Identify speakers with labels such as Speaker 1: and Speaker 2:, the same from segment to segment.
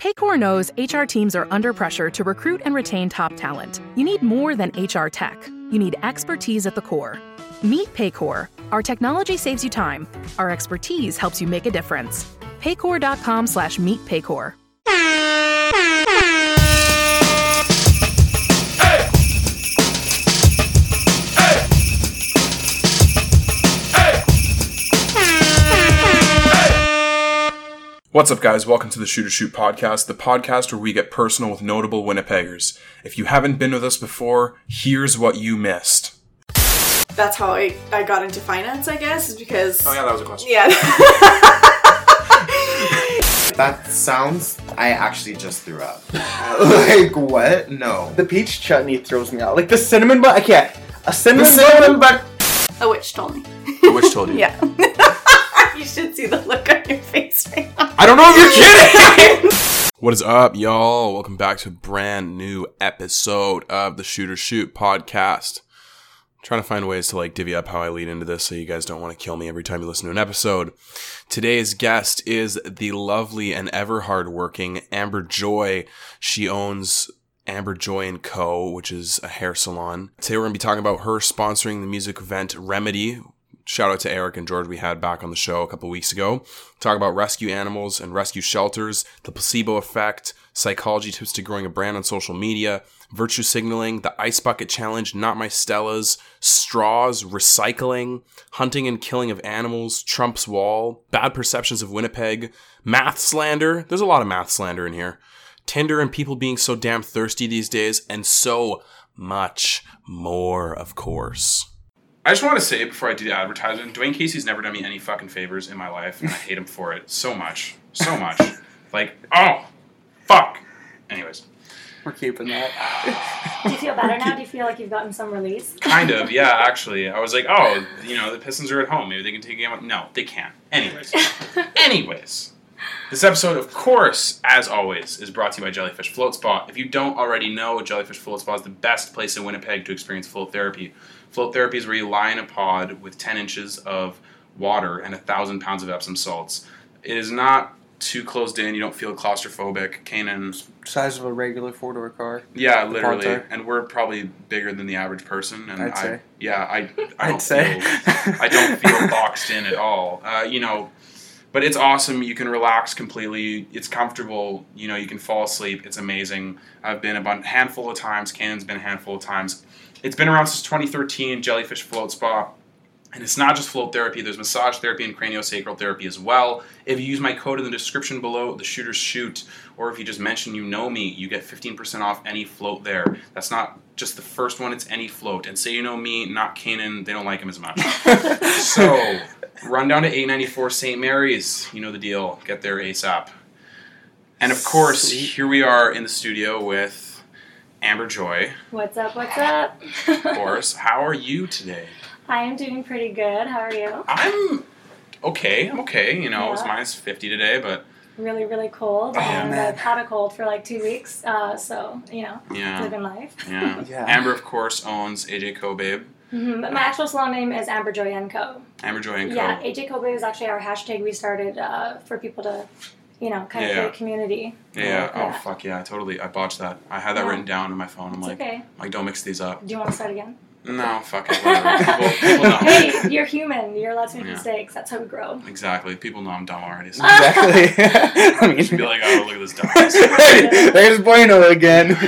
Speaker 1: Paycor knows HR teams are under pressure to recruit and retain top talent. You need more than HR tech. You need expertise at the core. Meet Paycor. Our technology saves you time. Our expertise helps you make a difference. Paycor.com slash meet Paycor.
Speaker 2: What's up, guys? Welcome to the Shoot or Shoot podcast, the podcast where we get personal with notable Winnipeggers. If you haven't been with us before, here's what you missed.
Speaker 3: that's how I, I got into finance, I guess, is because
Speaker 2: Oh, that was a question.
Speaker 3: yeah.
Speaker 4: That sounds. I actually just threw up. like what? No.
Speaker 5: The peach chutney throws me out. Like the cinnamon bun, I can't. A cinnamon, bun.
Speaker 3: a witch told me.
Speaker 2: The witch told you.
Speaker 3: Yeah. you should see the look on your face right now.
Speaker 2: I don't know if you're kidding! what is up, y'all? Welcome back to a brand new episode of the Shoot or Shoot podcast. I'm trying to find ways to like divvy up how I lead into this so you guys don't want to kill me every time you listen to an episode. Today's guest is the lovely and ever hardworking Amber Joy. She owns Amber Joy and Co., which is a hair salon. Today we're going to be talking about her sponsoring the music event Remedy. Shout out to Eric and George we had back on the show a couple weeks ago. Talk about rescue animals and rescue shelters, the placebo effect, psychology tips to growing a brand on social media, virtue signaling, the ice bucket challenge, not my Stella's, straws, recycling, hunting and killing of animals, Trump's wall, bad perceptions of Winnipeg, math slander. There's a lot of math slander in here. Tinder and people being so damn thirsty these days, and so much more, of course. I just want to say before I do the advertisement, Dwayne Casey's never done me any fucking favors in my life, and I hate him for it so much, so much. like, oh, fuck. Anyways,
Speaker 5: We're keeping that.
Speaker 6: Do you feel better now? Do you feel like you've gotten some release?
Speaker 2: kind of, yeah. Actually, I was like, oh, you know, the Pistons are at home. Maybe they can take a game. No, they can't. Anyways, anyways. This episode, of course, as always, is brought to you by Jellyfish Float Spa. If you don't already know, Jellyfish Float Spa is the best place in Winnipeg to experience float therapy. Float therapy is where you lie in a pod with 10 inches of water and 1,000 pounds of Epsom salts. It is not too closed in, you don't feel claustrophobic. Kanan
Speaker 5: Size of a regular four door car.
Speaker 2: yeah,
Speaker 5: The
Speaker 2: literally,
Speaker 5: Ponto.
Speaker 2: and we're probably bigger than the average person. And
Speaker 5: I'd
Speaker 2: I,
Speaker 5: say.
Speaker 2: yeah, I, I don't
Speaker 5: I'd say.
Speaker 2: feel, I don't feel boxed in at all. Uh, you know, but it's awesome. You can relax completely. It's comfortable. You know, you can fall asleep. It's amazing. I've been about a handful of times. Canon's been a handful of times. It's been around since 2013. Jellyfish Float Spa. And it's not just float therapy, there's massage therapy and craniosacral therapy as well. If you use my code in the description below, the shooters shoot, or if you just mention you know me, you get 15% off any float there. That's not just the first one, it's any float. And say you know me, not Kanan, they don't like him as much. so run down to 894 St. Mary's, you know the deal, get there ASAP. And of course,
Speaker 5: Sweet.
Speaker 2: here we are in the studio with Amber Joy,
Speaker 6: What's up? What's up?
Speaker 2: of course. How are you today?
Speaker 6: I am doing pretty good. How are you?
Speaker 2: I'm okay. I'm okay. You know, it was
Speaker 6: Yeah.
Speaker 2: minus 50 today, but
Speaker 6: Really, really
Speaker 2: Oh,
Speaker 6: cold. and
Speaker 5: man.
Speaker 6: I've had a cold for like two weeks. Uh, so, you know,
Speaker 2: yeah.
Speaker 6: living life.
Speaker 2: Yeah.
Speaker 5: Yeah.
Speaker 2: Amber, of course, owns AJ Kobabe.
Speaker 6: Mhm. But my actual salon name is Amber Joy and Co.
Speaker 2: Amber Joy and Co.
Speaker 6: Yeah, AJ Kobe is actually our hashtag we started uh, for people to, you know, kind
Speaker 2: Yeah.
Speaker 6: of create community.
Speaker 2: Yeah, yeah.
Speaker 6: Yeah.
Speaker 2: Oh, fuck yeah. I totally. I botched that. I had that
Speaker 6: Yeah.
Speaker 2: written down on my phone. I'm
Speaker 6: It's
Speaker 2: like,
Speaker 6: okay.
Speaker 2: I'm like, don't mix these up.
Speaker 6: Do you want to start again?
Speaker 2: No, fuck it. Whatever. people, people know.
Speaker 6: hey, you're human. You're allowed to make
Speaker 2: Yeah.
Speaker 6: mistakes. That's how we grow.
Speaker 2: Exactly. People know I'm dumb already. So
Speaker 5: Exactly. I mean,
Speaker 2: be like, oh, look at this dumbass.
Speaker 5: there's Bueno again.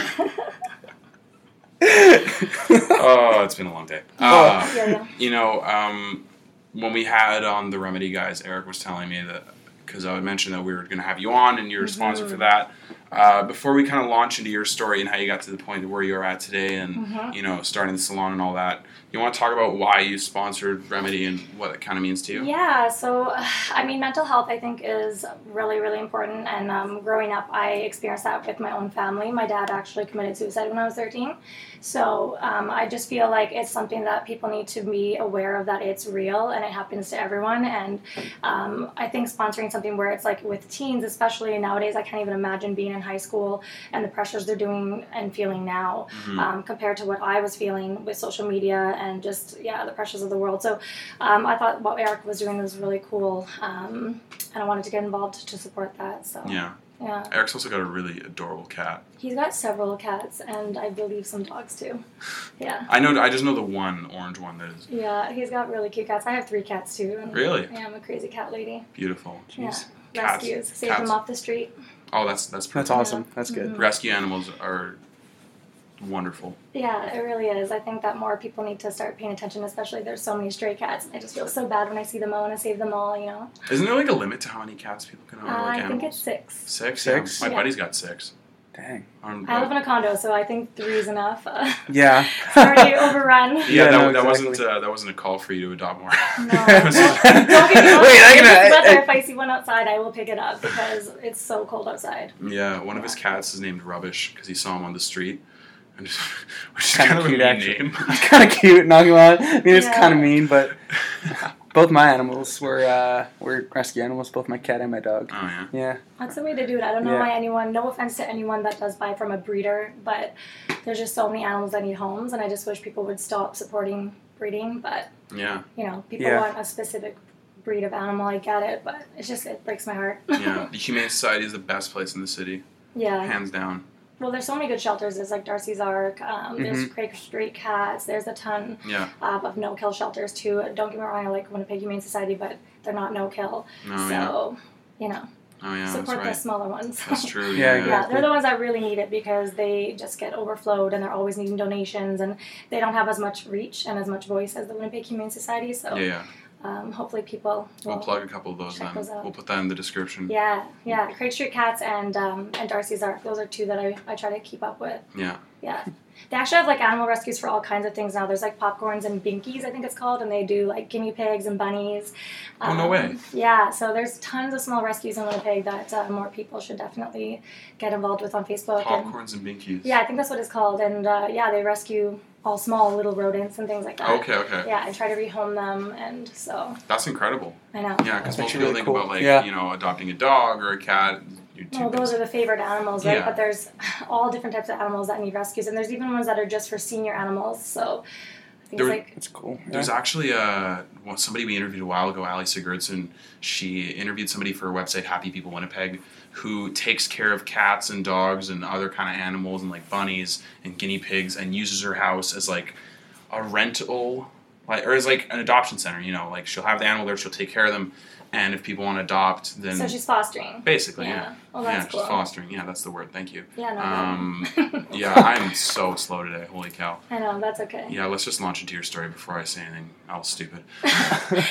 Speaker 2: oh, it's been a long day.
Speaker 5: Oh.
Speaker 2: Uh,
Speaker 6: Yeah, yeah.
Speaker 2: you know, um, when we had on the Remedy guys, Eric was telling me that because I had mentioned that we were going to have you on, and you're a sponsor for
Speaker 6: Mm-hmm.
Speaker 2: that. Uh, before we kind of launch into your story and how you got to the point where you're at today, and
Speaker 6: Mm-hmm.
Speaker 2: you know, starting the salon and all that, you want to talk about why you sponsored Remedy and what it kind of means to you?
Speaker 6: Yeah, so I mean, mental health I think is really, really important. And um, growing up, I experienced that with my own family. My dad actually committed suicide when I was 13. So um, I just feel like it's something that people need to be aware of that it's real and it happens to everyone. And um, I think sponsoring something where it's like with teens, especially nowadays, I can't even imagine being in high school and the pressures they're doing and feeling now
Speaker 2: Mm. Mm-hmm.
Speaker 6: um, compared to what I was feeling with social media and just, yeah, the pressures of the world. So um, I thought what Eric was doing was really cool, um, and I wanted to get involved to support that. So
Speaker 2: Yeah.
Speaker 6: Yeah.
Speaker 2: Eric's also got a really adorable cat.
Speaker 6: He's got several cats and I believe some dogs too. Yeah.
Speaker 2: I know. I just know the one orange one that is
Speaker 6: Yeah, he's got really cute cats. I have three cats too. And
Speaker 2: Really?
Speaker 6: Yeah, I'm a crazy cat lady.
Speaker 2: beautiful. Jeez.
Speaker 6: Yeah.
Speaker 2: Cats.
Speaker 6: Rescues. Save
Speaker 2: Cats.
Speaker 6: them off the street.
Speaker 2: Oh, that's that's
Speaker 7: That's
Speaker 2: perfect.
Speaker 7: awesome. That's good.
Speaker 2: Rescue animals are wonderful.
Speaker 6: Yeah, it really is. I think that more people need to start paying attention, especially there's so many stray cats. I just feel so bad when I see them all and I save them all, you know?
Speaker 2: Isn't there like a limit to how many cats people can own?
Speaker 6: Uh,
Speaker 2: like
Speaker 6: I think it's
Speaker 2: animals?
Speaker 6: six.
Speaker 2: six.
Speaker 7: Six?
Speaker 2: Yeah. My
Speaker 6: Yeah.
Speaker 2: buddy's got six.
Speaker 7: Dang.
Speaker 2: Um,
Speaker 6: I live in a condo, so I think three's enough. Uh,
Speaker 7: Yeah.
Speaker 6: already overrun.
Speaker 2: yeah,
Speaker 7: Yeah,
Speaker 2: that,
Speaker 7: no,
Speaker 2: that wasn't
Speaker 7: exactly.
Speaker 2: uh, that wasn't a call for you to adopt more.
Speaker 6: No. Don't
Speaker 7: Wait,
Speaker 6: get me wrong.
Speaker 7: I
Speaker 6: If it's weather,
Speaker 7: can.
Speaker 6: if I see one outside, I will pick it up because it's so cold outside.
Speaker 2: Yeah, one of his cats is named Rubbish because he saw him on the street, and just, which is
Speaker 7: Kinda
Speaker 2: kind of a mean
Speaker 7: cute, actually.
Speaker 2: name.
Speaker 7: It's kind of cute, not gonna lie. I mean, it's
Speaker 6: Yeah.
Speaker 7: kind of mean, but both my animals were uh, were rescue animals. Both my cat and my dog.
Speaker 2: oh yeah,
Speaker 7: Yeah.
Speaker 6: That's the way to do it. I don't know
Speaker 7: Yeah.
Speaker 6: why anyone, no offense to anyone that does buy from a breeder, but there's just so many animals that need homes, and I just wish people would stop supporting breeding. But,
Speaker 2: yeah,
Speaker 6: you know, people
Speaker 7: Yeah.
Speaker 6: want a specific breed of animal. I get it, but it's just, it breaks my heart.
Speaker 2: yeah. The Humane Society is the best place in the city,
Speaker 6: yeah.
Speaker 2: hands down.
Speaker 6: Well, there's so many good shelters. There's like Darcy's Ark, um, there's
Speaker 7: Mm-hmm.
Speaker 6: Craig Street Cats, there's a ton.
Speaker 2: Yeah,
Speaker 6: uh, of no kill shelters too. Don't get me wrong, I like Winnipeg Humane Society, but they're not no kill.
Speaker 2: no, Oh, yeah,
Speaker 6: so, you know,
Speaker 2: oh yeah, that's
Speaker 6: support the
Speaker 2: right.
Speaker 6: smaller ones.
Speaker 2: That's true.
Speaker 7: Yeah,
Speaker 2: Yeah,
Speaker 6: yeah, they're the ones that really need it because they just get overflowed and they're always needing donations and they don't have as much reach and as much voice as the Winnipeg Humane Society. So,
Speaker 2: yeah, yeah.
Speaker 6: um, hopefully, people will.
Speaker 2: We'll plug a couple of those
Speaker 6: check
Speaker 2: then.
Speaker 6: those out.
Speaker 2: We'll put that in the description.
Speaker 6: Yeah, yeah. Craig Street Cats and um, and Darcy's Ark. Those are two that I, I try to keep up with.
Speaker 2: Yeah.
Speaker 6: Yeah. They actually have like animal rescues for all kinds of things now. There's like popcorns and binkies, I think it's called, and they do like guinea pigs and bunnies. Um,
Speaker 2: Oh, no way.
Speaker 6: Yeah, so there's tons of small rescues in Winnipeg that uh, more people should definitely get involved with on Facebook. And,
Speaker 2: popcorns and binkies.
Speaker 6: yeah, I think that's what it's called. And uh, yeah, they rescue all small little rodents and things like that.
Speaker 2: Okay, okay,
Speaker 6: Yeah, and try to rehome them. And so,
Speaker 2: that's incredible.
Speaker 6: I know.
Speaker 2: Yeah, because most
Speaker 7: That's actually
Speaker 2: people
Speaker 7: really
Speaker 2: think
Speaker 7: cool.
Speaker 2: about like
Speaker 7: Yeah.
Speaker 2: you know adopting a dog or a cat. You
Speaker 6: Well, those are the favorite animals, right?
Speaker 2: Yeah.
Speaker 6: But there's all different types of animals that need rescues, and there's even ones that are just for senior animals. So I
Speaker 2: There
Speaker 6: think it's
Speaker 2: were-
Speaker 6: like
Speaker 7: That's cool. Yeah.
Speaker 2: There's actually a well, somebody we interviewed a while ago, Ali Sigurdsson. She interviewed somebody for her website, Happy People Winnipeg, who takes care of cats and dogs and other kind of animals and like bunnies and guinea pigs, and uses her house as like a rental, like or as like an adoption center. You know, like she'll have the animal there, she'll take care of them, and if people want to adopt, then
Speaker 6: So she's fostering.
Speaker 2: basically, yeah,
Speaker 6: Yeah.
Speaker 2: yeah,
Speaker 6: Well, that's
Speaker 2: she's
Speaker 6: cool.
Speaker 2: fostering. Yeah, that's the word. Thank you.
Speaker 6: Yeah, no
Speaker 2: um, yeah, I'm so slow today. Holy cow.
Speaker 6: I know that's okay.
Speaker 2: Yeah, let's just launch into your story before I say anything else stupid.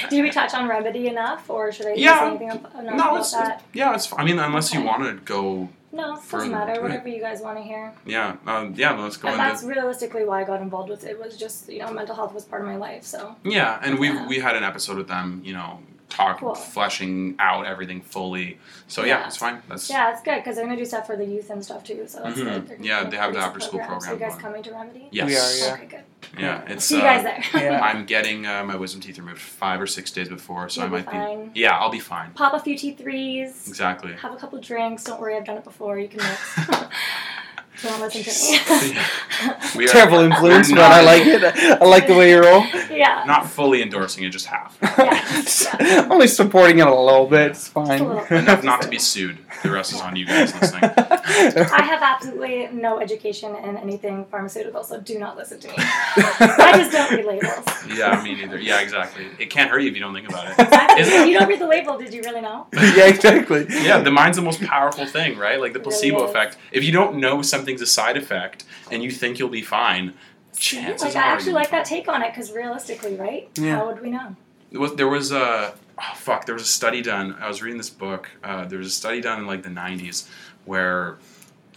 Speaker 6: Did we touch on remedy enough, or should I
Speaker 2: Yeah.
Speaker 6: say anything ab- enough
Speaker 2: No,
Speaker 6: about
Speaker 2: it's
Speaker 6: that?
Speaker 2: yeah, it's. Fine. I mean, unless you
Speaker 6: Okay.
Speaker 2: want to go,
Speaker 6: no, it
Speaker 2: further,
Speaker 6: doesn't matter.
Speaker 2: right?
Speaker 6: Whatever you guys want to hear.
Speaker 2: yeah, um, yeah, let's go
Speaker 6: But
Speaker 2: into.
Speaker 6: that's realistically why I got involved with it. Was just you know mental health was part of my life. So
Speaker 2: Yeah, and we
Speaker 6: Yeah.
Speaker 2: we had an episode with them, you know, talk
Speaker 6: Cool.
Speaker 2: fleshing out everything fully. So yeah,
Speaker 6: Yeah.
Speaker 2: it's fine. That's
Speaker 6: yeah, it's good because they're gonna do stuff for the youth and stuff too. So it's
Speaker 2: Mhm.
Speaker 6: good. They're
Speaker 2: Yeah,
Speaker 6: gonna
Speaker 2: they have the
Speaker 6: produce a
Speaker 2: after-school
Speaker 6: So you
Speaker 2: program
Speaker 6: guys
Speaker 2: going.
Speaker 6: coming to remedy?
Speaker 2: yes,
Speaker 7: We are, yeah.
Speaker 6: Okay, good.
Speaker 2: yeah. It's
Speaker 6: See you
Speaker 2: uh,
Speaker 6: guys there.
Speaker 7: yeah.
Speaker 2: I'm getting uh, my wisdom teeth removed five or six days before, so
Speaker 6: You'll
Speaker 2: I
Speaker 6: be
Speaker 2: might
Speaker 6: fine.
Speaker 2: be. Yeah, I'll be fine.
Speaker 6: Pop a few T3s.
Speaker 2: Exactly.
Speaker 6: Have a couple drinks. Don't worry, I've done it before. You can mix. Don't listen to me.
Speaker 2: we are
Speaker 7: Terrible influence,
Speaker 2: we're
Speaker 7: but I
Speaker 2: not-
Speaker 7: like it. I like the way you roll.
Speaker 6: yeah.
Speaker 2: Not fully endorsing it, just half.
Speaker 6: yeah. yeah.
Speaker 7: Only supporting it a little bit. It's fine.
Speaker 6: a little.
Speaker 2: Enough not to be sued. The rest is on you guys listening.
Speaker 6: I have absolutely no education in anything pharmaceutical, so do not listen to me. I just don't read labels.
Speaker 2: Yeah, me neither. Yeah, exactly. It can't hurt you if you don't think about it.
Speaker 6: Exactly.
Speaker 2: Isn't-
Speaker 6: If you don't read the label, did you really know?
Speaker 7: yeah, exactly.
Speaker 2: Yeah, the mind's the most powerful thing, right? Like the
Speaker 6: It really
Speaker 2: placebo
Speaker 6: is.
Speaker 2: effect. If you don't know something's a side effect and you think you'll be fine,
Speaker 6: See,
Speaker 2: chances
Speaker 6: like,
Speaker 2: are
Speaker 6: I actually
Speaker 2: you'll
Speaker 6: like
Speaker 2: be
Speaker 6: that take on it because realistically, right?
Speaker 7: Yeah.
Speaker 6: How would we know?
Speaker 2: It was- there was a oh, fuck there was a study done i was reading this book uh, there was a study done in like the 90s where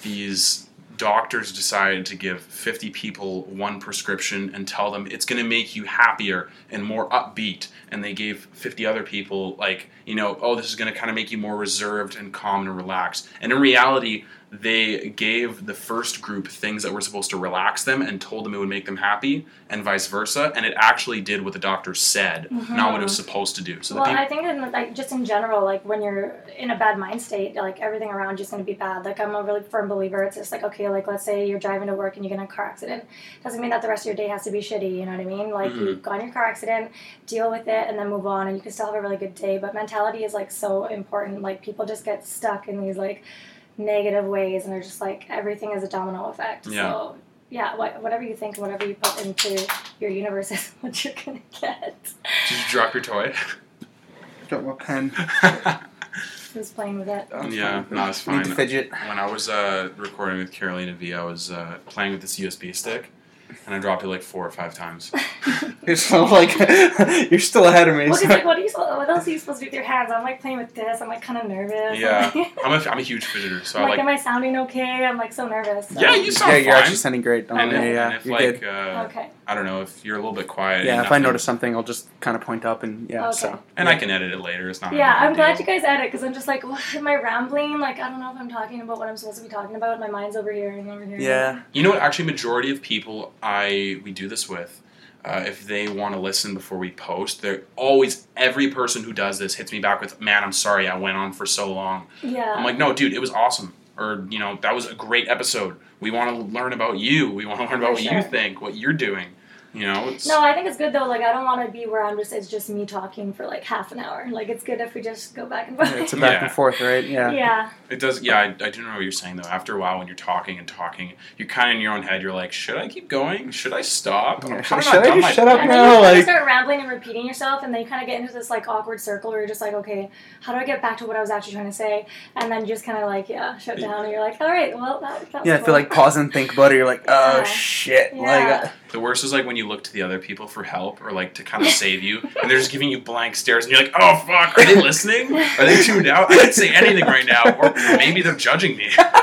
Speaker 2: these doctors decided to give 50 people one prescription and tell them it's going to make you happier and more upbeat and they gave 50 other people like you know oh this is going to kind of make you more reserved and calm and relaxed and in reality they gave the first group things that were supposed to relax them and told them it would make them happy and vice versa and it actually did what the doctor said not what it was supposed to do so
Speaker 6: Mm-hmm. Well,
Speaker 2: the people
Speaker 6: I think in, like just in general, like when you're in a bad mind state, like everything around you is going to be bad. Like I'm a really firm believer. It's just like okay, like let's say you're driving to work and you get in a car accident. Doesn't mean that the rest of your day has to be shitty. You know what I mean? Like you got in your car accident, deal with it, and then move on, and you can still have a really good day. But mentality is like so important. Like people just get stuck in these like negative ways, and they're just like everything is a domino effect.
Speaker 2: Yeah.
Speaker 6: So yeah, what, whatever you think, whatever you put into your universe is what you're gonna get.
Speaker 2: Did you drop your toy?
Speaker 7: Got my pen.
Speaker 6: Who's playing with it?
Speaker 2: yeah, no, it's
Speaker 7: Need to
Speaker 2: fine.
Speaker 7: fidget.
Speaker 2: When I was uh, recording with Carolina V, I was uh, playing with this USB stick, and I dropped it like four or five times.
Speaker 7: You're still like you're still ahead of me.
Speaker 6: Well, 'cause,
Speaker 7: so-
Speaker 6: like, what, are you, supposed- what else are you supposed to do with your hands? I'm like playing with this. I'm like kind of nervous.
Speaker 2: Yeah,
Speaker 6: I'm like,
Speaker 2: I'm a, I'm a huge fidgeter, so
Speaker 6: I'm like,
Speaker 2: I
Speaker 6: am
Speaker 2: like.
Speaker 6: I sounding okay? I'm like so nervous. so-
Speaker 2: Yeah, you sound
Speaker 7: yeah,
Speaker 2: fine.
Speaker 7: you're actually sounding great. Don't
Speaker 2: and if,
Speaker 7: worry, yeah,
Speaker 2: and if
Speaker 7: you're
Speaker 2: like,
Speaker 7: good.
Speaker 2: uh,
Speaker 6: Okay.
Speaker 2: I don't know, if you're a little bit quiet.
Speaker 7: Yeah,
Speaker 2: and
Speaker 7: if I
Speaker 2: nothing-
Speaker 7: notice something, I'll just kind of point up and yeah.
Speaker 6: Okay.
Speaker 7: So
Speaker 2: and I can edit it later. It's not. a
Speaker 6: Yeah,
Speaker 2: big
Speaker 6: I'm glad you
Speaker 2: deal.
Speaker 6: guys added because I'm just like, "Ugh, am I rambling? Like, I don't know if I'm talking about what I'm supposed to be talking about. My mind's over here and over here.
Speaker 7: yeah,
Speaker 2: You know what? Actually, majority of people I we do this with, uh, if they want to listen before we post, they're always every person who does this hits me back with, "Man, I'm sorry, I went on for so long."
Speaker 6: Yeah.
Speaker 2: I'm like, "No, dude, it was awesome." Or you know, that was a great episode. We want to learn about you. We want to learn about what
Speaker 6: For
Speaker 2: you
Speaker 6: sure.
Speaker 2: think, what you're doing. You know, it's,
Speaker 6: no, I think it's good though. Like, I don't want to be where I'm just, it's just me talking for like half an hour. Like, it's good if we just go back and forth.
Speaker 7: it's a back
Speaker 2: Yeah.
Speaker 7: and forth, right? Yeah.
Speaker 6: yeah.
Speaker 2: it does. Yeah, I, I do know what you're saying though. After a while, when you're talking and talking, you're kind of in your own head. You're like, "Should I keep going? Should I stop?
Speaker 7: Yeah,
Speaker 2: I'm
Speaker 7: should-
Speaker 2: kinda
Speaker 7: should
Speaker 2: not
Speaker 7: I
Speaker 2: done
Speaker 7: just
Speaker 2: my
Speaker 7: shut up
Speaker 2: podcast."
Speaker 6: And then
Speaker 7: now?
Speaker 6: you kind
Speaker 7: like-
Speaker 6: of start rambling and repeating yourself, and then you kind of get into this like awkward circle where you're just like, okay, how do I get back to what I was actually trying to say? And then you just kind of like, yeah, shut down, and you're like, all right, well, that, that was
Speaker 7: Yeah, I feel
Speaker 6: cool."
Speaker 7: like pause and think about it. You're like, oh
Speaker 6: Yeah.
Speaker 7: shit!
Speaker 6: Yeah.
Speaker 7: Like, uh,
Speaker 2: The worst is like when you look to the other people for help or like to kind of save you, and they're just giving you blank stares, and you're like, "Oh fuck, are they listening? Are they tuned out? I can't say anything right now, or maybe they're judging me."
Speaker 7: uh,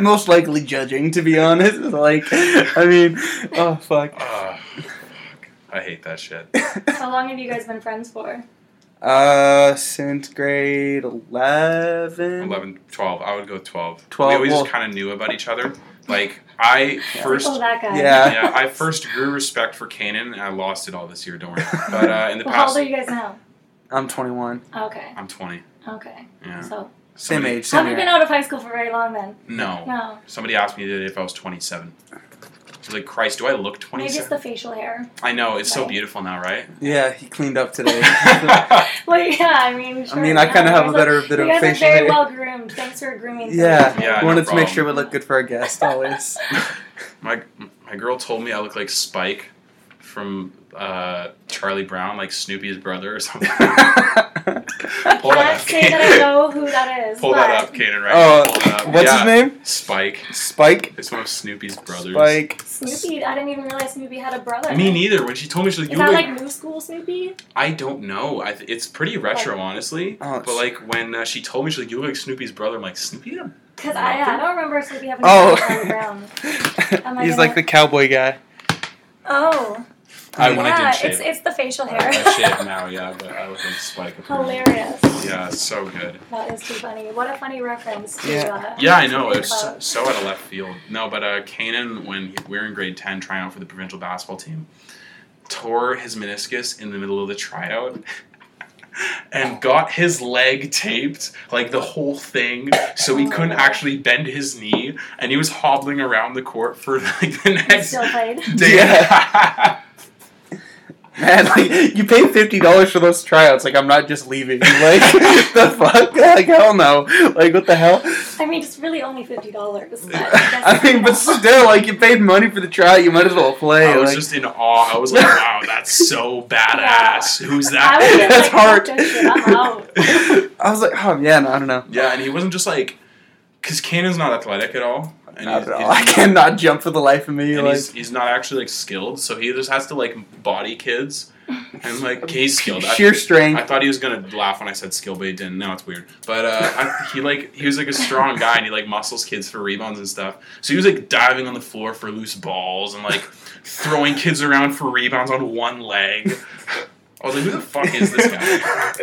Speaker 7: most likely judging, to be honest. Like, I mean, oh fuck.
Speaker 2: Ugh, fuck. I hate that shit.
Speaker 6: how long have you guys been friends for?
Speaker 7: Uh, since grade 11?
Speaker 2: 11, 12. I would go with 12.
Speaker 7: 12,
Speaker 2: We always
Speaker 7: well-
Speaker 2: just kind of knew about each other. Like I first.
Speaker 6: oh, that guy.
Speaker 7: Yeah.
Speaker 2: Yeah, I first grew respect for Kanan, and I lost it all this year. Don't worry. But uh, in the
Speaker 6: Well, how old
Speaker 2: past,
Speaker 6: are you guys now?
Speaker 7: I'm 21.
Speaker 6: Okay.
Speaker 2: I'm 20.
Speaker 6: Okay.
Speaker 2: Yeah.
Speaker 6: So
Speaker 7: Same
Speaker 2: Somebody-
Speaker 7: age, same
Speaker 6: haven't been
Speaker 7: year.
Speaker 6: out of high school for very long then.
Speaker 2: No.
Speaker 6: No.
Speaker 2: Somebody asked me today if I was 27. I was like, Christ, do I look
Speaker 6: Maybe it's
Speaker 2: 27?
Speaker 6: the facial hair.
Speaker 2: I know it's so
Speaker 6: Right.
Speaker 2: beautiful now, right?
Speaker 7: Yeah, he cleaned up today.
Speaker 6: Well, yeah, I mean,
Speaker 7: I
Speaker 6: sure,
Speaker 7: mean, I
Speaker 6: yeah,
Speaker 7: kind of have a
Speaker 6: you guys
Speaker 7: better bit
Speaker 6: are-
Speaker 7: of
Speaker 6: You guys
Speaker 7: facial
Speaker 6: are very
Speaker 7: hair.
Speaker 6: well groomed. Thanks for grooming.
Speaker 7: yeah,
Speaker 6: somebody.
Speaker 2: Yeah, no
Speaker 7: wanted to make sure we
Speaker 2: problem.
Speaker 7: look good for our guest always.
Speaker 2: my my girl told me I look like Spike from uh, Charlie Brown, like Snoopy's brother or something. Pull
Speaker 6: Can't say that I know who that is.
Speaker 2: Pull
Speaker 6: but
Speaker 2: that up, Kanan. Right?
Speaker 7: Oh,
Speaker 2: Pull that up.
Speaker 7: what's
Speaker 2: Yeah.
Speaker 7: his name?
Speaker 2: Spike.
Speaker 7: Spike.
Speaker 2: It's one of Snoopy's brothers.
Speaker 7: Spike.
Speaker 6: Snoopy, I didn't even realize Snoopy had a brother.
Speaker 2: Me neither. When she told me she was
Speaker 6: Is
Speaker 2: you
Speaker 6: that
Speaker 2: look-
Speaker 6: like new school Snoopy?
Speaker 2: I don't know. I th- it's pretty retro, honestly.
Speaker 7: Oh, it's-
Speaker 2: but like when uh, she told me she like you look like Snoopy's brother, I'm like Snoopy. had a-"
Speaker 6: Because I, I don't remember Snoopy having
Speaker 7: Oh.
Speaker 6: a brother Brown. Am I
Speaker 7: He's
Speaker 6: gonna-
Speaker 7: like the cowboy guy.
Speaker 6: Oh,
Speaker 2: I
Speaker 7: Yeah,
Speaker 2: when I
Speaker 6: yeah,
Speaker 2: did shave.
Speaker 6: it's it's the facial
Speaker 2: I,
Speaker 6: hair.
Speaker 2: I shaved now, yeah, but I look like Spike.
Speaker 6: Hilarious.
Speaker 2: Yeah, it's so good.
Speaker 6: That is too funny. What a funny reference to
Speaker 7: Yeah.
Speaker 6: uh,
Speaker 2: Yeah, I know.
Speaker 6: to
Speaker 2: It's so,
Speaker 6: think
Speaker 2: so out of left field. No, but uh, Kanan, when he, we were in grade 10 trying out for the provincial basketball team, tore his meniscus in the middle of the tryout and got his leg taped, like the whole thing, so he
Speaker 6: Oh.
Speaker 2: couldn't actually bend his knee. And he was hobbling around the court for like the
Speaker 6: about. He
Speaker 2: next
Speaker 6: Still played.
Speaker 2: day.
Speaker 7: Man, like you pay fifty dollars for those tryouts. Like I'm not just leaving. Like the fuck? Like hell no. Like what the hell?
Speaker 6: I mean, it's really only fifty dollars.
Speaker 7: I mean, but still, like you paid money for the tryout. You might as well play.
Speaker 2: I was
Speaker 7: like,
Speaker 2: just in awe. I was like, wow, that's so badass. Who's
Speaker 6: I was
Speaker 2: that?
Speaker 6: just
Speaker 7: That's
Speaker 6: like,
Speaker 7: hard.
Speaker 6: "Fuck this shit, I'm out.
Speaker 7: I was like, oh man, I don't know.
Speaker 2: Yeah, and he wasn't just like, because Kanan's not athletic at all. And
Speaker 7: Not
Speaker 2: he's-
Speaker 7: at all.
Speaker 2: he's-
Speaker 7: I cannot jump for the life of me.
Speaker 2: and
Speaker 7: Like,
Speaker 2: he's, he's not actually like skilled, so he just has to like body kids and like he's skilled. I,
Speaker 7: sheer strength.
Speaker 2: I thought he was gonna laugh when I said skill, but he didn't. Now it's weird. But uh, I, he like he was like a strong guy, and he like muscles kids for rebounds and stuff. So he was like diving on the floor for loose balls and like throwing kids around for rebounds on one leg. I was like, who the fuck is this guy?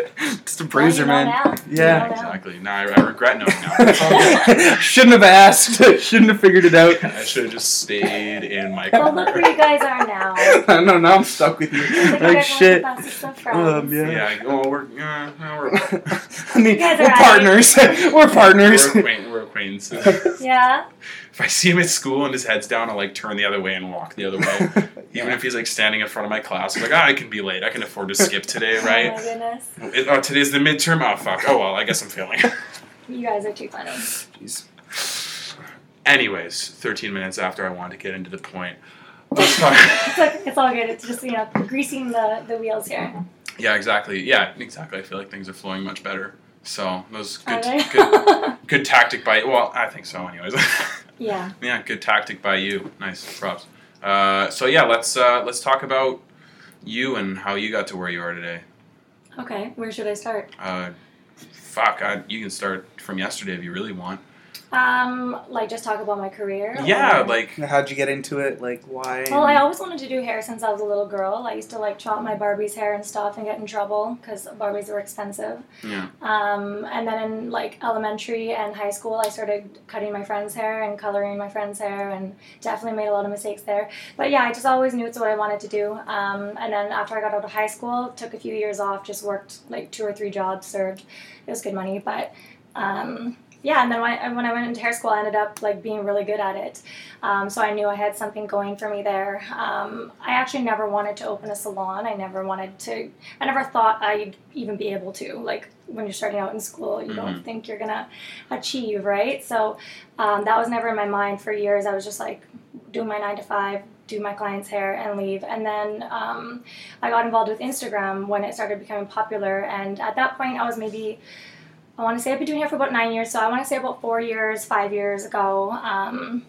Speaker 7: just a bruiser,
Speaker 6: Well, you
Speaker 7: man.
Speaker 6: know now. You
Speaker 7: Yeah.
Speaker 6: know now.
Speaker 2: Exactly. Now I, I regret knowing now. It's all good.
Speaker 7: Shouldn't have asked. Shouldn't have figured it out.
Speaker 2: I should have just stayed in my
Speaker 6: Well, look where
Speaker 2: career.
Speaker 6: you guys are now.
Speaker 7: I know. Now I'm stuck with you.
Speaker 6: It's Like, you
Speaker 7: Like
Speaker 6: guys
Speaker 7: shit.
Speaker 6: Are the bestest of friends.
Speaker 7: Um, yeah.
Speaker 2: Yeah, well, we're, yeah, well, we're,
Speaker 7: I mean,
Speaker 6: You guys are
Speaker 7: we're
Speaker 6: right.
Speaker 7: partners. we're partners.
Speaker 2: we're, acquaint- we're acquaintances.
Speaker 6: Yeah? Oh,
Speaker 2: If I see him at school and his head's down, I'll like turn the other way and walk the other way. Even if he's like standing in front of my class, I'm like, ah, I can be late. I can afford to skip today,
Speaker 6: Oh my
Speaker 2: right?
Speaker 6: goodness.
Speaker 2: It- oh, today's the midterm. Oh, fuck. Oh, well, I guess I'm failing.
Speaker 6: You guys are too funny.
Speaker 7: Jeez.
Speaker 8: Anyways, 13 minutes after I wanted to get into the point. Let's talk.
Speaker 6: It's, like, it's all good. It's just you know greasing the, the wheels here.
Speaker 8: yeah, exactly. Yeah, exactly. I feel like things are flowing much better. So that was
Speaker 6: Are
Speaker 8: good.
Speaker 6: they?
Speaker 8: Good, good tactic by. Well, I think so. Anyways.
Speaker 6: yeah.
Speaker 8: yeah, good tactic by you. Nice props. Uh, so yeah, let's uh, let's talk about you and how you got to where you are today.
Speaker 6: Okay. Where should I start?
Speaker 8: Uh, fuck, I, you can start from yesterday if you really want.
Speaker 6: Um, like just talk about my career.
Speaker 8: Yeah,
Speaker 6: or-
Speaker 8: like
Speaker 7: How'd you get into it? Like, why?
Speaker 6: Well, I always wanted to do hair since I was a little girl. I used to like chop my Barbie's hair and stuff and get in trouble because Barbies were expensive.
Speaker 8: yeah,
Speaker 6: Um, and then in like elementary and high school, I started cutting my friend's hair and coloring my friend's hair, and definitely made a lot of mistakes there. But yeah, I just always knew it's what I wanted to do. Um, and then after I got out of high school, took a few years off, just worked like two or three jobs, served. It was good money, but um, yeah. And then when I, when I went into hair school, I ended up like being really good at it. Um, so I knew I had something going for me there. Um, I actually never wanted to open a salon. I never wanted to. I never thought I'd even be able to. Like when you're starting out in school, you don't think you're gonna achieve, right? So um, that was never in my mind for years. I was just like, do my nine to five, do my client's hair, and leave. And then um, I got involved with Instagram when it started becoming popular. And at that point, I was maybe. I want to say I've been doing hair for about nine years, so I want to say about four years, five years ago. Um,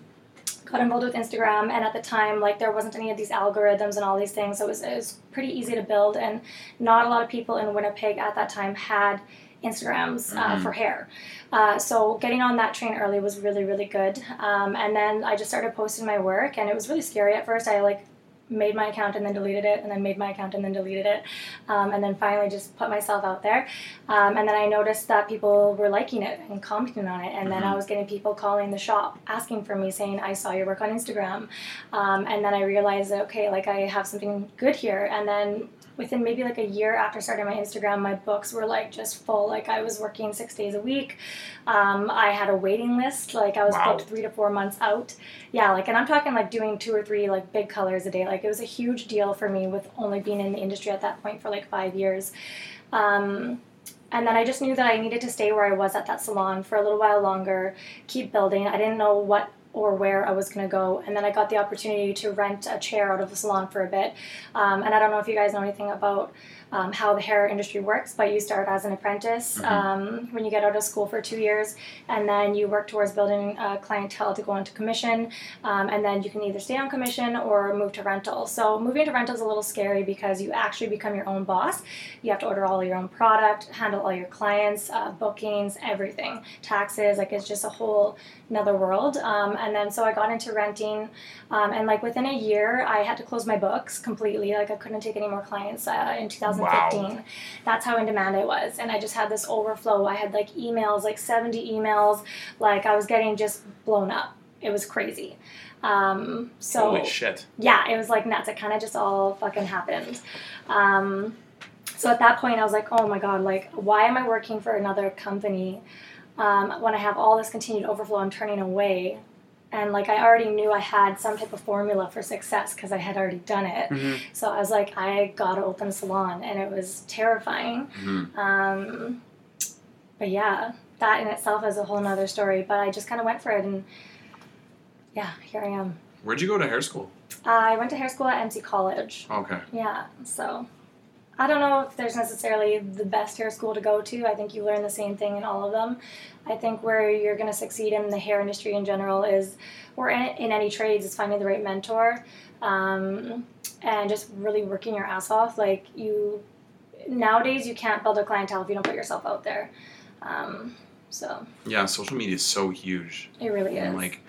Speaker 6: got involved with Instagram, and at the time, like there wasn't any of these algorithms and all these things, so it was, it was pretty easy to build. And not a lot of people in Winnipeg at that time had Instagrams uh, for hair. Uh, so getting on that train early was really, really good. Um, and then I just started posting my work, and it was really scary at first. I like made my account and then deleted it, and then made my account and then deleted it, um, and then finally just put myself out there. Um, and then I noticed that people were liking it and commenting on it. And then I was getting people calling the shop asking for me, saying, I saw your work on Instagram. Um, and then I realized that, okay, like I have something good here. And then within maybe like a year after starting my Instagram, my books were like just full. Like I was working six days a week. Um, I had a waiting list. Like I was
Speaker 8: Wow.
Speaker 6: booked three to four months out. Yeah, like, and I'm talking like doing two or three like big colors a day. Like it was a huge deal for me with only being in the industry at that point for like five years. Um, and then I just knew that I needed to stay where I was at that salon for a little while longer, keep building. I didn't know what or where I was going to go. And then I got the opportunity to rent a chair out of the salon for a bit. Um, and I don't know if you guys know anything about um, how the hair industry works, but you start as an apprentice um, when you get out of school for two years, and then you work towards building a clientele to go into commission. Um, and then you can either stay on commission or move to rental. So moving to rental is a little scary because you actually become your own boss. You have to order all your own product, handle all your clients, uh, bookings, everything, taxes. Like it's just a whole another world. Um, and then so I got into renting, um, and like within a year, I had to close my books completely. Like I couldn't take any more clients uh, in 2015. That's how in demand I was, and I just had this overflow. I had like emails, like 70 emails. Like I was getting just blown up. It was crazy. Um, so
Speaker 8: holy shit.
Speaker 6: yeah, it was like nuts. It kind of just all fucking happened. Um, so at that point, I was like, oh my god, like, why am I working for another company um, when I have all this continued overflow I'm turning away? And like, I already knew I had some type of formula for success because I had already done it. So I was like, I gotta open a salon, and it was terrifying.
Speaker 8: Mm-hmm.
Speaker 6: Um, but yeah, that in itself is a whole nother story. But I just kind of went for it, and yeah, here I am.
Speaker 8: Where'd you go to hair school?
Speaker 6: I went to hair school at MC College.
Speaker 8: Okay.
Speaker 6: Yeah, so I don't know if there's necessarily the best hair school to go to. I think you learn the same thing in all of them. I think where you're going to succeed in the hair industry in general is, or in, in any trades, is finding the right mentor um, and just really working your ass off. Like, you nowadays, you can't build a clientele if you don't put yourself out there. Um, so
Speaker 8: Yeah, social media is so huge.
Speaker 6: it really is.
Speaker 8: And like,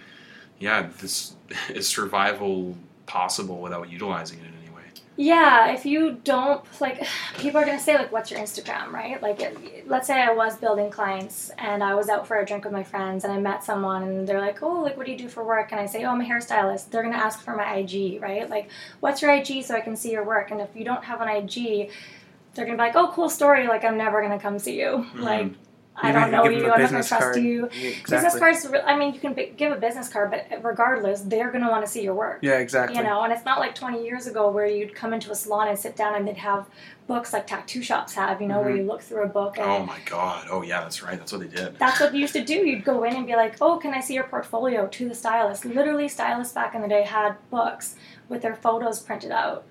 Speaker 8: yeah, this is survival possible without utilizing it in any way.
Speaker 6: Yeah, if you don't like, people are gonna say like, "What's your Instagram?" Right? Like, it, let's say I was building clients and I was out for a drink with my friends and I met someone and they're like, "Oh, like, what do you do for work?" And I say, "Oh, I'm a hairstylist." They're gonna ask for my IG, right? Like, "What's your IG?" So I can see your work. And if
Speaker 7: Mm-hmm.
Speaker 6: you don't have an IG, they're gonna be like, "Oh, cool story." Like, I'm never gonna come see you. Like, I don't
Speaker 7: don't have to
Speaker 6: know
Speaker 7: give
Speaker 6: you.
Speaker 7: them a
Speaker 6: I'm not going
Speaker 7: business
Speaker 6: to trust
Speaker 7: card.
Speaker 6: you.
Speaker 7: Yeah,
Speaker 6: Business
Speaker 7: exactly.
Speaker 6: cards. re- I mean, you can b- give a business card, but regardless, they're going to want to see your work.
Speaker 7: Yeah, exactly.
Speaker 6: You know, and it's not like 20 years ago where you'd come into a salon and sit down and they'd have books like tattoo shops have, you know, where you look through a book and
Speaker 2: Mm-hmm. Oh my god. Oh yeah, that's right. That's what they did.
Speaker 6: that's what you used to do. You'd go in and be like, "Oh, can I see your portfolio?" to the stylist. Literally, stylists back in the day had books with their photos printed out,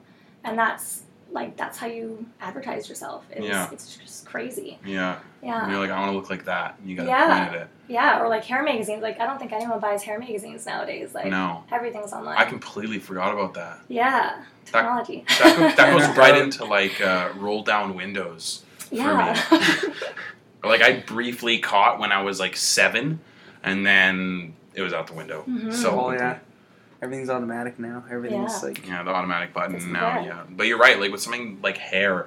Speaker 6: and that's like that's how you advertise yourself. It's,
Speaker 2: Yeah.
Speaker 6: it's just crazy.
Speaker 2: Yeah. And
Speaker 6: Yeah,
Speaker 2: you're like, I want to look like that. And you got to
Speaker 6: Yeah.
Speaker 2: point at it.
Speaker 6: yeah. Or like hair magazines. Like I don't think anyone buys hair magazines nowadays. Like
Speaker 2: No.
Speaker 6: everything's online.
Speaker 2: I completely forgot about that.
Speaker 6: yeah, technology.
Speaker 2: That, go- that goes right into like uh, roll down windows.
Speaker 6: yeah.
Speaker 2: Like I briefly caught when I was like seven, and then it was out the window.
Speaker 6: Mhm.
Speaker 2: So
Speaker 7: Well,
Speaker 2: quickly.
Speaker 7: Oh, yeah. Everything's automatic now. Everything's
Speaker 6: Yeah.
Speaker 7: like
Speaker 2: Yeah, the automatic button
Speaker 6: It's
Speaker 2: now.
Speaker 6: bad.
Speaker 2: Yeah, but you're right. Like with something like hair,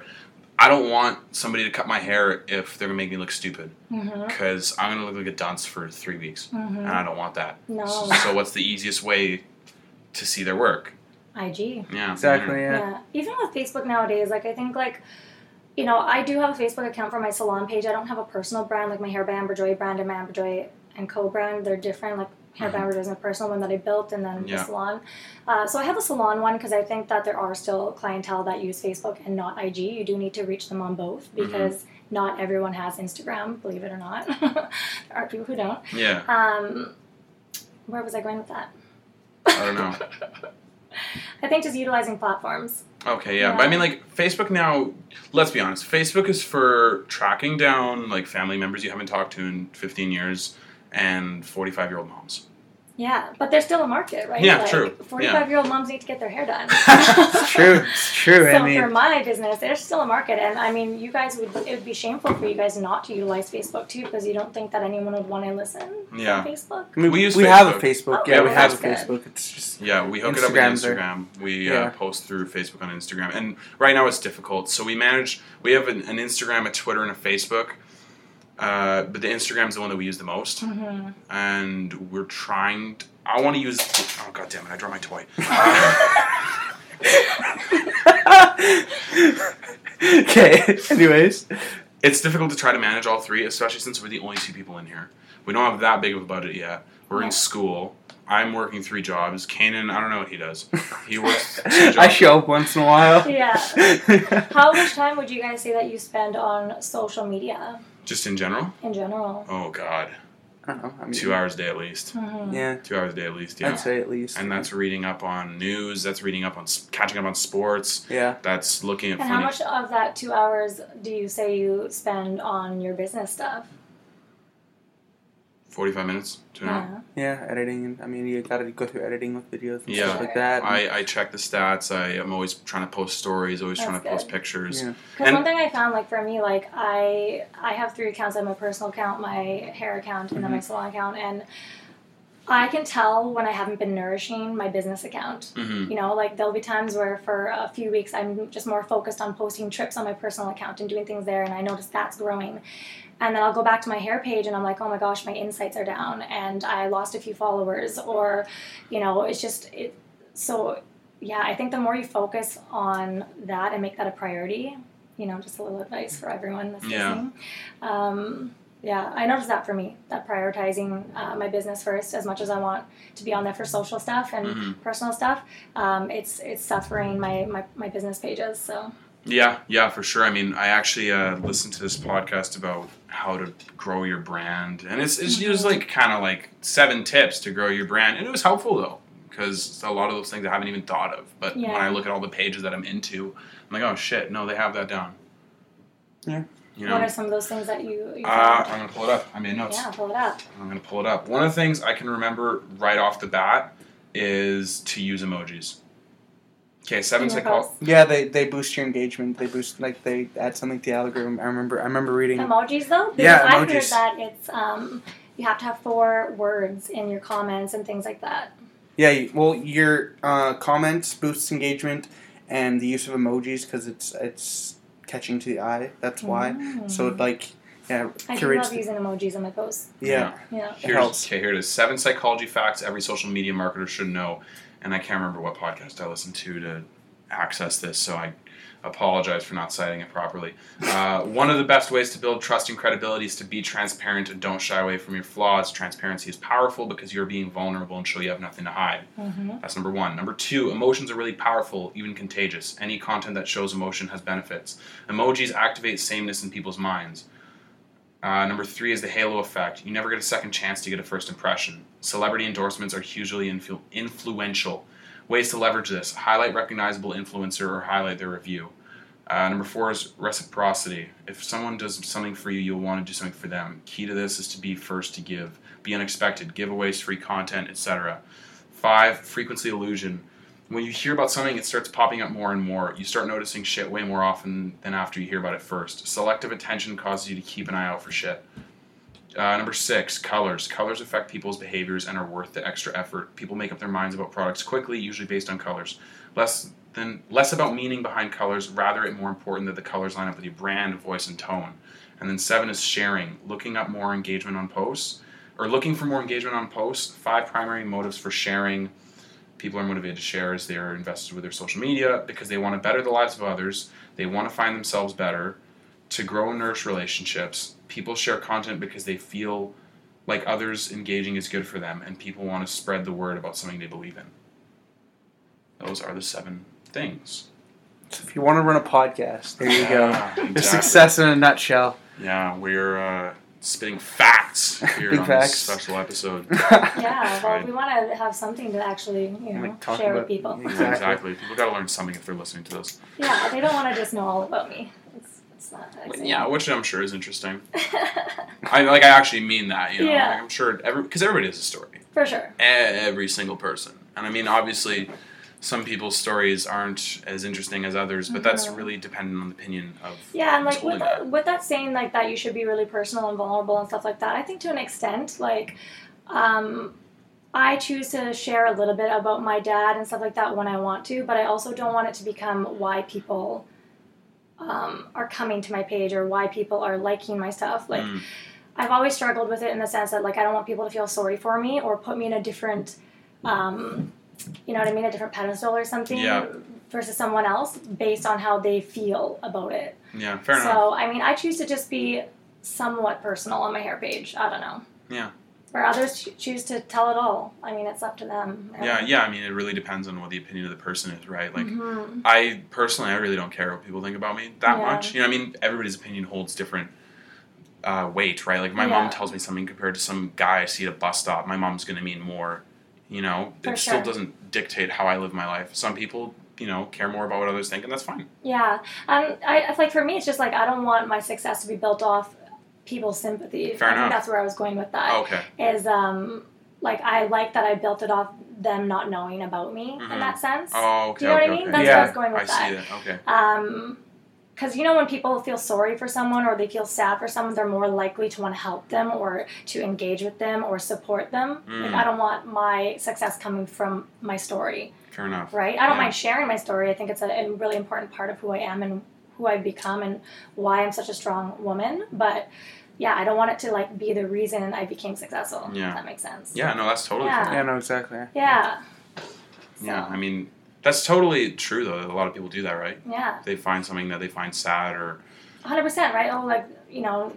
Speaker 2: I don't want somebody to cut my hair if they're gonna make me look stupid
Speaker 6: hmm
Speaker 2: because I'm gonna look like a dunce for three weeks,
Speaker 6: hmm
Speaker 2: and I don't want that.
Speaker 6: No.
Speaker 2: So, what's the easiest way to see their work?
Speaker 6: IG.
Speaker 2: Yeah,
Speaker 7: exactly.
Speaker 6: Yeah.
Speaker 7: Yeah.
Speaker 6: Even with Facebook nowadays, like I think like you know, I do have a Facebook account for my salon page. I don't have a personal brand like my Hair by Amber Joy brand and my Amber Joy and Co brand. They're different. Like Hair by Amber Joy is my personal one that I built, and then
Speaker 2: Yeah.
Speaker 6: the salon. Uh, so I have a salon one because I think that there are still clientele that use Facebook and not IG. You do need to reach them on both because not everyone has Instagram, believe it or not. there are people who don't.
Speaker 2: Yeah,
Speaker 6: Um, where was I going with that?
Speaker 2: I don't know.
Speaker 6: I think just utilizing platforms.
Speaker 2: Okay, yeah. But I
Speaker 6: Yeah.
Speaker 2: mean, like, Facebook now, let's be honest, Facebook is for tracking down, like, family members you haven't talked to in 15 years and 45 year old moms.
Speaker 6: Yeah, but there's still a market, right?
Speaker 2: Yeah,
Speaker 6: like,
Speaker 2: true. Yeah.
Speaker 6: Forty-five year old moms need to get their hair done.
Speaker 7: It's true. It's true.
Speaker 6: So
Speaker 7: I mean,
Speaker 6: for my business, there's still a market, and I mean, you guys would it would be shameful for you guys not to utilize Facebook too, because you don't think that anyone would want to listen
Speaker 2: Yeah.
Speaker 6: on Facebook.
Speaker 7: I mean,
Speaker 2: We
Speaker 7: we,
Speaker 2: use
Speaker 7: have a
Speaker 6: Oh,
Speaker 7: Facebook. yeah, we
Speaker 6: well,
Speaker 7: have a
Speaker 6: that's good.
Speaker 7: Facebook. It's just
Speaker 2: Yeah, we hook
Speaker 7: Instagram's
Speaker 2: it
Speaker 7: there.
Speaker 2: up with Instagram. We uh,
Speaker 7: Yeah.
Speaker 2: post through Facebook on Instagram. And right now it's difficult. So we manage, we have an, an Instagram, a Twitter, and a Facebook. Uh, but the Instagram's the one that we use the most.
Speaker 7: Mm-hmm.
Speaker 2: And we're trying, t I I want to use, oh, god damn it, I dropped my toy.
Speaker 7: okay. Anyways,
Speaker 2: it's difficult to try to manage all three, especially since we're the only two people in here. We don't have that big of a budget yet. We're
Speaker 6: Yeah.
Speaker 2: in school. I'm working three jobs. Kanan, I don't know what he does. He works two jobs.
Speaker 7: I show up once in a while.
Speaker 6: Yeah. How much time would you guys say that you spend on social media
Speaker 2: Just in general?
Speaker 6: in general?
Speaker 2: Oh, God.
Speaker 7: I don't know. I mean,
Speaker 2: Two hours a day at least.
Speaker 6: Mhm.
Speaker 7: Yeah,
Speaker 2: Two hours a day at least, yeah.
Speaker 7: I'd say at least.
Speaker 2: And that's reading up on news. That's reading up on, s- catching up on sports.
Speaker 7: yeah.
Speaker 2: That's looking at
Speaker 6: And
Speaker 2: funny.
Speaker 6: how much of that two hours do you say you spend on your business stuff?
Speaker 2: 45 minutes to an hour.
Speaker 7: Yeah, editing. and I mean, you gotta go through editing with videos and
Speaker 2: Yeah.
Speaker 7: stuff like that.
Speaker 2: I, I check the stats. I am always trying to post stories, always
Speaker 6: That's
Speaker 2: trying to post
Speaker 6: good.
Speaker 2: pictures.
Speaker 7: yeah.
Speaker 6: Because
Speaker 2: And-
Speaker 6: one thing I found, like for me, like I I have three accounts. I have my personal account, my hair account, and then my salon account, and I can tell when I haven't been nourishing my business account.
Speaker 2: Mhm.
Speaker 6: You know, like there'll be times where for a few weeks I'm just more focused on posting trips on my personal account and doing things there, and I notice that's growing. And then I'll go back to my hair page and I'm like, oh my gosh, my insights are down, and I lost a few followers, or, you know, it's just it. So yeah, I think the more you focus on that and make that a priority, you know, just a little advice for everyone that's
Speaker 2: Yeah.
Speaker 6: listening. Um, yeah, I noticed that for me, that prioritizing uh, my business first, as much as I want to be on there for social stuff and
Speaker 7: Mm-hmm.
Speaker 6: personal stuff, um, it's it's suffering my, my, my business pages. So
Speaker 2: Yeah, yeah, for sure. I mean, I actually uh, listened to this podcast about how to grow your brand, and it's, it's it was
Speaker 6: Mm-hmm.
Speaker 2: like kind of like seven tips to grow your brand, and it was helpful though because a lot of those things I haven't even thought of. But
Speaker 6: Yeah.
Speaker 2: when I look at all the pages that I'm into, I'm like, oh shit, no, they have that down.
Speaker 7: Yeah.
Speaker 2: You
Speaker 6: what
Speaker 2: know,
Speaker 6: are some of those things that you, you
Speaker 2: uh, I'm
Speaker 6: found?
Speaker 2: gonna pull it up. I made notes.
Speaker 6: Yeah, pull it up.
Speaker 2: I'm gonna pull it up. One of the things I can remember right off the bat is to use emojis. Okay, seven
Speaker 6: In your
Speaker 2: psychol-
Speaker 6: posts.
Speaker 7: Yeah, they, they boost your engagement. They boost like they add something to the algorithm. I remember I remember reading.
Speaker 6: Emojis though? Because
Speaker 7: Yeah,
Speaker 6: I've heard
Speaker 7: emojis.
Speaker 6: that it's um, you have to have four words in your comments and things like that.
Speaker 7: Yeah, you- well, your uh, comments boosts engagement, and the use of emojis because it's it's catching to the eye. That's why. So
Speaker 6: Mm.
Speaker 7: it, like, yeah,
Speaker 6: I do
Speaker 7: curates.
Speaker 6: love
Speaker 7: the-
Speaker 6: using emojis in my posts.
Speaker 7: yeah,
Speaker 6: Yeah.
Speaker 7: It
Speaker 2: Here's,
Speaker 7: helps.
Speaker 2: okay, here it is. Seven psychology facts every social media marketer should know. And I can't remember what podcast I listened to to access this, so I Apologize for not citing it properly. Uh, one of the best ways to build trust and credibility is to be transparent and don't shy away from your flaws. Transparency is powerful because you're being vulnerable and show you have nothing to hide.
Speaker 7: Mm-hmm.
Speaker 2: That's number one. Number two, emotions are really powerful, even contagious. Any content that shows emotion has benefits. Emojis activate sameness in people's minds. Uh, number three is the halo effect. You never get a second chance to get a first impression. Celebrity endorsements are hugely influ- influential. Ways to leverage this highlight recognizable influencer or highlight their review. Uh, number four is reciprocity. If someone does something for you, you'll want to do something for them. Key to this is to be first to give, be unexpected, giveaways, free content, etc. Five, frequency illusion. When you hear about something, it starts popping up more and more. You start noticing shit way more often than after you hear about it first. Selective attention causes you to keep an eye out for shit. Uh, number six, colors. Colors affect people's behaviors and are worth the extra effort. People make up their minds about products quickly, usually based on colors. Less than less about meaning behind colors, rather it more important that the colors line up with your brand, voice, and tone. And then seven is sharing, looking up more engagement on posts, or looking for more engagement on posts. Five primary motives for sharing. People are motivated to share as they are invested with their social media because they want to better the lives of others. They want to find themselves better to grow and nourish relationships. People share content because they feel like others engaging is good for them, and people want to spread the word about something they believe in. Those are the seven things.
Speaker 7: So if you want to run a podcast, there you go.
Speaker 2: Yeah,
Speaker 7: The
Speaker 2: exactly.
Speaker 7: Success in a nutshell.
Speaker 2: Yeah, we're uh, spitting facts here
Speaker 7: Big
Speaker 2: on
Speaker 7: facts.
Speaker 2: this special episode.
Speaker 6: Yeah, well,
Speaker 2: Right.
Speaker 6: we want to have something to actually, you know,
Speaker 7: Like, talk
Speaker 6: share with
Speaker 7: about-
Speaker 6: people.
Speaker 7: Yeah.
Speaker 2: Yeah, exactly. People got to learn something if they're listening to this.
Speaker 6: Yeah, they don't want to just know all about me. It's, it's not that exciting.
Speaker 2: Yeah, which I'm sure is interesting. I like. I actually mean that. You know,
Speaker 6: Yeah.
Speaker 2: like, I'm sure every because everybody has a story. E,
Speaker 6: For sure.
Speaker 2: every single person. And I mean, obviously, some people's stories aren't as interesting as others, but that's
Speaker 6: Mhm.
Speaker 2: really dependent on the opinion of
Speaker 6: Yeah, and
Speaker 2: who's
Speaker 6: like with
Speaker 2: holding
Speaker 6: that,
Speaker 2: it.
Speaker 6: with that saying like that, you should be really personal and vulnerable and stuff like that. I think to an extent, like, um, I choose to share a little bit about my dad and stuff like that when I want to, but I also don't want it to become why people um, are coming to my page or why people are liking my stuff. Like,
Speaker 2: Mm.
Speaker 6: I've always struggled with it in the sense that like I don't want people to feel sorry for me or put me in a different, um, you know what I mean, a different pedestal or something
Speaker 2: Yeah.
Speaker 6: versus someone else based on how they feel about it.
Speaker 2: Yeah, fair
Speaker 6: so
Speaker 2: enough.
Speaker 6: I mean, I choose to just be somewhat personal on my hair page. I don't know.
Speaker 2: Yeah.
Speaker 6: Where others cho- choose to tell it all. I mean, it's up to them.
Speaker 2: Yeah, yeah. I mean, it really depends on what the opinion of the person is, right? Like,
Speaker 6: Mhm.
Speaker 2: I personally, I really don't care what people think about me that
Speaker 6: Yeah.
Speaker 2: much. You know, I mean, everybody's opinion holds different uh, weight, right? Like, my
Speaker 6: Yeah.
Speaker 2: mom tells me something compared to some guy I see at a bus stop. My mom's going to mean more. You know,
Speaker 6: For
Speaker 2: it still
Speaker 6: sure.
Speaker 2: doesn't dictate how I live my life. Some people, you know, care more about what others think, and that's fine.
Speaker 6: Yeah, um, I I- like for me, it's just like I don't want my success to be built off people's sympathy.
Speaker 2: Fair
Speaker 6: I think
Speaker 2: enough.
Speaker 6: that's where I was going with that.
Speaker 2: Oh, Okay.
Speaker 6: Is um like I like that I built it off them not knowing about me
Speaker 2: Mhm.
Speaker 6: in that sense.
Speaker 2: Oh, okay.
Speaker 6: Do you know
Speaker 2: okay,
Speaker 6: what I mean?
Speaker 2: okay.
Speaker 6: That's
Speaker 7: Yeah,
Speaker 6: where I was going with
Speaker 2: I
Speaker 6: that.
Speaker 2: see it. Okay.
Speaker 6: Um, because you know when people feel sorry for someone or they feel sad for someone, they're more likely to want to help them or to engage with them or support them. Like
Speaker 2: Mm.
Speaker 6: I don't want my success coming from my story,
Speaker 2: Fair enough.
Speaker 6: right? I don't
Speaker 2: Yeah.
Speaker 6: mind sharing my story. I think it's a, a really important part of who I am and who I've become and why I'm such a strong woman. But yeah, I don't want it to like be the reason I became successful. if
Speaker 2: Yeah.
Speaker 6: that makes sense.
Speaker 2: Yeah, no, that's totally
Speaker 6: Yeah.
Speaker 2: fair.
Speaker 7: Yeah, no, exactly.
Speaker 6: Yeah.
Speaker 2: Yeah,
Speaker 6: So,
Speaker 2: I mean, that's totally true, though. A lot of people do that, right?
Speaker 6: yeah.
Speaker 2: They find something that they find sad or.
Speaker 6: hundred percent, right? Oh, like you know,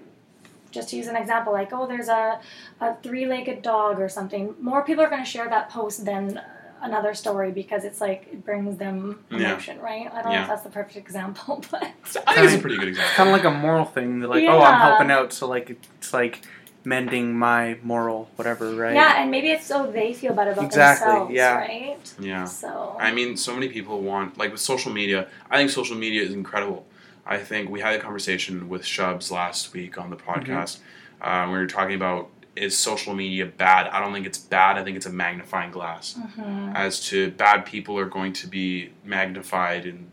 Speaker 6: just to use an example, like oh, there's a, a three-legged dog or something. More people are going to share that post than another story because it's like it brings them
Speaker 2: Yeah.
Speaker 6: emotion, right? I don't know
Speaker 2: Yeah.
Speaker 6: if that's the perfect example, but
Speaker 2: I think it's a pretty good
Speaker 7: It's
Speaker 2: example.
Speaker 7: kind of like a moral thing. That like, oh, I'm
Speaker 6: Yeah.
Speaker 7: helping out, so like it's like mending my moral whatever, right?
Speaker 6: yeah, and maybe it's so they feel better about
Speaker 7: Exactly,
Speaker 6: themselves,
Speaker 7: yeah.
Speaker 6: right?
Speaker 2: Yeah.
Speaker 6: So
Speaker 2: I mean, so many people want, like with social media, I think social media is incredible. I think we had a conversation with Shubs last week on the podcast. Uh, we were talking about is social media bad? I don't think it's bad. I think it's a magnifying glass.
Speaker 6: Mhm.
Speaker 2: as to bad people are going to be magnified in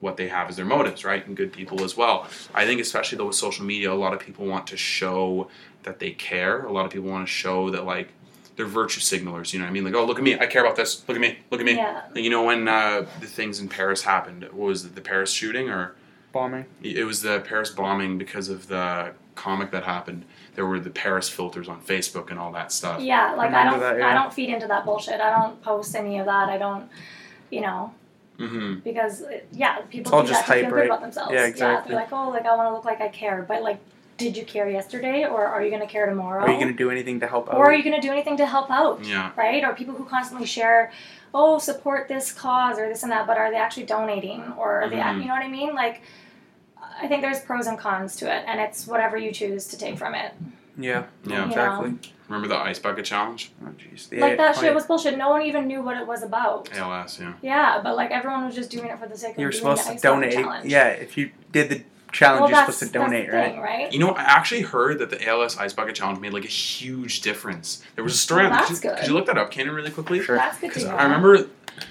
Speaker 2: what they have as their motives, right? And good people as well. I think, especially though, with social media, a lot of people want to show that they care. A lot of people want to show that, like, they're virtue signalers. You know what I mean? Like, oh, look at me. I care about this. Look at me. Look at me.
Speaker 6: Yeah.
Speaker 2: Like, you know, when uh, the things in Paris happened, what was it, the Paris shooting or?
Speaker 7: Bombing.
Speaker 2: It was the Paris bombing because of the comic that happened. There were the Paris filters on Facebook and all that stuff.
Speaker 6: yeah, like I
Speaker 7: Remember
Speaker 6: don't,
Speaker 7: that, yeah.
Speaker 6: I don't feed into that bullshit. I don't post any of that. I don't, you know,
Speaker 2: Mm-hmm.
Speaker 6: because uh, yeah, people
Speaker 7: It's all
Speaker 6: do that
Speaker 7: just
Speaker 6: to
Speaker 7: hype,
Speaker 6: feel
Speaker 7: right?
Speaker 6: good about themselves.
Speaker 7: Yeah,
Speaker 6: Yeah,
Speaker 7: exactly.
Speaker 6: they're like, oh, like I want to look like I care, but like, did you care yesterday, or are you gonna care tomorrow?
Speaker 7: Are you gonna do anything to help out?
Speaker 6: or are you gonna do anything to help out?
Speaker 2: Yeah.
Speaker 6: Right? Or people who constantly share, oh, support this cause or this and that, but are they actually donating or are they,
Speaker 2: Mhm.
Speaker 6: you know what I mean? Like, I think there's pros and cons to it, and it's whatever you choose to take from it.
Speaker 7: yeah,
Speaker 2: Yeah.
Speaker 7: exactly.
Speaker 2: Remember the ice bucket challenge?
Speaker 7: Oh, jeez.
Speaker 6: like that
Speaker 7: Yeah,
Speaker 6: shit was bullshit. No one even knew what it was about. Yeah.
Speaker 2: ALS, yeah.
Speaker 6: but like everyone was just doing it for the sake of
Speaker 7: You're
Speaker 6: doing
Speaker 7: supposed
Speaker 6: the
Speaker 7: to
Speaker 6: ice bucket
Speaker 7: donate.
Speaker 6: challenge.
Speaker 7: Yeah, if you did the challenge,
Speaker 6: Well,
Speaker 7: you're
Speaker 6: that's,
Speaker 7: supposed to
Speaker 6: that's the
Speaker 7: donate, right?
Speaker 6: thing, right?
Speaker 2: You know, I actually heard that the ALS ice bucket challenge made like a huge difference. There was a story
Speaker 6: Well,
Speaker 2: on
Speaker 6: that's
Speaker 2: could you,
Speaker 6: good.
Speaker 2: could you look that up, Kanan, really quickly?
Speaker 7: Sure.
Speaker 6: That's good to
Speaker 2: Because
Speaker 6: know.
Speaker 2: I remember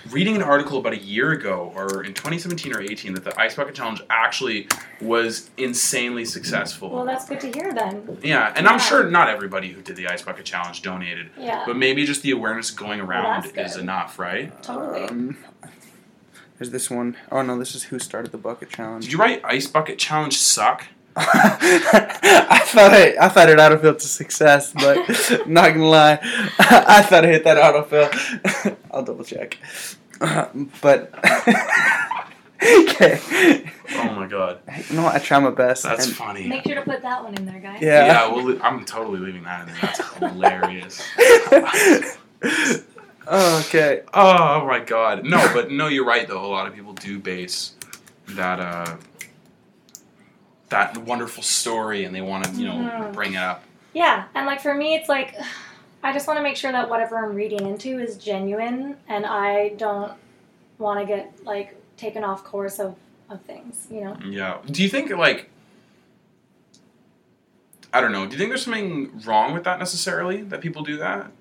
Speaker 2: reading an article about a year ago, or in 2017 or 18, that the Ice Bucket Challenge actually was insanely successful.
Speaker 6: Well, that's good to hear then.
Speaker 2: yeah, and
Speaker 6: yeah.
Speaker 2: I'm sure not everybody who did the Ice Bucket Challenge donated,
Speaker 6: Yeah,
Speaker 2: but maybe just the awareness going around
Speaker 6: that's good.
Speaker 2: is enough, right?
Speaker 6: totally.
Speaker 7: Um, there's this one. Oh no, this is who started the bucket challenge.
Speaker 2: Did you write Ice Bucket Challenge suck?
Speaker 7: I thought I, I thought it autofill to success, but not gonna lie, I thought I hit that autofill. I'll double check, but okay.
Speaker 2: Oh my god,
Speaker 7: You know what? I try my best.
Speaker 2: that's
Speaker 7: and-
Speaker 2: funny.
Speaker 6: Make sure to put that one in there, guys.
Speaker 7: Yeah.
Speaker 2: yeah, well, li- I'm totally leaving that in there. That's hilarious.
Speaker 7: Oh, okay.
Speaker 2: Oh my god. No, but no, you're right though. A lot of people do base that uh that wonderful story and they want to, you know,
Speaker 6: Mhm.
Speaker 2: bring it up.
Speaker 6: Yeah, and like for me, it's like I just want to make sure that whatever I'm reading into is genuine, and I don't want to get like taken off course of of things, you know.
Speaker 2: Yeah. Do you think like I don't know. Do you think there's something wrong with that necessarily that people do that?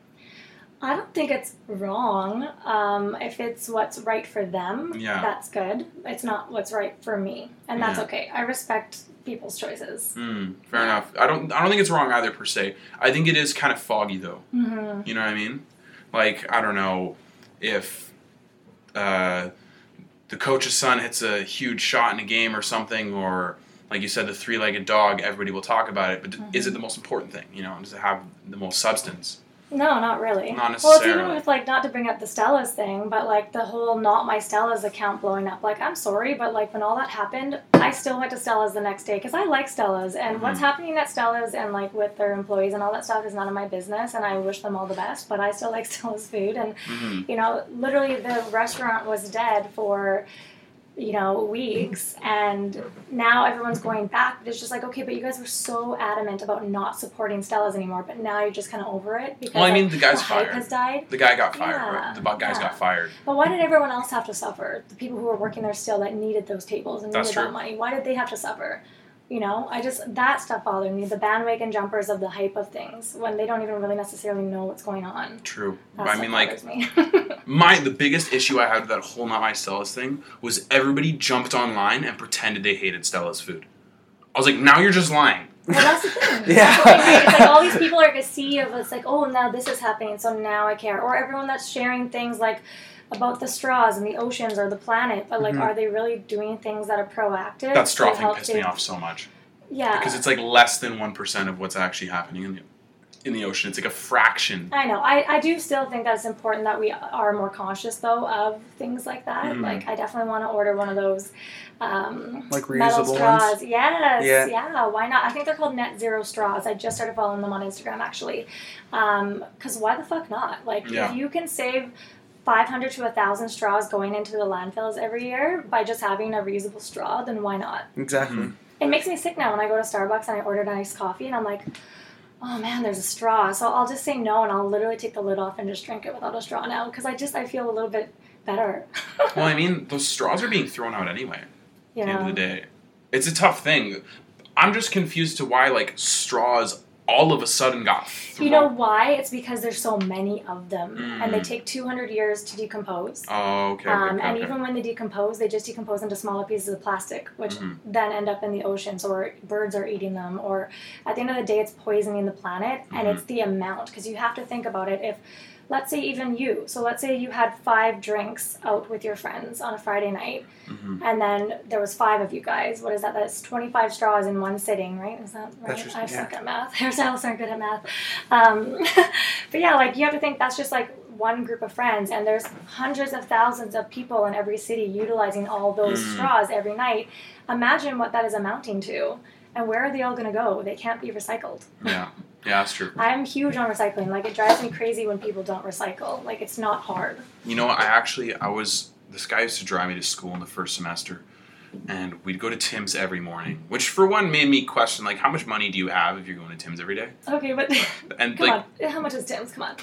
Speaker 6: I don't think it's wrong um, if it's what's right for them.
Speaker 2: Yeah.
Speaker 6: that's good. It's not what's right for me, and that's
Speaker 2: Yeah.
Speaker 6: okay. I respect people's choices.
Speaker 2: Hmm, fair enough. I don't I don't think it's wrong either per se. I think it is kind of foggy though.
Speaker 6: Mm-hmm.
Speaker 2: You know what I mean? Like I don't know if uh, the coach's son hits a huge shot in a game or something, or like you said, the three-legged dog. Everybody will talk about it, but d is it
Speaker 6: Mm-hmm.
Speaker 2: the most important thing? You know, does it have the most substance?
Speaker 6: No, not really.
Speaker 2: Not
Speaker 6: Well, it's even
Speaker 2: necessarily.
Speaker 6: with like not to bring up the Stella's thing, but like the whole not my Stella's account blowing up. Like I'm sorry, but like when all that happened, I still went to Stella's the next day because I like Stella's,
Speaker 2: Mm-hmm.
Speaker 6: and what's happening at Stella's and like with their employees and all that stuff is none of my business, and I wish them all the best. But I still like Stella's food, and
Speaker 2: Mhm.
Speaker 6: you know, literally the restaurant was dead for you know weeks and now everyone's going back it's just like okay but you guys were so adamant about not supporting stella's anymore but now you're just kind of over it because
Speaker 2: Well, I
Speaker 6: like,
Speaker 2: mean, the guy's
Speaker 6: hype
Speaker 2: fired.
Speaker 6: has died
Speaker 2: The guy got fired.
Speaker 6: Yeah,
Speaker 2: right? The bu- guys
Speaker 6: yeah.
Speaker 2: got fired.
Speaker 6: but why did everyone else have to suffer? The people who were working there still that needed those tables and
Speaker 2: That's
Speaker 6: needed
Speaker 2: true.
Speaker 6: that money. Why did they have to suffer? You know, I just that stuff bothered me. The bandwagon jumpers of the hype of things when they don't even really necessarily know what's going on.
Speaker 2: True.
Speaker 6: That
Speaker 2: I
Speaker 6: stuff
Speaker 2: mean, like
Speaker 6: bothers me.
Speaker 2: my the biggest issue I had with that whole not my Stella's thing was everybody jumped online and pretended they hated Stella's food. I was like, now you're just lying.
Speaker 6: well, that's the thing.
Speaker 7: Yeah.
Speaker 6: That's the thing, right? It's like all these people are like a sea of it's like, oh, now this is happening, so now I care. Or everyone that's sharing things like about the straws and the oceans or the planet, but like, are they really doing things that are proactive?
Speaker 2: Mm-hmm. That straw
Speaker 6: to
Speaker 2: thing
Speaker 6: help
Speaker 2: pissed me
Speaker 6: save-
Speaker 2: off so much.
Speaker 6: Yeah.
Speaker 2: because it's like less than one percent of what's actually happening in the in the ocean. It's like a fraction.
Speaker 6: I know. I, I do still think that it's important that we are more conscious, though, of things like that.
Speaker 2: Mhm.
Speaker 6: Like, I definitely want to order one of those um,
Speaker 7: Like
Speaker 6: metal
Speaker 7: reusable
Speaker 6: straws.
Speaker 7: ones.
Speaker 6: Yes.
Speaker 7: Yeah.
Speaker 6: Yeah. Why not? I think they're called net zero straws. I just started following them on Instagram, actually. Because why the fuck not? Like,
Speaker 2: Yeah.
Speaker 6: if you can save 500 to 1,000 straws going into the landfills every year by just having a reusable straw, then why not?
Speaker 7: Exactly.
Speaker 2: Hmm.
Speaker 6: it makes me sick now when I go to Starbucks and I order an iced coffee and I'm like, oh man, there's a straw. So I'll just say no and I'll literally take the lid off and just drink it without a straw now because I just I feel a little bit better.
Speaker 2: Well, I mean, those straws are being thrown out anyway.
Speaker 6: you
Speaker 2: At the end
Speaker 6: know?
Speaker 2: of the day, it's a tough thing. I'm just confused to why like straws all of a sudden got. Thrown.
Speaker 6: You know why? It's because there's so many of them and they
Speaker 2: Mm.
Speaker 6: take 200 years to decompose.
Speaker 2: Oh, okay. okay,
Speaker 6: Um,
Speaker 2: okay,
Speaker 6: and
Speaker 2: okay.
Speaker 6: even when they decompose, they just decompose into smaller pieces of plastic, which
Speaker 2: Mhm.
Speaker 6: then end up in the oceans, or birds are eating them, or at the end of the day, it's poisoning the planet, and
Speaker 2: Mhm.
Speaker 6: it's the amount because you have to think about it. If, let's say, even you, so let's say you had five drinks out with your friends on a Friday night,
Speaker 2: Mhm.
Speaker 6: and then there was five of you guys. What is that? That's twenty-five straws in one sitting, right? Is that right?
Speaker 7: just-
Speaker 6: I
Speaker 7: yeah.
Speaker 6: suck at math. Hairstylists aren't good at math. Um, but yeah, like you have to think that's just like one group of friends, and there's hundreds of thousands of people in every city utilizing all those straws every night. Imagine what that is amounting to. And where are they all going to go? They can't be recycled.
Speaker 2: Yeah. Yeah, that's true.
Speaker 6: I'm huge on recycling. Like, it drives me crazy when people don't recycle. Like, it's not hard.
Speaker 2: You know, I actually I was this guy used to drive me to school in the first semester, and we'd go to Tim's every morning, which for one made me question like how much money do you have if you're going to Tim's every day?
Speaker 6: Okay, but
Speaker 2: And
Speaker 6: come
Speaker 2: like
Speaker 6: on. How much is Tim's? Come on.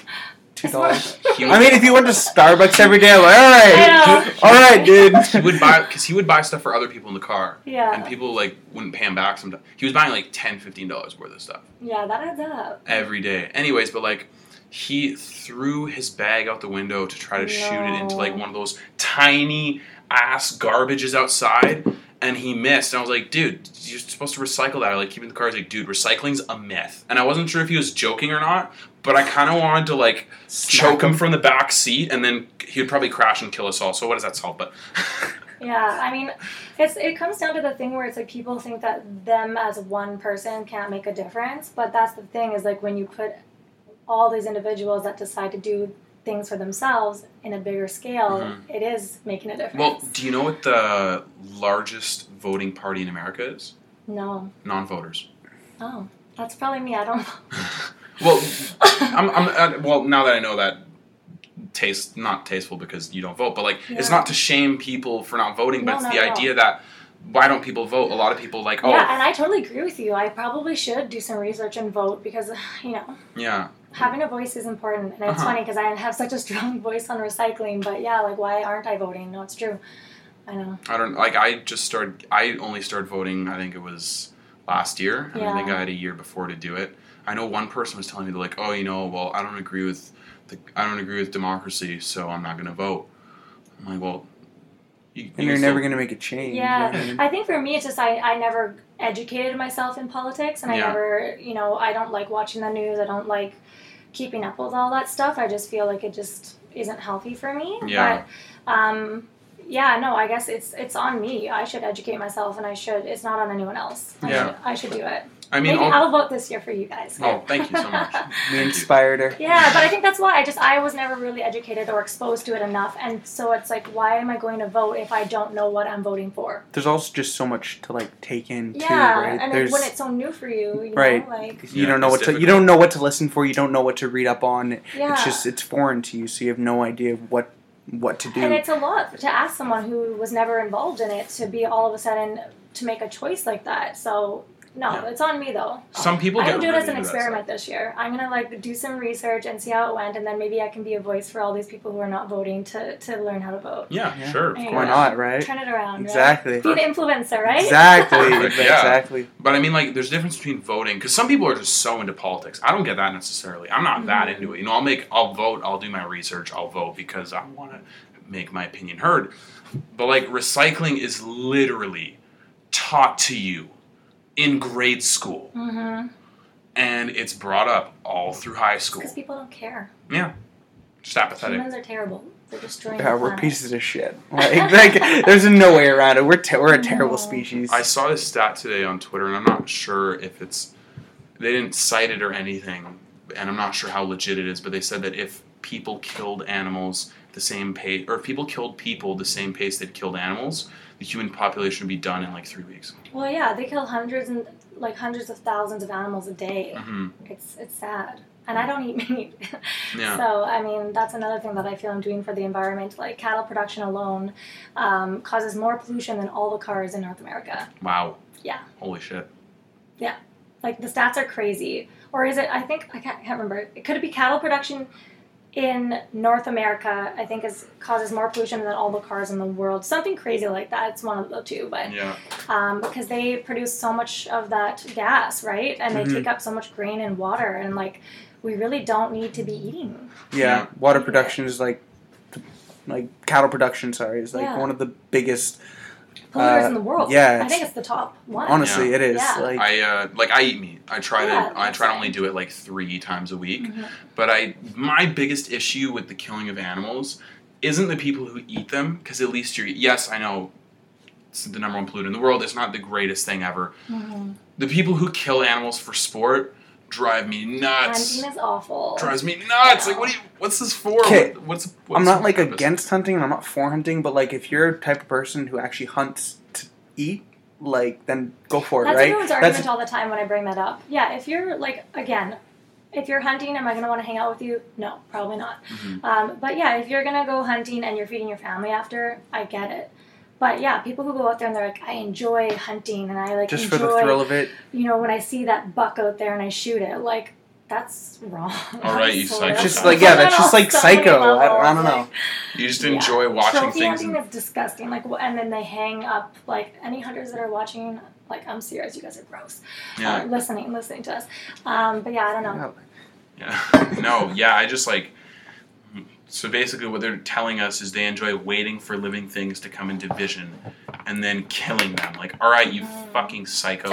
Speaker 7: Two dollars.
Speaker 2: he
Speaker 7: I
Speaker 2: would,
Speaker 7: mean, if you went to Starbucks every day, I'm like, all
Speaker 6: I know.
Speaker 7: right, all right, dude.
Speaker 2: he would buy because he would buy stuff for other people in the car,
Speaker 6: Yeah.
Speaker 2: and people like wouldn't pay him back. Sometimes he was buying like 10 dollars worth of stuff
Speaker 6: Yeah, that adds up.
Speaker 2: every day. Anyways, but like. He threw his bag out the window to try to shoot it into
Speaker 6: No.
Speaker 2: like one of those tiny ass garbages outside, and he missed. And I was like, dude, you're supposed to recycle that. Like, keeping the cars like, dude, recycling's a myth. And I wasn't sure if he was joking or not, but I kind of wanted to like choke him from the back seat, and then he'd probably crash and kill us all. So what does that solve? But
Speaker 6: Yeah, I mean, it's it comes down to the thing where it's like people think that them as one person can't make a difference, but that's the thing is like when you put all these individuals that decide to do things for themselves in a bigger scale, it is making a difference.
Speaker 2: Mm-hmm. well, do you know what the largest voting party in America is?
Speaker 6: no,
Speaker 2: Non-voters.
Speaker 6: oh, that's probably me. I don't.
Speaker 2: Well, I'm, I'm, uh, well, now that I know that taste not tasteful because you don't vote, but like it's
Speaker 6: Yeah.
Speaker 2: not to shame people for not voting, but
Speaker 6: No,
Speaker 2: it's
Speaker 6: not
Speaker 2: the
Speaker 6: at all.
Speaker 2: idea that why don't people vote? A lot of people like, oh,
Speaker 6: Yeah, and I totally agree with you. I probably should do some research and vote because you know
Speaker 2: yeah.
Speaker 6: having a voice is important, and it's
Speaker 2: Uh-huh.
Speaker 6: funny because I have such a strong voice on recycling. But yeah, like why aren't I voting? No, it's true. I know.
Speaker 2: I don't like. I just started. I only started voting. I think it was last year, and I think
Speaker 6: Yeah.
Speaker 2: I had a year before to do it. I know one person was telling me they're like, oh, you know, well, I don't agree with the, I don't agree with democracy, so I'm not going to vote. I'm like, well, you,
Speaker 7: And
Speaker 2: you
Speaker 7: you're
Speaker 2: still-
Speaker 7: never gonna make a change. you know what I
Speaker 6: Yeah,
Speaker 7: mean?
Speaker 6: I think for me, it's just I, I never educated myself in politics, and I
Speaker 2: Yeah.
Speaker 6: never, you know, I don't like watching the news. I don't like keeping up with all that stuff. I just feel like it just isn't healthy for me.
Speaker 2: Yeah.
Speaker 6: But, um, yeah, no, I guess it's it's on me. I should educate myself, and I should. It's not on anyone else. I
Speaker 2: Yeah.
Speaker 6: should, I should do it.
Speaker 2: I mean,
Speaker 6: Maybe
Speaker 2: all-
Speaker 6: I'll vote this year for you guys.
Speaker 2: oh, thank you so much.
Speaker 7: We inspired her.
Speaker 6: Yeah, but I think that's why I just I was never really educated or exposed to it enough, and so it's like, why am I going to vote if I don't know what I'm voting for?
Speaker 7: There's also just so much to like take in too,
Speaker 6: yeah,
Speaker 7: right?
Speaker 6: and
Speaker 7: There's
Speaker 6: when it's so new for you, you
Speaker 7: Right.
Speaker 6: know, like
Speaker 7: you
Speaker 2: Yeah,
Speaker 7: don't know
Speaker 2: it's
Speaker 7: what to, you
Speaker 2: difficult.
Speaker 7: don't know what to listen for. You don't know what to read up on.
Speaker 6: Yeah.
Speaker 7: It's just it's foreign to you, so you have no idea of what what to do.
Speaker 6: and it's a lot to ask someone who was never involved in it to be all of a sudden to make a choice like that. So no,
Speaker 2: Yeah.
Speaker 6: it's on me though.
Speaker 2: Some people
Speaker 6: I'm
Speaker 2: get
Speaker 6: gonna do it
Speaker 2: really
Speaker 6: as an
Speaker 2: into that stuff.
Speaker 6: experiment this year. I'm gonna like do some research and see how it went, and then maybe I can be a voice for all these people who are not voting to, to learn how to vote.
Speaker 2: Yeah,
Speaker 7: Yeah.
Speaker 2: sure. of
Speaker 6: Yeah.
Speaker 2: course.
Speaker 7: Why not, right?
Speaker 6: Turn it around. right?
Speaker 7: Exactly.
Speaker 6: Be an influencer, right?
Speaker 7: Exactly.
Speaker 2: Perfect, yeah.
Speaker 7: Exactly.
Speaker 2: But I mean, like, there's a difference between voting because some people are just so into politics. I don't get that necessarily. I'm not that
Speaker 6: Mm-hmm.
Speaker 2: into it. You know, I'll make, I'll vote, I'll do my research, I'll vote because I want to make my opinion heard. But like, recycling is literally taught to you in grade school,
Speaker 6: Mm-hmm.
Speaker 2: and it's brought up all through high school.
Speaker 6: Because people don't care.
Speaker 2: Yeah, just apathetic.
Speaker 6: Humans are terrible. They're destroying.
Speaker 7: Yeah,
Speaker 6: the
Speaker 7: we're
Speaker 6: planet.
Speaker 7: pieces of shit. Like, like there's no way around it. We're te- we're a terrible
Speaker 6: No.
Speaker 7: species.
Speaker 2: I saw this stat today on Twitter, and I'm not sure if it's they didn't cite it or anything, and I'm not sure how legit it is. But they said that if people killed animals the same pace, or if people killed people the same pace they'd killed animals, the human population would be done in like three weeks.
Speaker 6: Well, yeah, they kill hundreds and like hundreds of thousands of animals a day. It's it's sad, and I don't eat meat.
Speaker 2: Yeah.
Speaker 6: So I mean, that's another thing that I feel I'm doing for the environment. Like cattle production alone um, causes more pollution than all the cars in North America.
Speaker 2: Wow.
Speaker 6: Yeah,
Speaker 2: Holy shit.
Speaker 6: yeah. Like the stats are crazy. Or is it? I think I can't, I can't remember. It could be cattle production in North America. I think is causes more pollution than all the cars in the world. Something crazy like that. It's one of the two, but
Speaker 2: Yeah.
Speaker 6: um, because they produce so much of that gas, right? And
Speaker 7: Mm-hmm.
Speaker 6: they take up so much grain and water, and like we really don't need to be eating.
Speaker 7: yeah, water production is like like cattle production. Sorry, is like
Speaker 6: Yeah.
Speaker 7: one of the biggest.
Speaker 6: Polluters
Speaker 7: Uh,
Speaker 6: in the world.
Speaker 7: yeah,
Speaker 6: I think it's the top one.
Speaker 7: Honestly,
Speaker 2: Yeah.
Speaker 7: it is
Speaker 6: Yeah.
Speaker 7: like
Speaker 2: I uh, like I eat meat. I try to I try
Speaker 6: Yeah,
Speaker 2: to
Speaker 6: that's Mm-hmm.
Speaker 2: only do it like three times a week. But I my biggest issue with the killing of animals isn't the people who eat them because at least you're yes I know it's the
Speaker 6: Mm-hmm.
Speaker 2: number one pollutant in the world. It's not the greatest thing ever. The people who kill animals for sport drive me nuts.
Speaker 6: Hunting is awful.
Speaker 2: Drives me nuts. Like, what do you? What's this for?
Speaker 7: 'Kay.
Speaker 2: What- What's, what's?
Speaker 7: I'm not like
Speaker 2: the purpose?
Speaker 7: against hunting and I'm not for hunting, but like if you're a type of person who actually hunts to eat, like then go for it,
Speaker 6: That's
Speaker 7: right?
Speaker 6: everyone's
Speaker 7: That's-
Speaker 6: argument all the time when I bring that up. Yeah, if you're like again, if you're hunting, am I going to want to hang out with you? No, probably not.
Speaker 7: Mm-hmm.
Speaker 6: Um, but yeah, if you're going to go hunting and you're feeding your family after, I get it. But yeah, people who go out there and they're like, I enjoy hunting and I like
Speaker 7: just for
Speaker 6: enjoy,
Speaker 7: the thrill of it.
Speaker 6: you know, when I see that buck out there and I shoot it, like that's wrong.
Speaker 2: All right, you
Speaker 6: So
Speaker 2: psycho.
Speaker 6: that's
Speaker 7: Just
Speaker 2: Yeah.
Speaker 7: like yeah,
Speaker 6: on
Speaker 7: that's just
Speaker 6: all-
Speaker 7: like
Speaker 6: so
Speaker 7: psycho.
Speaker 6: many
Speaker 7: I, I don't
Speaker 6: levels,
Speaker 7: know.
Speaker 6: like,
Speaker 2: You just
Speaker 6: yeah.
Speaker 2: enjoy watching
Speaker 6: Trophy
Speaker 2: things.
Speaker 6: hunting
Speaker 2: And,
Speaker 6: is disgusting. Like, wh- and then they hang up like any hunters that are watching. Like, I'm serious. You guys are gross.
Speaker 2: yeah,
Speaker 6: Or listening, listening to us. Um, but yeah, I don't know.
Speaker 2: yeah. no, yeah. I just like. So basically, what they're telling us is they enjoy waiting for living things to come into vision, and then killing them. Like, all right, you
Speaker 6: Mm.
Speaker 2: fucking psycho.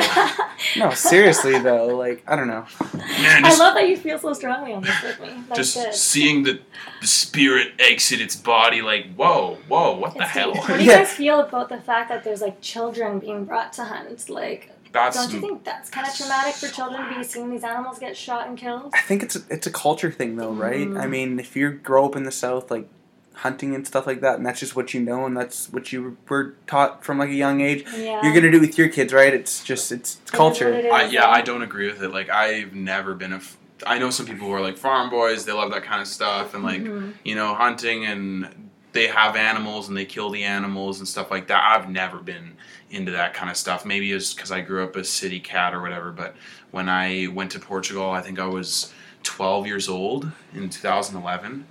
Speaker 7: No, seriously though, like I don't know.
Speaker 2: Man,
Speaker 6: I
Speaker 2: just
Speaker 6: love that you feel so strongly on this with me. Like
Speaker 2: just
Speaker 6: this.
Speaker 2: seeing the, the spirit exit its body. Like, whoa, whoa, what the
Speaker 6: It's
Speaker 2: hell?
Speaker 6: deep. What do you
Speaker 7: Yeah.
Speaker 6: guys feel about the fact that there's like children being brought to hunt? Like,
Speaker 2: That's
Speaker 6: don't you think that's kind of traumatic for children to be seeing these animals get shot and killed?
Speaker 7: I think it's a, it's a culture thing though, right?
Speaker 6: Mm-hmm.
Speaker 7: I mean, if you grow up in the South, like hunting and stuff like that, and that's just what you know, and that's what you were taught from like a young age,
Speaker 6: Yeah.
Speaker 7: you're gonna do with your kids, right? It's just it's
Speaker 6: It is
Speaker 7: culture.
Speaker 6: what it
Speaker 2: I,
Speaker 6: is,
Speaker 2: yeah, I don't agree with it. Like, I've never been a. F- I know some people who are like farm boys. They love that kind of stuff, and like
Speaker 6: Mm-hmm.
Speaker 2: you know, hunting, and they have animals and they kill the animals and stuff like that. I've never been into that kind of stuff. Maybe it's because I grew up a city cat or whatever. But when I went to Portugal, I think I was 12 years old in 2011,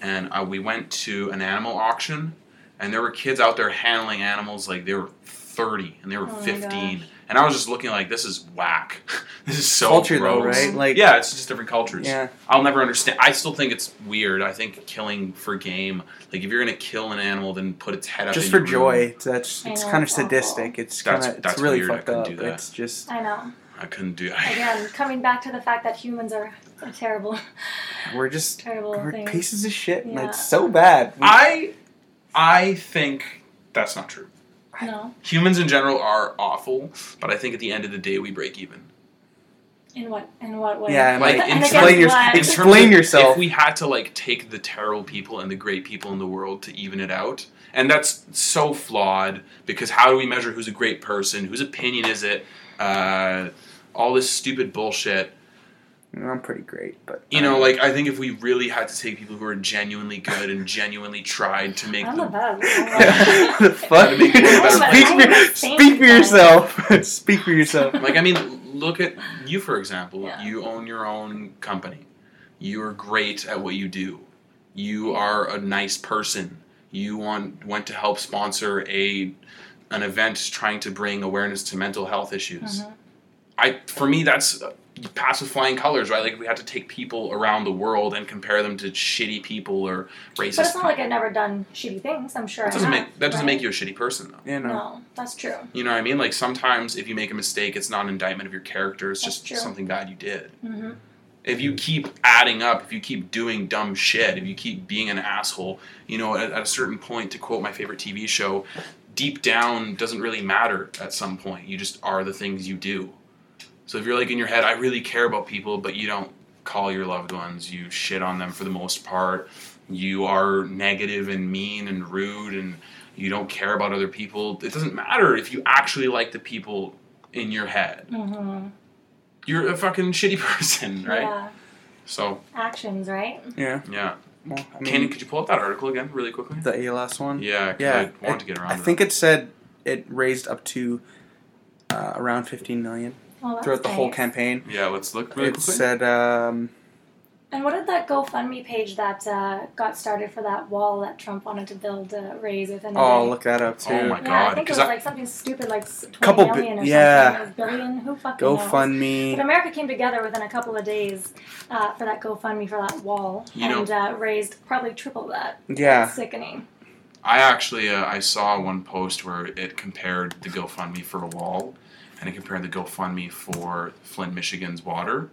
Speaker 2: and uh, we went to an animal auction, and there were kids out there handling animals like they were 30 and they were
Speaker 6: Oh my
Speaker 2: 15,
Speaker 6: gosh.
Speaker 2: and I was just looking like this is whack. this is so
Speaker 7: culture though,
Speaker 2: gross.
Speaker 7: right? Like
Speaker 2: yeah, it's just different cultures.
Speaker 7: Yeah.
Speaker 2: I'll never understand. I still think it's weird. I think killing for game, like if you're gonna kill an animal, then put its head up
Speaker 7: just
Speaker 2: in
Speaker 7: for
Speaker 2: your
Speaker 7: joy.
Speaker 2: room.
Speaker 7: it's- That's
Speaker 6: I
Speaker 7: it's
Speaker 6: know,
Speaker 7: kind of
Speaker 6: it's awful.
Speaker 7: sadistic. It's kind
Speaker 2: That's-
Speaker 7: of it's
Speaker 2: that's
Speaker 7: really
Speaker 2: weird, I
Speaker 7: fucked
Speaker 2: couldn't
Speaker 7: up.
Speaker 2: do that.
Speaker 7: It's just
Speaker 6: I know.
Speaker 2: I couldn't do.
Speaker 6: Again, coming back to the fact that humans are a terrible,
Speaker 7: we're just
Speaker 6: terrible
Speaker 7: we're
Speaker 6: thing.
Speaker 7: pieces of shit, and
Speaker 6: Yeah.
Speaker 7: it's so bad. We-
Speaker 2: I, I think that's not true.
Speaker 6: No,
Speaker 2: Humans in general are awful, but I think at the end of the day we break even.
Speaker 6: in what in what way?
Speaker 7: yeah,
Speaker 2: Like,
Speaker 7: like,
Speaker 2: in
Speaker 7: explain,
Speaker 2: terms-
Speaker 7: your,
Speaker 6: in terms
Speaker 7: explain
Speaker 2: of
Speaker 7: yourself.
Speaker 2: If we had to like take the terrible people and the great people in the world to even it out, and that's so flawed because how do we measure who's a great person? Whose opinion is it? Uh, all this stupid bullshit.
Speaker 7: I'm pretty great, but
Speaker 2: You know, like I think if we really had to take people who are genuinely good and genuinely tried to make
Speaker 6: I'm the
Speaker 2: them,
Speaker 6: best.
Speaker 7: the fuck?
Speaker 2: Make it better.
Speaker 7: speak
Speaker 6: I'm
Speaker 7: for,
Speaker 6: insane
Speaker 7: speak for
Speaker 6: about it.
Speaker 7: yourself. speak for yourself.
Speaker 2: like I mean, look at you for example.
Speaker 6: Yeah.
Speaker 2: You own your own company. You are great at what you do. You are a nice person. You want went to help sponsor a an event trying to bring awareness to mental health issues.
Speaker 6: Mm-hmm.
Speaker 2: I for me that's uh, you pass with flying colors, right? Like if we had to take people around the world and compare them to shitty people or racist.
Speaker 6: But it's not like I've never done shitty things. I'm sure
Speaker 2: that
Speaker 6: I
Speaker 2: doesn't
Speaker 6: have,
Speaker 2: make that doesn't
Speaker 6: right?
Speaker 2: make you a shitty person though.
Speaker 7: You know,
Speaker 6: No, that's true.
Speaker 2: You know what I mean? Like sometimes if you make a mistake, it's not an indictment of your character. It's
Speaker 6: That's
Speaker 2: just
Speaker 6: true.
Speaker 2: something bad you did.
Speaker 6: hmm
Speaker 2: If you keep adding up, if you keep doing dumb shit, if you keep being an asshole, you know, at, at a certain point, to quote my favorite TV show, deep down doesn't really matter at some point. You just are the things you do. So if you're like in your head, I really care about people, but you don't call your loved ones, you shit on them for the most part, you are negative and mean and rude and you don't care about other people, it doesn't matter if you actually like the people in your head.
Speaker 6: hmm
Speaker 2: You're a fucking shitty person, Mm-hmm. right?
Speaker 6: Yeah.
Speaker 2: So,
Speaker 6: Actions, right?
Speaker 7: yeah.
Speaker 2: yeah.
Speaker 7: Well, I
Speaker 2: Can
Speaker 7: mean,
Speaker 2: could you pull up that article again really quickly?
Speaker 7: the A last one.
Speaker 2: yeah, 'cause
Speaker 7: yeah.
Speaker 2: I wanted to get around
Speaker 7: I
Speaker 2: to
Speaker 7: think it said it raised up to uh, around 15 million
Speaker 6: Well, that's
Speaker 7: throughout the whole
Speaker 6: nice.
Speaker 7: campaign.
Speaker 2: that. Yeah, let's look really
Speaker 7: it
Speaker 2: quickly.
Speaker 7: said, um,
Speaker 6: And what did that GoFundMe page that uh, got started for that wall that Trump wanted to build uh, raise within? a
Speaker 7: "Oh, I'll
Speaker 6: day?
Speaker 7: look that up too."
Speaker 2: Oh my
Speaker 6: Yeah, I
Speaker 2: God,
Speaker 6: think it
Speaker 2: 'cause
Speaker 6: was
Speaker 2: I-
Speaker 6: like something stupid, like s- 20
Speaker 7: Couple bi-
Speaker 6: million or
Speaker 7: yeah.
Speaker 6: something. or billion. Who fucking knows? But
Speaker 7: GoFundMe.
Speaker 6: America came together within a couple of days uh, for that GoFundMe for that wall,
Speaker 2: You know-
Speaker 6: and uh, raised probably triple that.
Speaker 7: Yeah.
Speaker 6: Sickening.
Speaker 2: I actually uh, I saw one post where it compared the GoFundMe for a wall, and it compared the GoFundMe for Flint, Michigan's water.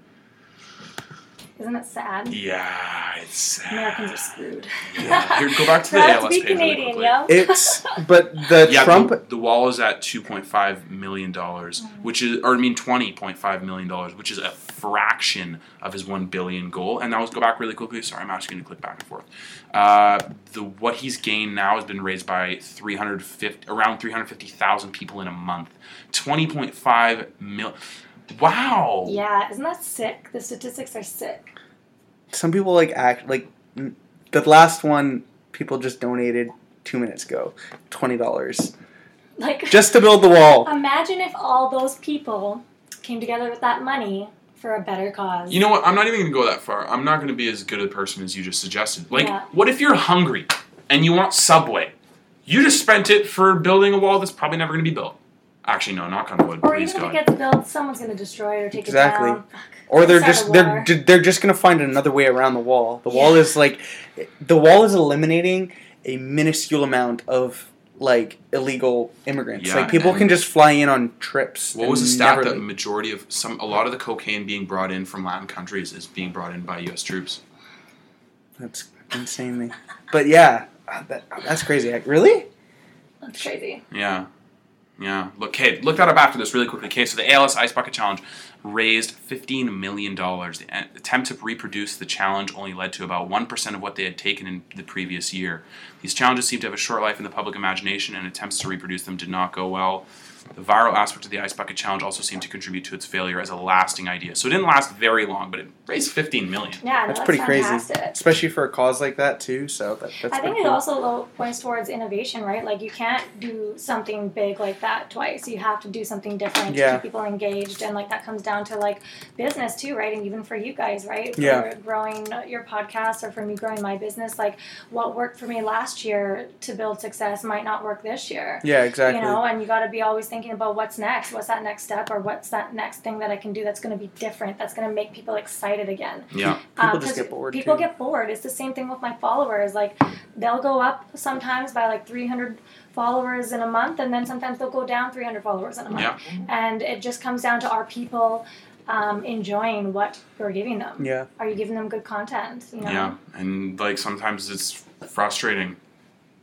Speaker 6: Isn't it sad?
Speaker 2: Yeah, it's sad.
Speaker 6: Americans are screwed.
Speaker 2: Yeah. Here, go back to the
Speaker 6: Proud
Speaker 2: ALS
Speaker 6: to be
Speaker 2: page really
Speaker 6: Canadian,
Speaker 2: quickly.
Speaker 6: yo.
Speaker 7: It's but the
Speaker 2: Yeah,
Speaker 7: Trump
Speaker 2: the, the wall is at two point five million dollars,
Speaker 6: Mm.
Speaker 2: which is, or I mean, twenty point five million dollars, which is a fraction of his one billion goal. And that was go back really quickly. Sorry, I'm actually going to click back and forth. Uh, the what he's gained now has been raised by three hundred fifty, around three hundred fifty thousand people in a month. Twenty point five mil. Wow.
Speaker 6: Yeah, isn't that sick? The statistics are sick.
Speaker 7: some people like act like mm, the last one people just donated two minutes ago twenty dollars
Speaker 6: Like
Speaker 7: just to build the wall
Speaker 6: imagine if all those people came together with that money for a better cause.
Speaker 2: You know what? I'm not even going to go that far. I'm not going to be as good a person as you just suggested. Like,
Speaker 6: Yeah.
Speaker 2: what if you're hungry and you want Subway? You just spent it for building a wall that's probably never going to be built. Actually, no, knock on wood.
Speaker 6: or
Speaker 2: please
Speaker 6: even if
Speaker 2: God.
Speaker 6: it gets built, someone's gonna destroy it or take
Speaker 7: Exactly.
Speaker 6: it down. Fuck.
Speaker 7: or they're
Speaker 6: Start a
Speaker 7: just
Speaker 6: war.
Speaker 7: they're ju- they're just gonna find another way around the wall the wall is like the wall is eliminating a minuscule amount of like illegal immigrants
Speaker 2: Yeah,
Speaker 7: like people
Speaker 2: and-
Speaker 7: can just fly in on trips
Speaker 2: what
Speaker 7: and
Speaker 2: was the stat
Speaker 7: never
Speaker 2: that
Speaker 7: leave.
Speaker 2: majority of some a lot of the cocaine being brought in from Latin countries is being brought in by U.S. troops?
Speaker 7: that's insanely but yeah uh, that, that's crazy Like, really
Speaker 6: That's crazy.
Speaker 2: Yeah. Yeah. Look, hey, look that up after this really quickly. Okay, so the ALS Ice Bucket Challenge raised $15 million. The a- attempt to reproduce the challenge only led to about 1% of what they had taken in the previous year. These challenges seem to have a short life in the public imagination, and attempts to reproduce them did not go well. The viral aspect of the Ice Bucket Challenge also seemed to contribute to its failure as a lasting idea. So it didn't last very long, but it raised 15 million.
Speaker 6: Yeah, no,
Speaker 7: that's pretty
Speaker 6: fantastic.
Speaker 7: crazy especially for a cause like that too so that, that's
Speaker 6: I think
Speaker 7: pretty
Speaker 6: it
Speaker 7: cool.
Speaker 6: also though, points towards innovation, right? Like you can't do something big like that twice. You have to do something different
Speaker 7: Yeah.
Speaker 6: to keep people engaged, and like that comes down to like business too, right? And even for you guys, right?
Speaker 7: Yeah.
Speaker 6: For growing your podcast or for me growing my business, like what worked for me last year to build success might not work this year.
Speaker 7: yeah exactly
Speaker 6: You know, and you got to be always thinking about what's next, what's that next step, or what's that next thing that I can do that's going to be different, that's going to make people excited again.
Speaker 2: Yeah.
Speaker 7: People
Speaker 6: Um,
Speaker 7: just
Speaker 6: 'cause
Speaker 7: get bored,
Speaker 6: People
Speaker 7: too.
Speaker 6: get bored. It's the same thing with my followers. Like they'll go up sometimes by like 300 followers in a month, and then sometimes they'll go down 300 followers in a month.
Speaker 2: Yeah.
Speaker 6: And it just comes down to are people um, enjoying what you're giving them?
Speaker 7: Yeah.
Speaker 6: Are you giving them good content? You know?
Speaker 2: Yeah, and like sometimes it's frustrating.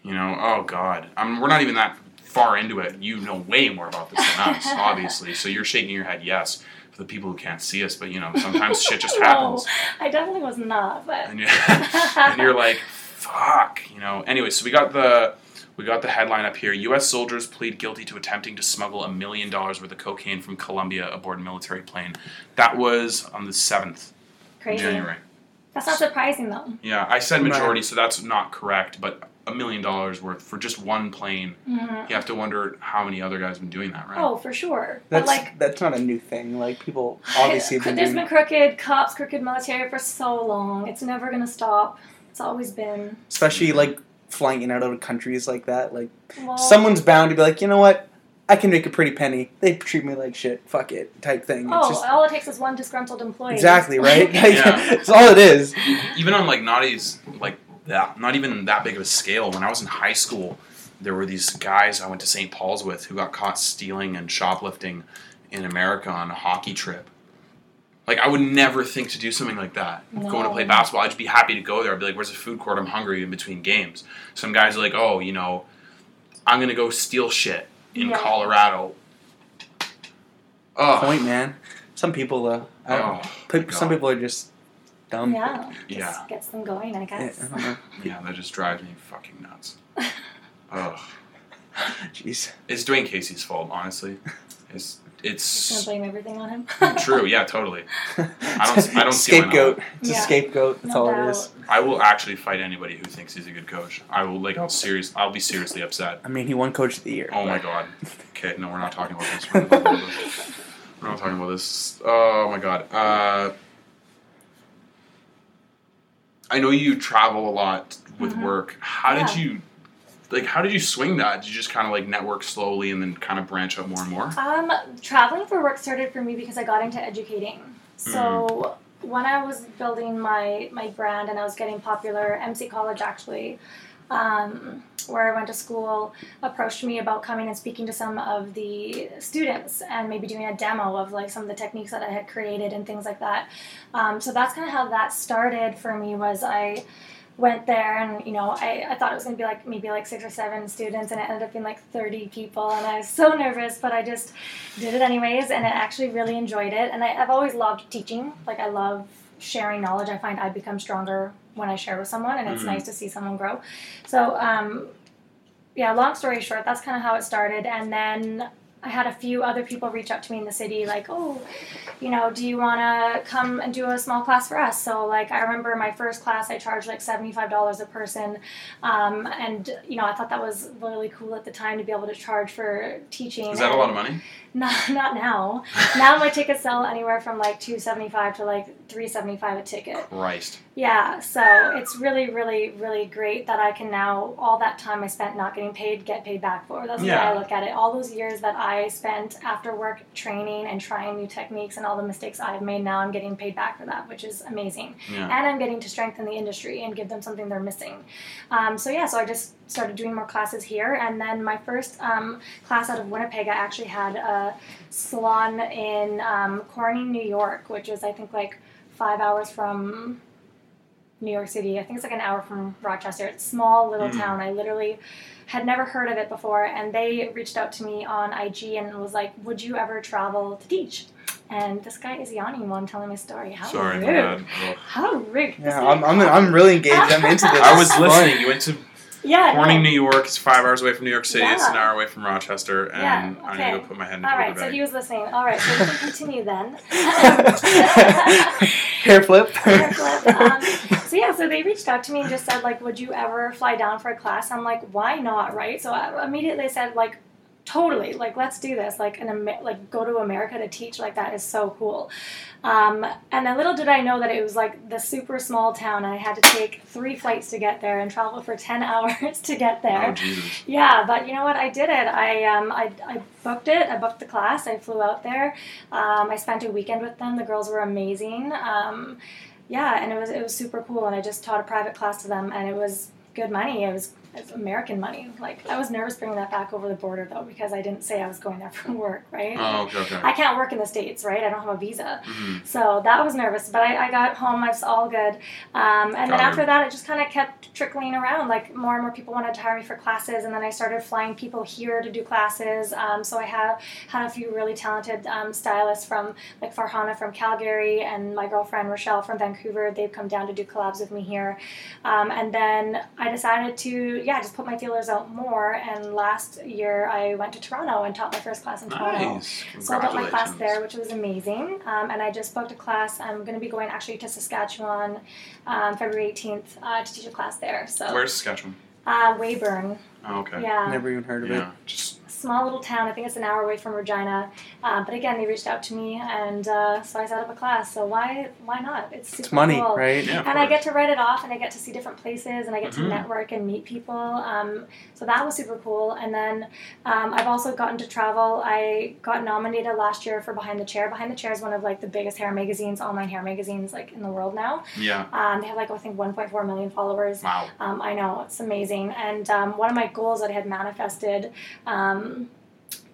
Speaker 2: You know, oh god, I mean, we're not even that far into it. You know way more about this than us, obviously. So you're shaking your head yes for the people who can't see us, but you know sometimes shit just
Speaker 6: No,
Speaker 2: happens,
Speaker 6: I definitely was not. But
Speaker 2: and you're, and you're like, fuck, you know. Anyway, so we got the. We got the headline up here. U.S. soldiers plead guilty to attempting to smuggle a million dollars worth of cocaine from Colombia aboard military plane. That was on the 7th
Speaker 6: crazy.
Speaker 2: January.
Speaker 6: That's not surprising though.
Speaker 2: Yeah, I said
Speaker 7: Right.
Speaker 2: majority, so that's not correct, but a million dollars worth for just one plane. You have to wonder how many other guys have been doing that, right?
Speaker 6: Mm-hmm. Oh, for sure. but
Speaker 7: That's
Speaker 6: like
Speaker 7: that's not a new thing. Like people obviously have
Speaker 6: There's
Speaker 7: been
Speaker 6: been
Speaker 7: doing,
Speaker 6: crooked cops, crooked military for so long. It's never gonna stop. It's always been.
Speaker 7: especially like flying in and out of countries like that. Like
Speaker 6: Well,
Speaker 7: someone's bound to be like, you know what? I can make a pretty penny. They treat me like shit. Fuck it, type thing. It's
Speaker 6: Oh,
Speaker 7: just
Speaker 6: all it takes is one disgruntled employee.
Speaker 7: exactly right.
Speaker 6: Like,
Speaker 7: Like,
Speaker 2: Yeah.
Speaker 7: it's all it is.
Speaker 2: Even on like Naughty's, like that, not even that big of a scale. When I was in high school, there were these guys I went to St. Paul's with who got caught stealing and shoplifting in America on a hockey trip. Like I would never think to do something like that. Going to
Speaker 6: No.
Speaker 2: play basketball, I'd just be happy to go there. I'd be like, "Where's the food court? I'm hungry in between games." Some guys are like, "Oh, you know, I'm gonna go steal shit in
Speaker 6: Yeah.
Speaker 2: Colorado." Oh,
Speaker 7: Point man. Some people though. I don't know.
Speaker 2: Oh,
Speaker 7: Pe-
Speaker 2: my
Speaker 7: some
Speaker 2: God.
Speaker 7: people are just dumb.
Speaker 6: yeah. Just
Speaker 2: Um, Yeah.
Speaker 6: Gets them going, I
Speaker 7: Yeah,
Speaker 6: guess.
Speaker 7: I don't know.
Speaker 2: yeah, that just drives me fucking nuts. Ugh.
Speaker 7: Jeez.
Speaker 2: It's Dwayne Casey's fault, honestly. It's
Speaker 6: Gonna
Speaker 2: it's
Speaker 6: blame everything on him.
Speaker 2: true. Yeah, totally. I don't. I don't see why not.
Speaker 7: scapegoat. It's a
Speaker 6: Yeah.
Speaker 7: scapegoat. That's
Speaker 6: No
Speaker 7: all
Speaker 6: doubt.
Speaker 7: it is.
Speaker 2: I will actually fight anybody who thinks he's a good coach. I will like. I'll serious. I'll be seriously upset.
Speaker 7: I mean, he won coach of the year.
Speaker 2: Oh my god. Okay, no, we're not talking about this. We're not talking about this. We're not talking about this. Oh my god. Uh, I know you travel a lot with work. How did
Speaker 6: Yeah.
Speaker 2: you? Like, how did you swing that? Did you just kind of like network slowly and then kind of branch out more and more?
Speaker 6: Um, traveling for work started for me because I got into educating. So
Speaker 2: Mm-hmm.
Speaker 6: when I was building my my brand and I was getting popular, MC College actually, um, where I went to school, approached me about coming and speaking to some of the students and maybe doing a demo of like some of the techniques that I had created and things like that. Um, so that's kind of how that started for me. Was I went there and you know I, I thought it was going to be like maybe like six or seven students and it ended up being like 30 people and i was so nervous but i just did it anyways and i actually really enjoyed it and I, i've always loved teaching like i love sharing knowledge i find i become stronger when i share with someone and it's nice to see someone grow so um, yeah long story short that's kind of how it started and then i had a few other people reach out to me in the city like oh you know, do you want to come and do a small class for us? So, like, I remember my first class, I charged like $75 a person. Um, and, you know, I thought that was really cool at the time to be able to charge for teaching.
Speaker 2: Is that a lot of money?
Speaker 6: Not, not now. now my tickets sell anywhere from like 275 to like 375 a ticket.
Speaker 2: Christ.
Speaker 6: Yeah, so it's really, really, really great that I can now all that time I spent not getting paid get paid back for. That's the
Speaker 2: Yeah.
Speaker 6: way I look at it. All those years that I spent after work training and trying new techniques and all the mistakes I've made now I'm getting paid back for that, which is amazing.
Speaker 2: Yeah.
Speaker 6: And I'm getting to strengthen the industry and give them something they're missing. Um, so yeah, so I just started doing more classes here, and then my first um, class out of Winnipeg, I actually had a salon in um, Corning, New York, which is I think like five hours from New York City. I think it's like an hour from Rochester. It's a small little
Speaker 8: Hmm.
Speaker 6: town. I literally had never heard of it before, and they reached out to me on IG and was like, "Would you ever travel to teach?" And this guy is yawning while I'm telling my story. How
Speaker 8: Sorry,
Speaker 6: rude.
Speaker 8: my bad. Ugh.
Speaker 6: How rigged.
Speaker 7: Yeah, I'm, I'm, I'm really engaged. I'm into this.
Speaker 2: I was
Speaker 7: It's fun.
Speaker 2: listening. You went to
Speaker 6: yeah,
Speaker 2: Corning,
Speaker 6: no.
Speaker 2: New York. It's five hours away from New York City. It's an
Speaker 6: Yeah.
Speaker 2: hour away from Rochester, and
Speaker 6: Yeah,
Speaker 2: I need to
Speaker 6: okay.
Speaker 2: go put my head in a
Speaker 6: All
Speaker 2: paper
Speaker 6: right, so
Speaker 2: bag.
Speaker 6: he was listening. All right, so we can continue then.
Speaker 7: Hair flip.
Speaker 6: um, so yeah, so they reached out to me and just said like, "Would you ever fly down for a class?" I'm like, "Why not?" Right? So I immediately said like, "Totally! Like, let's do this! Like, an Amer- like go to America to teach like that is so cool." Um, and then little did I know that it was like the super small town, and I had to take three flights to get there and travel for ten hours to get there.
Speaker 2: Oh Jesus!
Speaker 6: Yeah, but you know what? I did it. I um, I, I booked it. I booked the class. I flew out there. Um, I spent a weekend with them. The girls were amazing. Um, yeah, and it was it was super cool. And I just taught a private class to them, and it was good money. It was, it was American money. Like I was nervous bringing that back over the border though, because I didn't say I was going there for work, right?
Speaker 2: Oh okay, okay.
Speaker 6: I can't work in the States, right? I don't have a visa.
Speaker 2: Mm-hmm.
Speaker 6: So that was nervous, but I, I got home, I was all good. Um, and then
Speaker 2: Got it.
Speaker 6: after that, it just kind of kept trickling around. Like more and more people wanted to hire me for classes, and then I started flying people here to do classes. Um, so I have had a few really talented um, stylists from like Farhana from Calgary and my girlfriend Rochelle from Vancouver. They've come down to do collabs with me here. Um, and then I decided to, yeah, just put my feelers out more. And last year, I went to Toronto and taught my first class in Toronto.
Speaker 2: Nice.
Speaker 6: So I got my class
Speaker 2: Congratulations.
Speaker 6: there, which was amazing. Um, and I just booked a class. I'm going to be going actually to Saskatchewan um, February 18th uh, to teach a class there. So
Speaker 2: Where's Saskatchewan?
Speaker 6: Uh, Weyburn,
Speaker 2: Oh, okay.
Speaker 6: yeah,
Speaker 7: Never even heard of
Speaker 2: Yeah. Just
Speaker 6: small little town. I think it's an hour away from Regina. Uh, but again, they reached out to me, and uh, so I set up a class. So why why not? It's super
Speaker 7: it. It's money,
Speaker 6: cool.
Speaker 7: right?
Speaker 2: yeah. of
Speaker 6: And I
Speaker 2: course.
Speaker 6: get to write it off, and I get to see different places, and I get
Speaker 2: Mhm.
Speaker 6: to network and meet people. Um, so that was super cool. And then um, I've also gotten to travel. I got nominated last year for Behind the Chair. Behind the Chair is one of like the biggest hair magazines, online hair magazines, like in the world now.
Speaker 2: Yeah.
Speaker 6: Um, they have like I think 1.4 million followers.
Speaker 2: Wow.
Speaker 6: Um, I know it's amazing, and um, one of my goals that I had manifested. Um,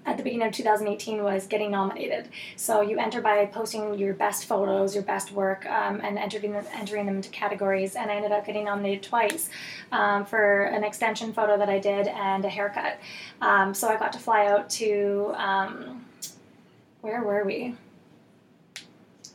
Speaker 6: at the beginning of 2018 was getting nominated. So you enter by posting your best photos, your best work, um, and entering them, entering them into categories. And I ended up getting nominated twice um, for an extension photo that I did and a haircut. Um, so I got to fly out to um, where were we?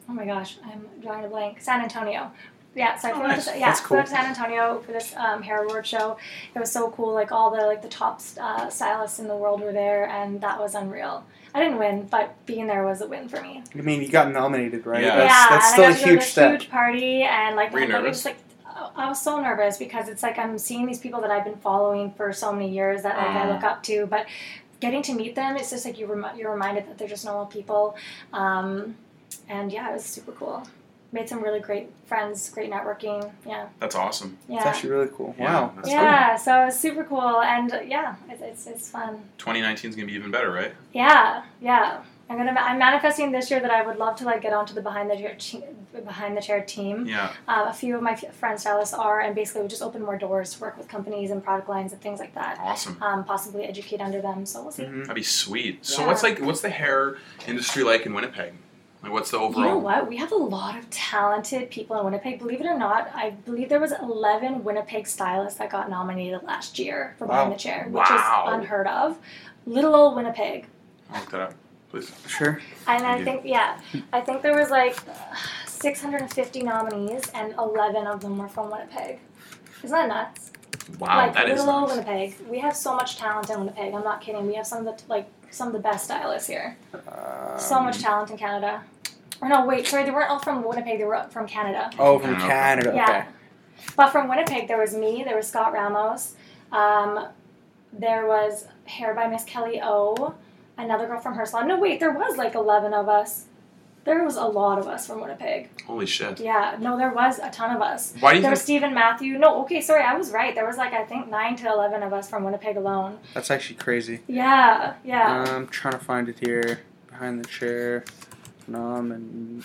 Speaker 6: Oh my gosh, I'm drawing a blank. San Antonio. Yeah, so I flew,
Speaker 2: nice.
Speaker 6: out, to, yeah,
Speaker 7: Oh, That's
Speaker 6: flew out
Speaker 7: cool.
Speaker 6: to San Antonio for this um, hair award show. It was so cool. Like all the like the top uh, stylists in the world were there, and that was unreal. I didn't win, but being there was a win for me.
Speaker 7: I mean, you got nominated, right?
Speaker 2: Yeah.
Speaker 7: That's,
Speaker 6: yeah,
Speaker 7: that's
Speaker 6: and
Speaker 7: still
Speaker 6: I
Speaker 7: a
Speaker 6: got to go to
Speaker 7: huge step.
Speaker 6: huge party, and like
Speaker 2: Were you
Speaker 6: everybody was
Speaker 2: nervous?
Speaker 6: like, "Oh, I I was so nervous because it's like I'm seeing these people that I've been following for so many years that like I
Speaker 2: Mm.
Speaker 6: look up to, but getting to meet them, it's just like you remi- you're reminded that they're just normal people, um, and yeah, it was super cool. Made some really great friends, great networking. Yeah,
Speaker 2: That's awesome.
Speaker 7: It's
Speaker 6: yeah,
Speaker 7: actually really cool.
Speaker 2: Yeah,
Speaker 7: Wow.
Speaker 2: that's cool.
Speaker 6: yeah. So it was super cool, and yeah, it's it's, it's fun.
Speaker 2: 2019 is gonna be even better, right?
Speaker 6: Yeah, yeah. I'm gonna. I'm manifesting this year that I would love to like get onto the behind the chair, che- behind the chair team.
Speaker 2: Yeah.
Speaker 6: Uh, a few of my f- friend stylists are, and basically we just open more doors to work with companies and product lines and things like that.
Speaker 2: Awesome.
Speaker 6: Um, possibly educate under them. So we'll see.
Speaker 7: Mm-hmm.
Speaker 2: That'd be sweet. So
Speaker 6: Yeah.
Speaker 2: what's like what's the hair industry like in Winnipeg? Like what's the
Speaker 6: You know
Speaker 2: overall
Speaker 6: what? We have a lot of talented people in Winnipeg. Believe it or not, I believe there was 11 Winnipeg stylists that got nominated last year for Behind
Speaker 7: Wow.
Speaker 6: the Chair, which
Speaker 2: Wow.
Speaker 6: is unheard of. Little old Winnipeg.
Speaker 2: I'll look that up, please.
Speaker 7: Sure.
Speaker 6: And I
Speaker 2: Yeah.
Speaker 6: think, yeah, I think there was like 650 nominees, and 11 of them were from Winnipeg. Isn't that nuts?
Speaker 2: Wow,
Speaker 6: like
Speaker 2: that is
Speaker 6: little old
Speaker 2: nice.
Speaker 6: Winnipeg. We have so much talent in Winnipeg. I'm not kidding. We have some of the like some of the best stylists here.
Speaker 7: Um,
Speaker 6: so
Speaker 2: Um,
Speaker 6: much talent in Canada. Or no, wait, sorry, they weren't all from Winnipeg. They were from Canada.
Speaker 7: Oh, from
Speaker 2: Yeah.
Speaker 7: Canada.
Speaker 6: Yeah. But from Winnipeg, there was me, there was Scott Ramos, um, there was Hair by Miss Kelly O, another girl from her salon. No, wait, there was like 11 of us. There was a lot of us from Winnipeg.
Speaker 2: Holy shit.
Speaker 6: Yeah, no, there was a ton of us.
Speaker 2: Why do you
Speaker 6: There was
Speaker 2: think
Speaker 6: Stephen Matthew. No, okay, sorry, I was right. There was like, I think, 9 to 11 of us from Winnipeg alone.
Speaker 7: Okay. That's actually crazy.
Speaker 6: Yeah, yeah.
Speaker 2: Uh.
Speaker 7: I'm trying to find it here. Behind the chair. Nom and.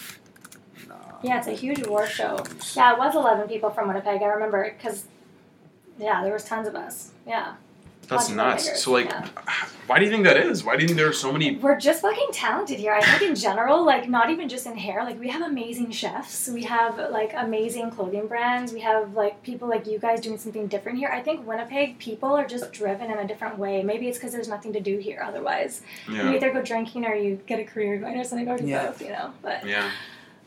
Speaker 7: nom.
Speaker 6: Yeah, it's a huge award show. Yeah, it was 11 people from Winnipeg. I remember because, yeah, there was tons of us. Yeah.
Speaker 2: that's
Speaker 6: Lots of
Speaker 2: nuts.
Speaker 6: Winnipeggers,
Speaker 2: So like
Speaker 6: yeah.
Speaker 2: why do you think that is? Why do you think there are so many
Speaker 6: We're just fucking talented here. I think in general, like not even just in hair, like we have amazing chefs, we have like amazing clothing brands, we have like people like you guys doing something different here. I think Winnipeg people are just driven in a different way. Maybe it's because there's nothing to do here otherwise. You
Speaker 2: Yeah.
Speaker 6: either go drinking or you get a career going or something or you
Speaker 7: Yeah.
Speaker 6: both, you know. But
Speaker 2: Yeah.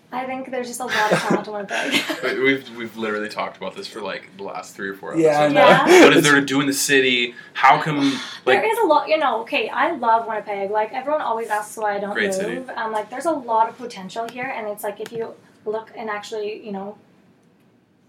Speaker 6: I think there's just a lot of talent in Winnipeg.
Speaker 2: We- We've we've literally talked about this for like the last three or four episodes.
Speaker 7: Yeah, I know.
Speaker 6: Yeah.
Speaker 2: What is there to do in the city? How come like
Speaker 6: there is a lot, you know. Okay, I love Winnipeg. Like everyone always asks why I don't
Speaker 2: Great
Speaker 6: move.
Speaker 2: city.
Speaker 6: Um, like there's a lot of potential here, and it's like if you look and actually, you know,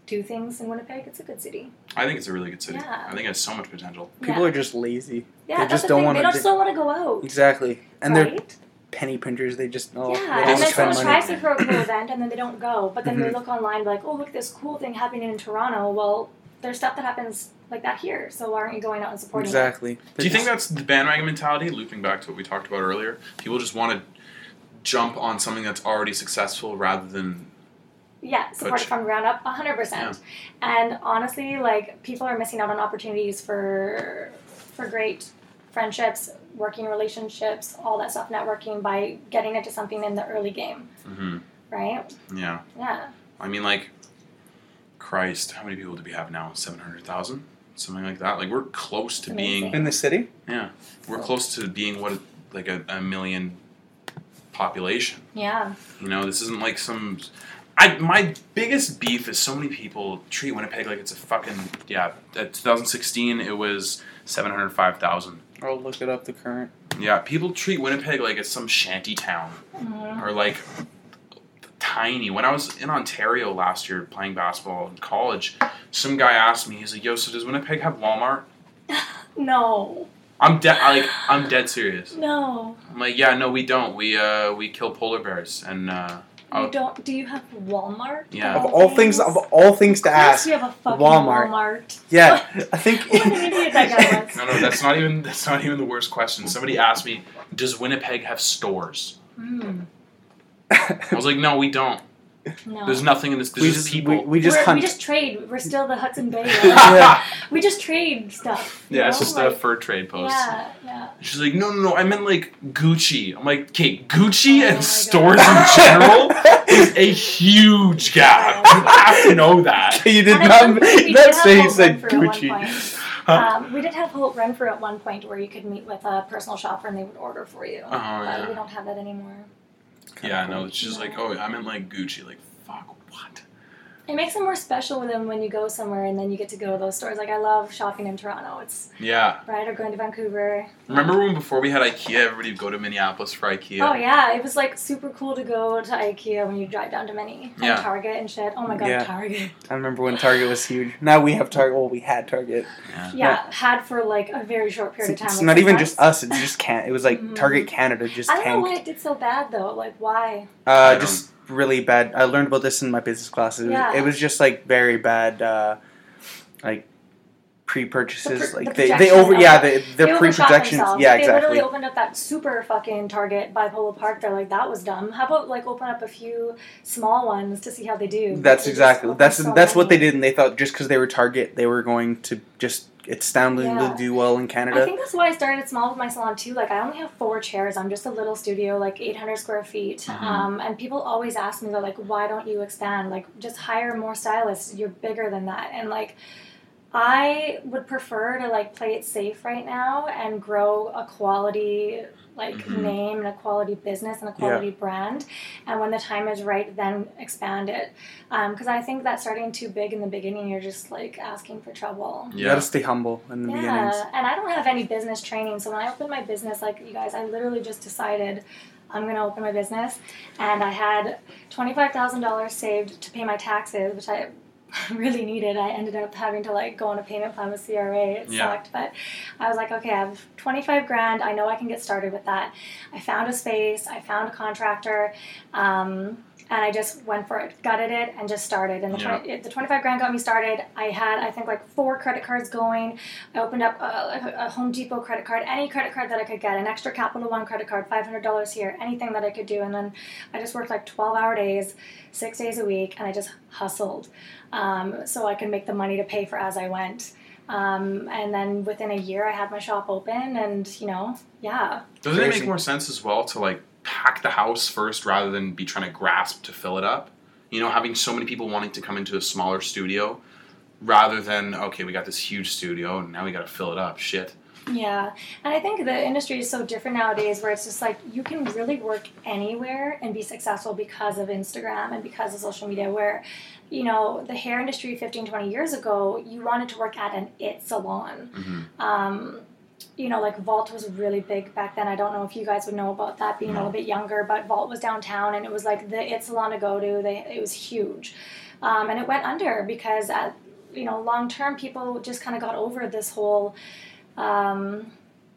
Speaker 6: do things in Winnipeg, it's a good city.
Speaker 2: I think it's a really good city.
Speaker 6: Yeah.
Speaker 2: I think it has so much potential.
Speaker 7: People
Speaker 6: yeah.
Speaker 7: are just lazy.
Speaker 6: yeah,
Speaker 7: they
Speaker 6: that's
Speaker 7: just
Speaker 6: the
Speaker 7: don't
Speaker 6: thing.
Speaker 7: want
Speaker 6: They
Speaker 7: to.
Speaker 6: don't still want to go out.
Speaker 7: exactly. And they're
Speaker 6: right?
Speaker 7: penny printers. They just. Oh,
Speaker 6: yeah,
Speaker 7: they
Speaker 6: and
Speaker 7: don't
Speaker 6: then
Speaker 7: spend
Speaker 6: someone
Speaker 7: money.
Speaker 6: tries to throw a cool event and then they don't go. But then they
Speaker 7: Mhm.
Speaker 6: look online, like, oh, look, this cool thing happening in Toronto. Well, there's stuff that happens like that here. So why aren't you going out and supporting? it?
Speaker 7: Exactly.
Speaker 2: Do you think that's the bandwagon mentality? Looping back to what we talked about earlier, people just want to jump on something that's already successful rather than
Speaker 6: Yeah, support it
Speaker 2: Coach.
Speaker 6: from ground up, 100%. And honestly, like, people are missing out on opportunities for for great friendships, working relationships, all that stuff, networking by getting into something in the early game,
Speaker 2: Mhm.
Speaker 6: right?
Speaker 2: yeah.
Speaker 6: Yeah.
Speaker 2: I mean, like, Christ, how many people do we have now? Seven hundred thousand, something like that. Like we're close to being
Speaker 7: In the city?
Speaker 2: yeah, we're close to being what like a, a million population.
Speaker 6: Yeah.
Speaker 2: You know, this isn't like some. I my biggest beef is so many people treat Winnipeg like it's a fucking yeah. At 2016, it was seven hundred five thousand.
Speaker 7: I'll look it up. The current.
Speaker 2: Yeah, people treat Winnipeg like it's some shanty town or like tiny. When I was in Ontario last year playing basketball in college, some guy asked me, he's like, "Yo, so does Winnipeg have Walmart?"
Speaker 6: No.
Speaker 2: I'm dead. Like, I'm dead serious.
Speaker 6: No.
Speaker 2: I'm like, "Yeah, no, we don't. We uh, we kill polar bears and uh,
Speaker 6: You
Speaker 2: oh,
Speaker 6: don't. Do you have Walmart?
Speaker 2: Yeah.
Speaker 7: Of all things, of all things to
Speaker 6: Yes,
Speaker 7: ask.
Speaker 6: you have a fucking
Speaker 7: Walmart.
Speaker 6: Walmart.
Speaker 7: Yeah, I think.
Speaker 6: What an idiot that guy was.
Speaker 2: no, no, that's not even that's not even the worst question. Somebody asked me, "Does Winnipeg have stores?"
Speaker 6: Mm,
Speaker 2: I was like, "No, we don't.
Speaker 6: no.
Speaker 2: There's nothing in this. There's
Speaker 7: we
Speaker 2: just
Speaker 7: just
Speaker 2: people."
Speaker 7: We, we just
Speaker 6: We're-
Speaker 7: hunt.
Speaker 6: we just trade. We're still the Hudson Bay.
Speaker 7: yeah.
Speaker 6: we just trade stuff. you
Speaker 2: yeah, it's
Speaker 6: know?
Speaker 2: just a
Speaker 6: like,
Speaker 2: fur trade post.
Speaker 6: Oh Yeah, yeah.
Speaker 2: She's like, no, no, no, I meant like Gucci. I'm like, okay, Gucci
Speaker 6: Oh my
Speaker 2: and
Speaker 6: God.
Speaker 2: stores in general is a huge gap. You have to know that.
Speaker 7: you did
Speaker 6: And at one
Speaker 7: not.
Speaker 6: point, we
Speaker 7: That's
Speaker 6: did
Speaker 7: say you
Speaker 6: have
Speaker 7: said
Speaker 6: Holt Renfrew at one
Speaker 7: Gucci. Uh-huh.
Speaker 6: point. Um, we did have Holt Renfrew at one point where you could meet with a personal shopper and they would order for you.
Speaker 2: Oh, yeah.
Speaker 6: But we don't have that anymore.
Speaker 2: Yeah, no, she's like, oh, I meant like Gucci. Like, fuck, what?
Speaker 6: It makes it more special with them when you go somewhere and then you get to go to those stores. Like I love shopping in Toronto. It's
Speaker 2: Yeah.
Speaker 6: right or going to Vancouver.
Speaker 2: Uh-huh. Remember when before we had IKEA, everybody would go to Minneapolis for IKEA?
Speaker 6: Oh yeah, it was like super cool to go to IKEA when you drive down to Mini
Speaker 2: Yeah.
Speaker 6: and Target and shit. Oh my god,
Speaker 7: Yeah.
Speaker 6: Target.
Speaker 7: I remember when Target was huge. Now we have Target. Well, we had Target.
Speaker 6: Yeah, had for like a very short
Speaker 7: It's,
Speaker 6: period of time.
Speaker 7: it's
Speaker 6: like,
Speaker 7: not even
Speaker 6: sometimes.
Speaker 7: just us. It's just can. It was like Target Canada just
Speaker 6: Mm-hmm. I don't know why
Speaker 7: tanked.
Speaker 6: it did so bad though. Like why?
Speaker 2: I
Speaker 7: Uh,
Speaker 2: don't-
Speaker 7: just really bad. I learned about this in my business classes. It was,
Speaker 6: Yeah.
Speaker 7: it was just like very bad. Uh, like pre-purchases,
Speaker 6: The pr-
Speaker 7: like
Speaker 6: the
Speaker 7: they, they
Speaker 6: projections
Speaker 7: over
Speaker 6: of
Speaker 7: yeah
Speaker 6: it.
Speaker 7: they,
Speaker 6: they
Speaker 7: their
Speaker 6: overshot
Speaker 7: pre-projections
Speaker 6: themselves.
Speaker 7: yeah
Speaker 6: Like, They
Speaker 7: exactly
Speaker 6: literally opened up that super fucking Target bipolar park. They're like, that was dumb. How about like open up a few small ones to see how they do?
Speaker 7: that's
Speaker 6: They just
Speaker 7: exactly
Speaker 6: opened
Speaker 7: that's
Speaker 6: so
Speaker 7: that's what they
Speaker 6: many.
Speaker 7: did and they thought just because they were Target they were going to just astoundingly
Speaker 6: Yeah.
Speaker 7: do well in Canada
Speaker 6: I think that's why I started small with my salon too. Like I only have four chairs. I'm just a little studio, like 800 square feet. Um, and people always ask me, they're like, "Why don't you expand? Like just hire more stylists. You're bigger than that." And like, I would prefer to like play it safe right now and grow a quality like name and a quality business and a quality brand. And when the time is right, then expand it. Because I think that starting too big in the beginning, you're just like asking for trouble.
Speaker 7: you gotta stay humble in the beginnings
Speaker 6: Yeah, and I don't have any business training, so when I opened my business, like you guys, I literally just decided I'm gonna open my business, and I had twenty five thousand dollars saved to pay my taxes, which I really needed. I ended up having to like go on a payment plan with CRA. It
Speaker 2: Yeah.
Speaker 6: sucked, but I was like, okay, I have twenty five grand. I know I can get started with that. I found a space. I found a contractor. Um, and I just went for it, gutted it, and just started. And the,
Speaker 2: Yeah.
Speaker 6: 20, the 25 grand got me started. I had, I think, like four credit cards going. I opened up a, a Home Depot credit card, any credit card that I could get, an extra Capital One credit card, $500 here, anything that I could do. And then I just worked like 12 hour days, six days a week, and I just hustled um, so I could make the money to pay for as I went. Um, and then within a year, I had my shop open, and you know, yeah,
Speaker 2: Doesn't it
Speaker 7: Crazy.
Speaker 2: make more sense as well to like pack the house first rather than be trying to grasp to fill it up? You know, having so many people wanting to come into a smaller studio rather than okay, we got this huge studio and now we got to fill it up. Shit.
Speaker 6: Yeah, and I think the industry is so different nowadays where it's just like you can really work anywhere and be successful because of Instagram and because of social media. Where, you know, the hair industry 15, 20 years ago, you wanted to work at an it salon. Um, you know, like Vault was really big back then. I don't know if you guys would know about that being a little bit younger, but Vault was downtown and it was like the it salon to go to. They, it was huge. Um, and it went under because, at, you know, long term, people just kind of got over this whole um,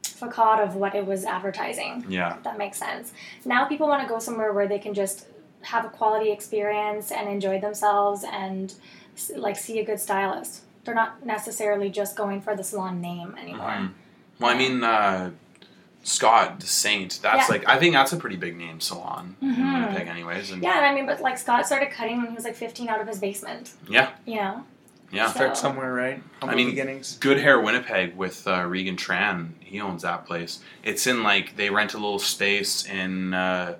Speaker 6: facade of what it was advertising.
Speaker 2: Yeah.
Speaker 6: If that makes sense. Now people want to go somewhere where they can just have a quality experience and enjoy themselves and s- like see a good stylist. They're not necessarily just going for the salon name anymore.
Speaker 2: Mm-hmm. Well, I mean, uh, Scott the Saint. That's
Speaker 6: Yeah. Mm-hmm.
Speaker 2: like I think that's a pretty big name salon in Winnipeg, anyways. And
Speaker 6: Yeah, and I mean, but like Scott started cutting when he was like 15 out of his basement.
Speaker 2: yeah,
Speaker 6: You know,
Speaker 2: yeah.
Speaker 6: So-
Speaker 7: start somewhere right
Speaker 2: I
Speaker 7: humble
Speaker 2: mean,
Speaker 7: beginnings
Speaker 2: Good Hair Winnipeg with uh, Regan Tran. He owns that place. It's in like they rent a little space in uh,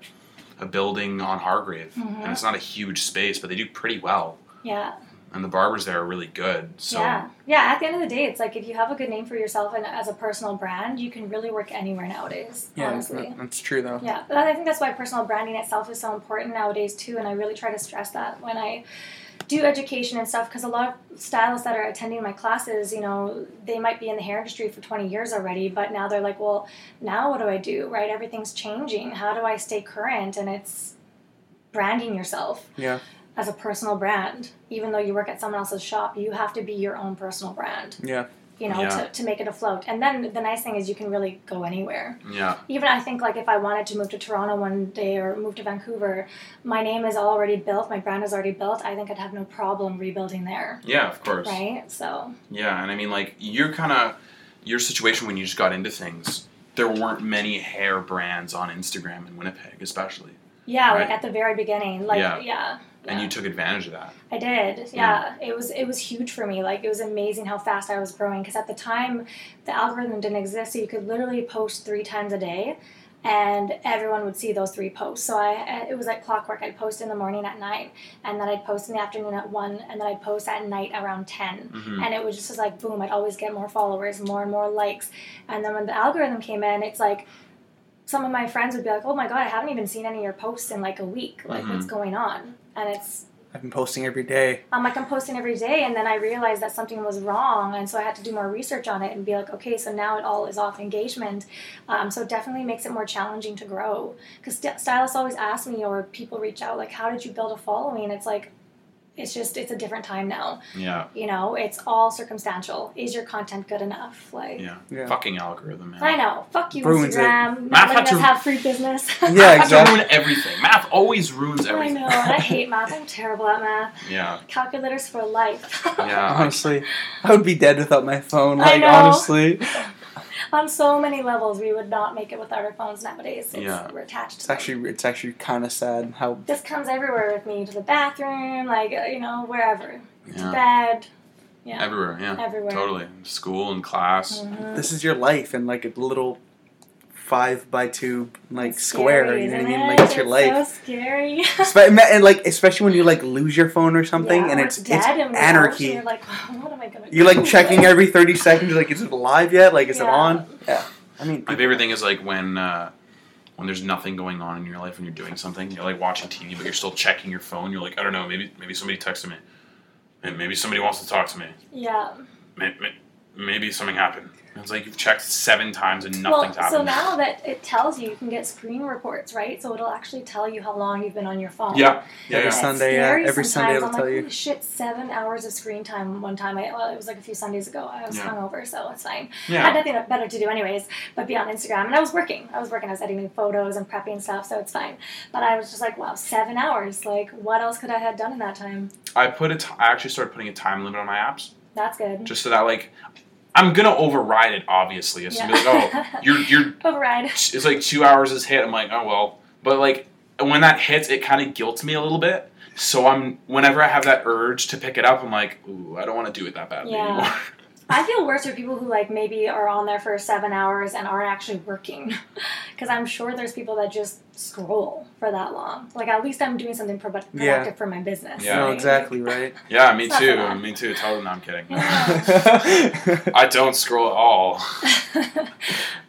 Speaker 2: a building on Hargrave,
Speaker 6: Mm-hmm.
Speaker 2: and it's not a huge space, but they do pretty well.
Speaker 6: yeah.
Speaker 2: And the barbers there are really good. So
Speaker 6: Yeah. Yeah, at the end of the day, it's like if you have a good name for yourself and as a personal brand, you can really work anywhere nowadays,
Speaker 7: yeah
Speaker 6: honestly.
Speaker 7: that- that's true though
Speaker 6: Yeah, but I think that's why personal branding itself is so important nowadays too, and I really try to stress that when I do education and stuff because a lot of stylists that are attending my classes, you know, they might be in the hair industry for 20 years already, but now they're like, well, now what do I do? Right? Everything's changing. How do I stay current? And it's branding yourself
Speaker 7: yeah
Speaker 6: as a personal brand. Even though you work at someone else's shop, you have to be your own personal brand,
Speaker 7: yeah
Speaker 6: you know,
Speaker 2: Yeah.
Speaker 6: to, to make it afloat. And then the nice thing is you can really go anywhere
Speaker 2: yeah,
Speaker 6: even I think like if I wanted to move to Toronto one day or move to Vancouver, my name is already built, my brand is already built. I think I'd have no problem rebuilding there,
Speaker 2: yeah, of course.
Speaker 6: right? So
Speaker 2: Yeah, and I mean, like your kind of your situation when you just got into things, there weren't many hair brands on Instagram in Winnipeg, especially,
Speaker 6: yeah, like
Speaker 2: Right.
Speaker 6: at the very beginning, like
Speaker 2: Yeah.
Speaker 6: yeah, yeah.
Speaker 2: and you Mm. took advantage of that.
Speaker 6: I did, yeah. It was it was huge for me. Like it was amazing how fast I was growing because at the time, the algorithm didn't exist, so you could literally post three times a day, and everyone would see those three posts. So I I- it was like clockwork. I'd post in the morning at nine, and then I'd post in the afternoon at one, and then I'd post at night around 10
Speaker 2: Mm-hmm. Mm.
Speaker 6: And it was just like boom. I'd always get more followers, more and more likes, and then when the algorithm came in, it's like some of my friends would be like, "Oh my god, I haven't even seen any of your posts in like a week. Like what's going on?" And it's
Speaker 7: I've been posting every day
Speaker 6: I'm like I'm posting every day, and then I realized that something was wrong, and so I had to do more research on it and be like, okay, so now it all is off engagement. Um, so it definitely makes it more challenging to grow because stylists always ask me, or people reach out, like, how did you build a following? It's like it's just it's a different time now.
Speaker 2: Yeah.
Speaker 6: You know, it's all circumstantial. Is your content good enough? Like
Speaker 2: Yeah.
Speaker 7: Yeah.
Speaker 2: Fucking algorithm, man.
Speaker 6: I know. Fuck you,
Speaker 7: Ruins it.
Speaker 6: Instagram.
Speaker 2: Math
Speaker 6: Not
Speaker 2: had
Speaker 6: letting us
Speaker 2: to-
Speaker 6: have free business.
Speaker 7: Yeah,
Speaker 2: Math
Speaker 7: exactly.
Speaker 2: to ruin everything. Math always ruins
Speaker 6: I
Speaker 2: everything.
Speaker 6: know. I hate math. I'm terrible at math.
Speaker 2: Yeah.
Speaker 6: Calculators for life.
Speaker 2: Yeah.
Speaker 7: Honestly, I would be dead without my phone.
Speaker 6: I
Speaker 7: Like
Speaker 6: know.
Speaker 7: honestly,
Speaker 6: On so many levels, we would not make it without our phones nowadays. It's,
Speaker 2: Yeah.
Speaker 6: We're attached.
Speaker 7: it's actually it's actually kind of sad how
Speaker 6: This comes everywhere with me to the bathroom, like uh, you know, wherever.
Speaker 2: Yeah.
Speaker 6: Bed. Yeah.
Speaker 2: Everywhere, yeah.
Speaker 6: Everywhere. Mm. Mm-hmm.
Speaker 2: Totally. School and class.
Speaker 7: this is your life in like a little five by two like
Speaker 6: It's
Speaker 7: square.
Speaker 6: scary,
Speaker 7: you know what I
Speaker 6: isn't
Speaker 7: mean?
Speaker 6: it?
Speaker 7: Like it's your life.
Speaker 6: So scary.
Speaker 7: Spe- ma- and like especially when you like lose your phone or something,
Speaker 6: Yeah,
Speaker 7: and
Speaker 6: or
Speaker 7: it's it's
Speaker 6: dead and we don't,
Speaker 7: anarchy.
Speaker 6: You're like, "Oh, what am I gonna?
Speaker 7: You're like
Speaker 6: do?"
Speaker 7: checking every 30 seconds. You're like, is it alive yet? Like, is it
Speaker 6: Yeah.
Speaker 7: on? Yeah. I mean,
Speaker 2: My favorite thing is like when uh, when there's nothing going on in your life and you're doing something. You're like watching TV, but you're still checking your phone. You're like, I don't know, maybe maybe somebody texted me, and maybe somebody wants to talk to me.
Speaker 6: Yeah.
Speaker 2: Maybe, maybe something happened. And It's like you've checked seven times and
Speaker 6: Well,
Speaker 2: nothing's happened.
Speaker 6: so now that it tells you, you can get screen reports, right? So it'll actually tell you how long you've been on your phone.
Speaker 2: yeah, yeah,
Speaker 7: Every
Speaker 2: yeah.
Speaker 6: It's
Speaker 7: Sunday, yeah.
Speaker 6: scary
Speaker 7: Every Sunday
Speaker 6: sometimes.
Speaker 7: it'll
Speaker 6: I'm
Speaker 7: tell
Speaker 6: like,
Speaker 7: you.
Speaker 6: Holy shit, seven hours of screen time one time. I, well, it was like a few Sundays ago. I was
Speaker 2: Yeah.
Speaker 6: hungover, so it's fine.
Speaker 2: Yeah.
Speaker 6: I had nothing better to do, anyways, but be on Instagram. And I was working. I was working. I was editing photos and prepping stuff, so it's fine. But I was just like, wow, seven hours. Like, what else could I have done in that time?
Speaker 2: I put a t- I actually started putting a time limit on my apps
Speaker 6: That's good.
Speaker 2: just so that like I'm gonna override it. Obviously, it's gonna be like,
Speaker 6: Yeah.
Speaker 2: oh, you're you're
Speaker 6: Override.
Speaker 2: it's like two hours is hit. I'm like, oh well. But like when that hits, it kind of guilts me a little bit. So I'm whenever I have that urge to pick it up, I'm like, ooh, I don't want to do it that badly
Speaker 6: Yeah.
Speaker 2: anymore.
Speaker 6: I feel worse for people who like maybe are on there for seven hours and aren't actually working, because I'm sure there's people that just scroll for that long. Like at least I'm doing something pro- productive
Speaker 7: Yeah.
Speaker 6: for my business.
Speaker 2: Yeah.
Speaker 7: No,
Speaker 6: right?
Speaker 7: exactly right.
Speaker 2: yeah, me
Speaker 6: It's not so
Speaker 2: too.
Speaker 6: bad.
Speaker 2: Me too. Totally. No, I'm kidding.
Speaker 6: Yeah.
Speaker 2: I don't scroll at all.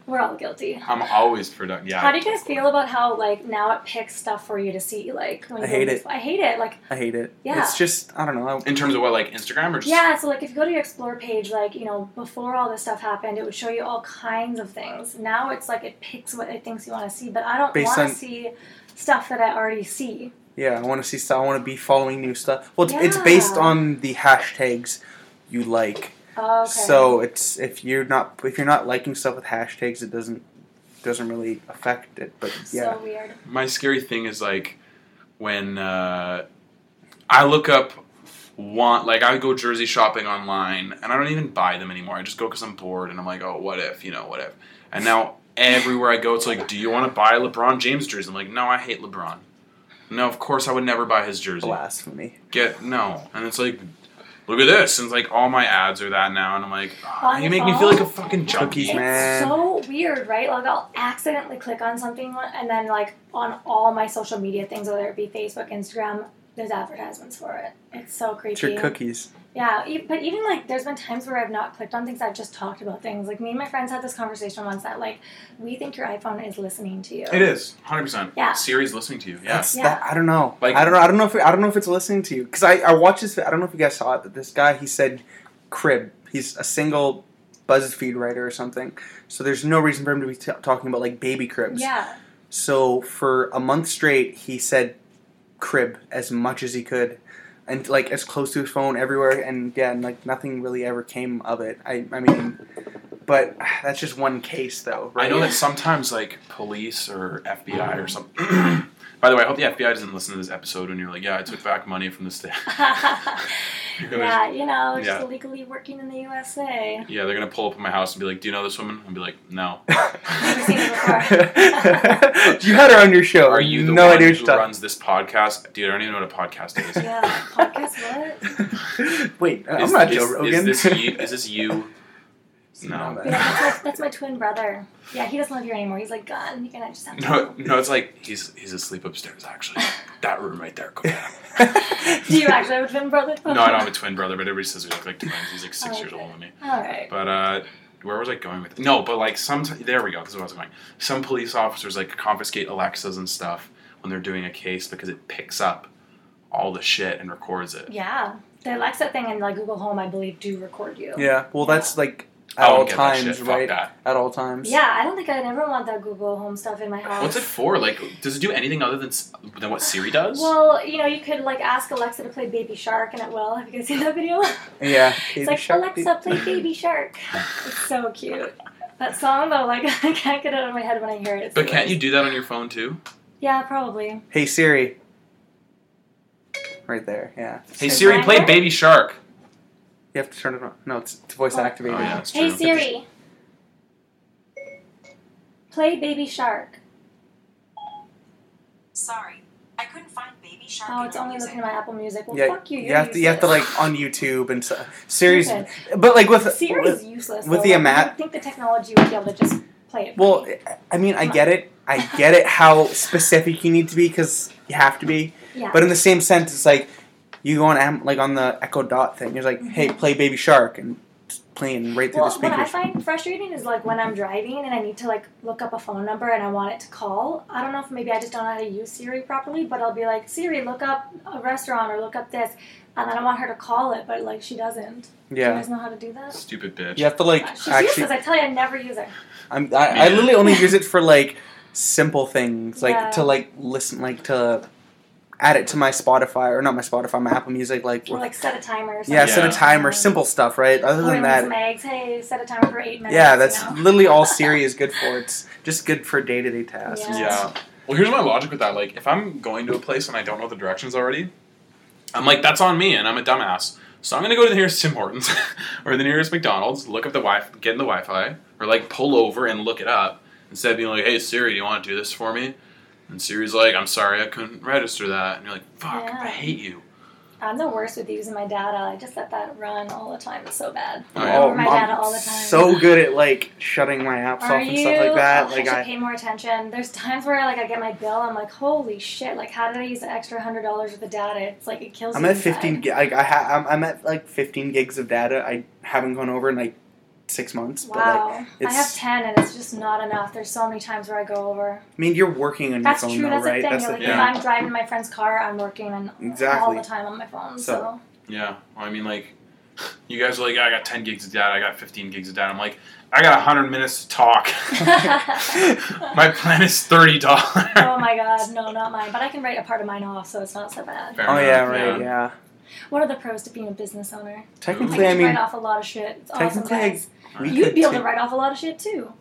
Speaker 6: We're all guilty.
Speaker 2: I'm always productive. Yeah.
Speaker 6: How do you guys feel about how like now it picks stuff for you to see? Like when
Speaker 7: I
Speaker 6: you
Speaker 7: hate
Speaker 6: go to-
Speaker 7: it.
Speaker 6: I hate it. Like
Speaker 7: I hate it.
Speaker 6: Yeah.
Speaker 7: It's just I don't know. I,
Speaker 2: In terms of what, like Instagram or just
Speaker 6: yeah, so like if you go to your explore page, like you know before all this stuff happened, it would show you all kinds of things. Now it's like it picks what it thinks you want to see, but I don't
Speaker 7: Based
Speaker 6: want to
Speaker 7: on-
Speaker 6: see stuff that I already see.
Speaker 7: yeah, I want to see stuff. I want to be following new stuff. Well, it's, it's
Speaker 6: Yeah.
Speaker 7: based on the hashtags you like.
Speaker 6: Okay.
Speaker 7: So it's if you're not if you're not liking stuff with hashtags, it doesn't doesn't really affect it. But yeah,
Speaker 6: So weird.
Speaker 2: my scary thing is like when uh, I look up want like I go jersey shopping online and I don't even buy them anymore. I just go because I'm bored and I'm like, oh, what if you know, what if? And now everywhere I go, it's like, do you want to buy a LeBron James jersey? I'm like, no, I hate LeBron. No, of course I would never buy his jersey.
Speaker 7: blasphemy.
Speaker 2: Get no, and it's like. Look at this, and it's like all my ads are that now, and I'm like, "Ah,
Speaker 6: On
Speaker 2: you
Speaker 6: your
Speaker 2: make me feel like a
Speaker 6: phone?
Speaker 2: fucking
Speaker 7: Cookies,
Speaker 2: junkie.
Speaker 7: man.
Speaker 6: It's so weird, right? Like I'll accidentally click on something and then like on all my social media things, whether it be Facebook, Instagram, there's advertisements for it. It's so creepy.
Speaker 7: It's your cookies.
Speaker 6: Yeah, e- but even like there's been times where I've not clicked on things. I've just talked about things. Like me and my friends had this conversation once that like we think your iPhone is listening to you.
Speaker 2: It is, hundred percent.
Speaker 6: Yeah.
Speaker 2: Siri's listening to you. Yeah,
Speaker 7: That's
Speaker 6: Yeah.
Speaker 7: that. I don't know.
Speaker 2: Like-
Speaker 7: I don't know. I don't know if I don't know if it's listening to you because I I watched this. I don't know if you guys saw it, but this guy he said crib. He's a single BuzzFeed writer or something. So there's no reason for him to be t- talking about like baby cribs.
Speaker 6: Yeah,
Speaker 7: So for a month straight, he said crib as much as he could. And like as close to his phone everywhere, and yeah, and, like nothing really ever came of it. I, I mean, but ah, that's just one case though. Right?
Speaker 2: I know that sometimes like police or FBI or something. By the way, I hope the FBI doesn't listen to this episode and you're like, yeah, I took back money from the state.
Speaker 6: yeah, you know, just
Speaker 2: Yeah.
Speaker 6: illegally working in the USA.
Speaker 2: Yeah, they're gonna pull up at my house and be like, "Do you know this woman?" And be like, "No."
Speaker 6: Never seen it
Speaker 7: you had her on your show.
Speaker 2: Are you the
Speaker 7: Oh, no
Speaker 2: one
Speaker 7: idea
Speaker 2: who
Speaker 7: what you're talking-
Speaker 2: runs this podcast? Dude, I don't even know what a podcast is.
Speaker 6: Yeah, podcast what?
Speaker 7: Wait, uh,
Speaker 2: Is-
Speaker 7: I'm not
Speaker 2: is-
Speaker 7: Joe Rogan.
Speaker 2: Is this you? Is this you? No.
Speaker 6: Yeah, that's my, that's my twin brother. Yeah, he doesn't live here anymore. He's like gone. You can I just have to.
Speaker 2: No, no, it's like he's he's asleep upstairs. Actually, that room right there. Go get him.
Speaker 6: Do you actually have a twin brother?
Speaker 2: No, I don't have a twin brother, but everybody says we look like twins. He's like six
Speaker 6: Oh,
Speaker 2: years
Speaker 6: okay.
Speaker 2: older than me.
Speaker 6: All right.
Speaker 2: But uh, where was I going with this? No, but like some. there we go. This is where I was going. Some police officers like confiscate Alexas and stuff when they're doing a case because it picks up all the shit and records it.
Speaker 6: Yeah, the Alexa thing and like Google Home, I believe, do record you.
Speaker 7: yeah, well, that's like at
Speaker 2: I
Speaker 7: all
Speaker 2: wouldn't get that shit.
Speaker 7: times,
Speaker 2: Fuck
Speaker 7: right?
Speaker 2: that.
Speaker 7: At all times.
Speaker 6: Yeah, I don't think I'd ever want that Google Home stuff in my house.
Speaker 2: What's it for? Like, does it do anything other than s- than what Siri does?
Speaker 6: Well, you know, you could like ask Alexa to play Baby Shark, and it will. Have you guys seen that video?
Speaker 7: Yeah.
Speaker 6: it's like Alexa, play Baby Shark. It's so cute. That song though, like I can't get it out of my head when I hear it. It's
Speaker 2: but
Speaker 6: the
Speaker 2: can't
Speaker 6: worst.
Speaker 2: you do that on your phone too?
Speaker 6: Yeah, probably.
Speaker 7: Hey Siri. Right there. Yeah.
Speaker 2: Hey Siri, play
Speaker 6: Timer?
Speaker 2: Baby Shark.
Speaker 7: You have to turn it on. No, it's, it's voice activated.
Speaker 2: Oh, yeah, that's
Speaker 6: Hey
Speaker 2: true.
Speaker 6: Siri, play Baby Shark.
Speaker 9: Sorry, I couldn't find Baby Shark.
Speaker 6: Oh,
Speaker 9: in
Speaker 6: it's
Speaker 9: your
Speaker 6: only
Speaker 9: music.
Speaker 6: looking at my Apple Music. Well,
Speaker 7: Yeah,
Speaker 6: fuck you.
Speaker 7: you
Speaker 6: you're
Speaker 7: have to you have to like
Speaker 6: useless.
Speaker 7: on YouTube and so, Siri's,
Speaker 6: Stupid.
Speaker 7: but like with
Speaker 6: Siri's
Speaker 7: with-
Speaker 6: useless.
Speaker 7: with
Speaker 6: though.
Speaker 7: the
Speaker 6: Like,
Speaker 7: amount-
Speaker 6: I think the technology would be able to just play it.
Speaker 7: well, I mean, I get it, I get it how specific you need to be because you have to be,
Speaker 6: yeah.
Speaker 7: but in the same sense, it's like you go on Am- like on the Echo Dot thing, you're like, hey, play Baby Shark and it's playing right through
Speaker 6: Mm-hmm. well,
Speaker 7: the
Speaker 6: what I
Speaker 7: speakers.
Speaker 6: find frustrating is like when I'm driving and I need to like look up a phone number and I want it to call. I don't know if maybe I just don't know how to use Siri properly, but I'll be like Siri, look up a restaurant or look up this, and then I want her to call it, but like she doesn't. Do you
Speaker 7: yeah,
Speaker 6: guys know how to do that?
Speaker 2: Stupid bitch.
Speaker 7: you have to like
Speaker 6: She's
Speaker 7: actually,
Speaker 6: useless. I tell you, I never use her.
Speaker 7: I'm, I, I
Speaker 2: Yeah.
Speaker 7: literally only use it for like simple things, like
Speaker 6: Yeah.
Speaker 7: to like listen, like to add it to my Spotify or not my Spotify, my Apple Music, like.
Speaker 6: Or like set a timer. Or something.
Speaker 7: yeah, set
Speaker 2: Yeah.
Speaker 7: a timer, simple stuff, right? Other
Speaker 6: Or
Speaker 7: than
Speaker 6: Miss
Speaker 7: that,
Speaker 6: Megs, hey, set a timer for eight minutes.
Speaker 7: Yeah, that's
Speaker 6: you know?
Speaker 7: literally all Siri is good for. It's just good for day to day tasks.
Speaker 6: Yeah.
Speaker 2: Yeah. Well, here's my logic with that. Like, if I'm going to a place and I don't know the directions already, I'm like, that's on me, and I'm a dumbass. So I'm gonna go to the nearest Tim Hortons or the nearest McDonald's, look up the Wi, get in the Wi-Fi, or like pull over and look it up instead of being like, hey Siri, do you want to do this for me? And Siri's like, I'm sorry, I couldn't register that. And you're like, fuck,
Speaker 6: Yeah.
Speaker 2: I hate you.
Speaker 6: I'm the worst with using my data. I just let that run all the time. It's so bad.
Speaker 2: Oh,
Speaker 7: I'm
Speaker 2: yeah.
Speaker 7: all-
Speaker 6: Remember my
Speaker 7: I'm
Speaker 6: data all the time.
Speaker 7: so good at like shutting my apps
Speaker 6: Are
Speaker 7: off and
Speaker 6: you?
Speaker 7: stuff like that.
Speaker 6: Oh, I
Speaker 7: like
Speaker 6: should
Speaker 7: I,
Speaker 6: pay more attention. There's times where like I get my bill, I'm like, holy shit! Like, how did I use an extra hundred dollars worth of data? It's like it kills.
Speaker 7: I'm
Speaker 6: me
Speaker 7: at
Speaker 6: inside.
Speaker 7: 15. gi- Like I ha- I'm, I'm at like 15 gigs of data. I haven't gone over in like six months. But like,
Speaker 6: Wow, I
Speaker 7: it's-
Speaker 6: have ten, and it's just not enough. There's so many times where I go over.
Speaker 7: I mean, you're working on
Speaker 6: That's
Speaker 7: your phone
Speaker 6: true.
Speaker 7: though,
Speaker 6: that's the
Speaker 7: right?
Speaker 6: thing.
Speaker 7: That's
Speaker 6: Like,
Speaker 7: the
Speaker 6: If
Speaker 2: thing.
Speaker 6: I'm driving my friend's car, I'm working and all
Speaker 7: Exactly.
Speaker 6: the time on my phone. So,
Speaker 7: So-
Speaker 2: Yeah. Well, I mean, like, you guys are like, I got 10 gigs of data, I got 15 gigs of data. I'm like, I got 100 minutes to talk. my plan is $30.
Speaker 6: oh my god, no, not mine. But I can write a part of mine off, so it's not so bad.
Speaker 2: Fair
Speaker 7: Oh
Speaker 2: enough,
Speaker 7: yeah, right. Yeah.
Speaker 6: What are the pros to being a business owner? I
Speaker 7: Technically,
Speaker 6: get
Speaker 7: I
Speaker 6: to
Speaker 7: mean,
Speaker 6: write off a lot of shit. It's awesome.
Speaker 7: technically, I-
Speaker 6: guys.
Speaker 7: we
Speaker 6: You'd
Speaker 7: could
Speaker 6: be able to
Speaker 7: take-
Speaker 6: write off a lot of shit too.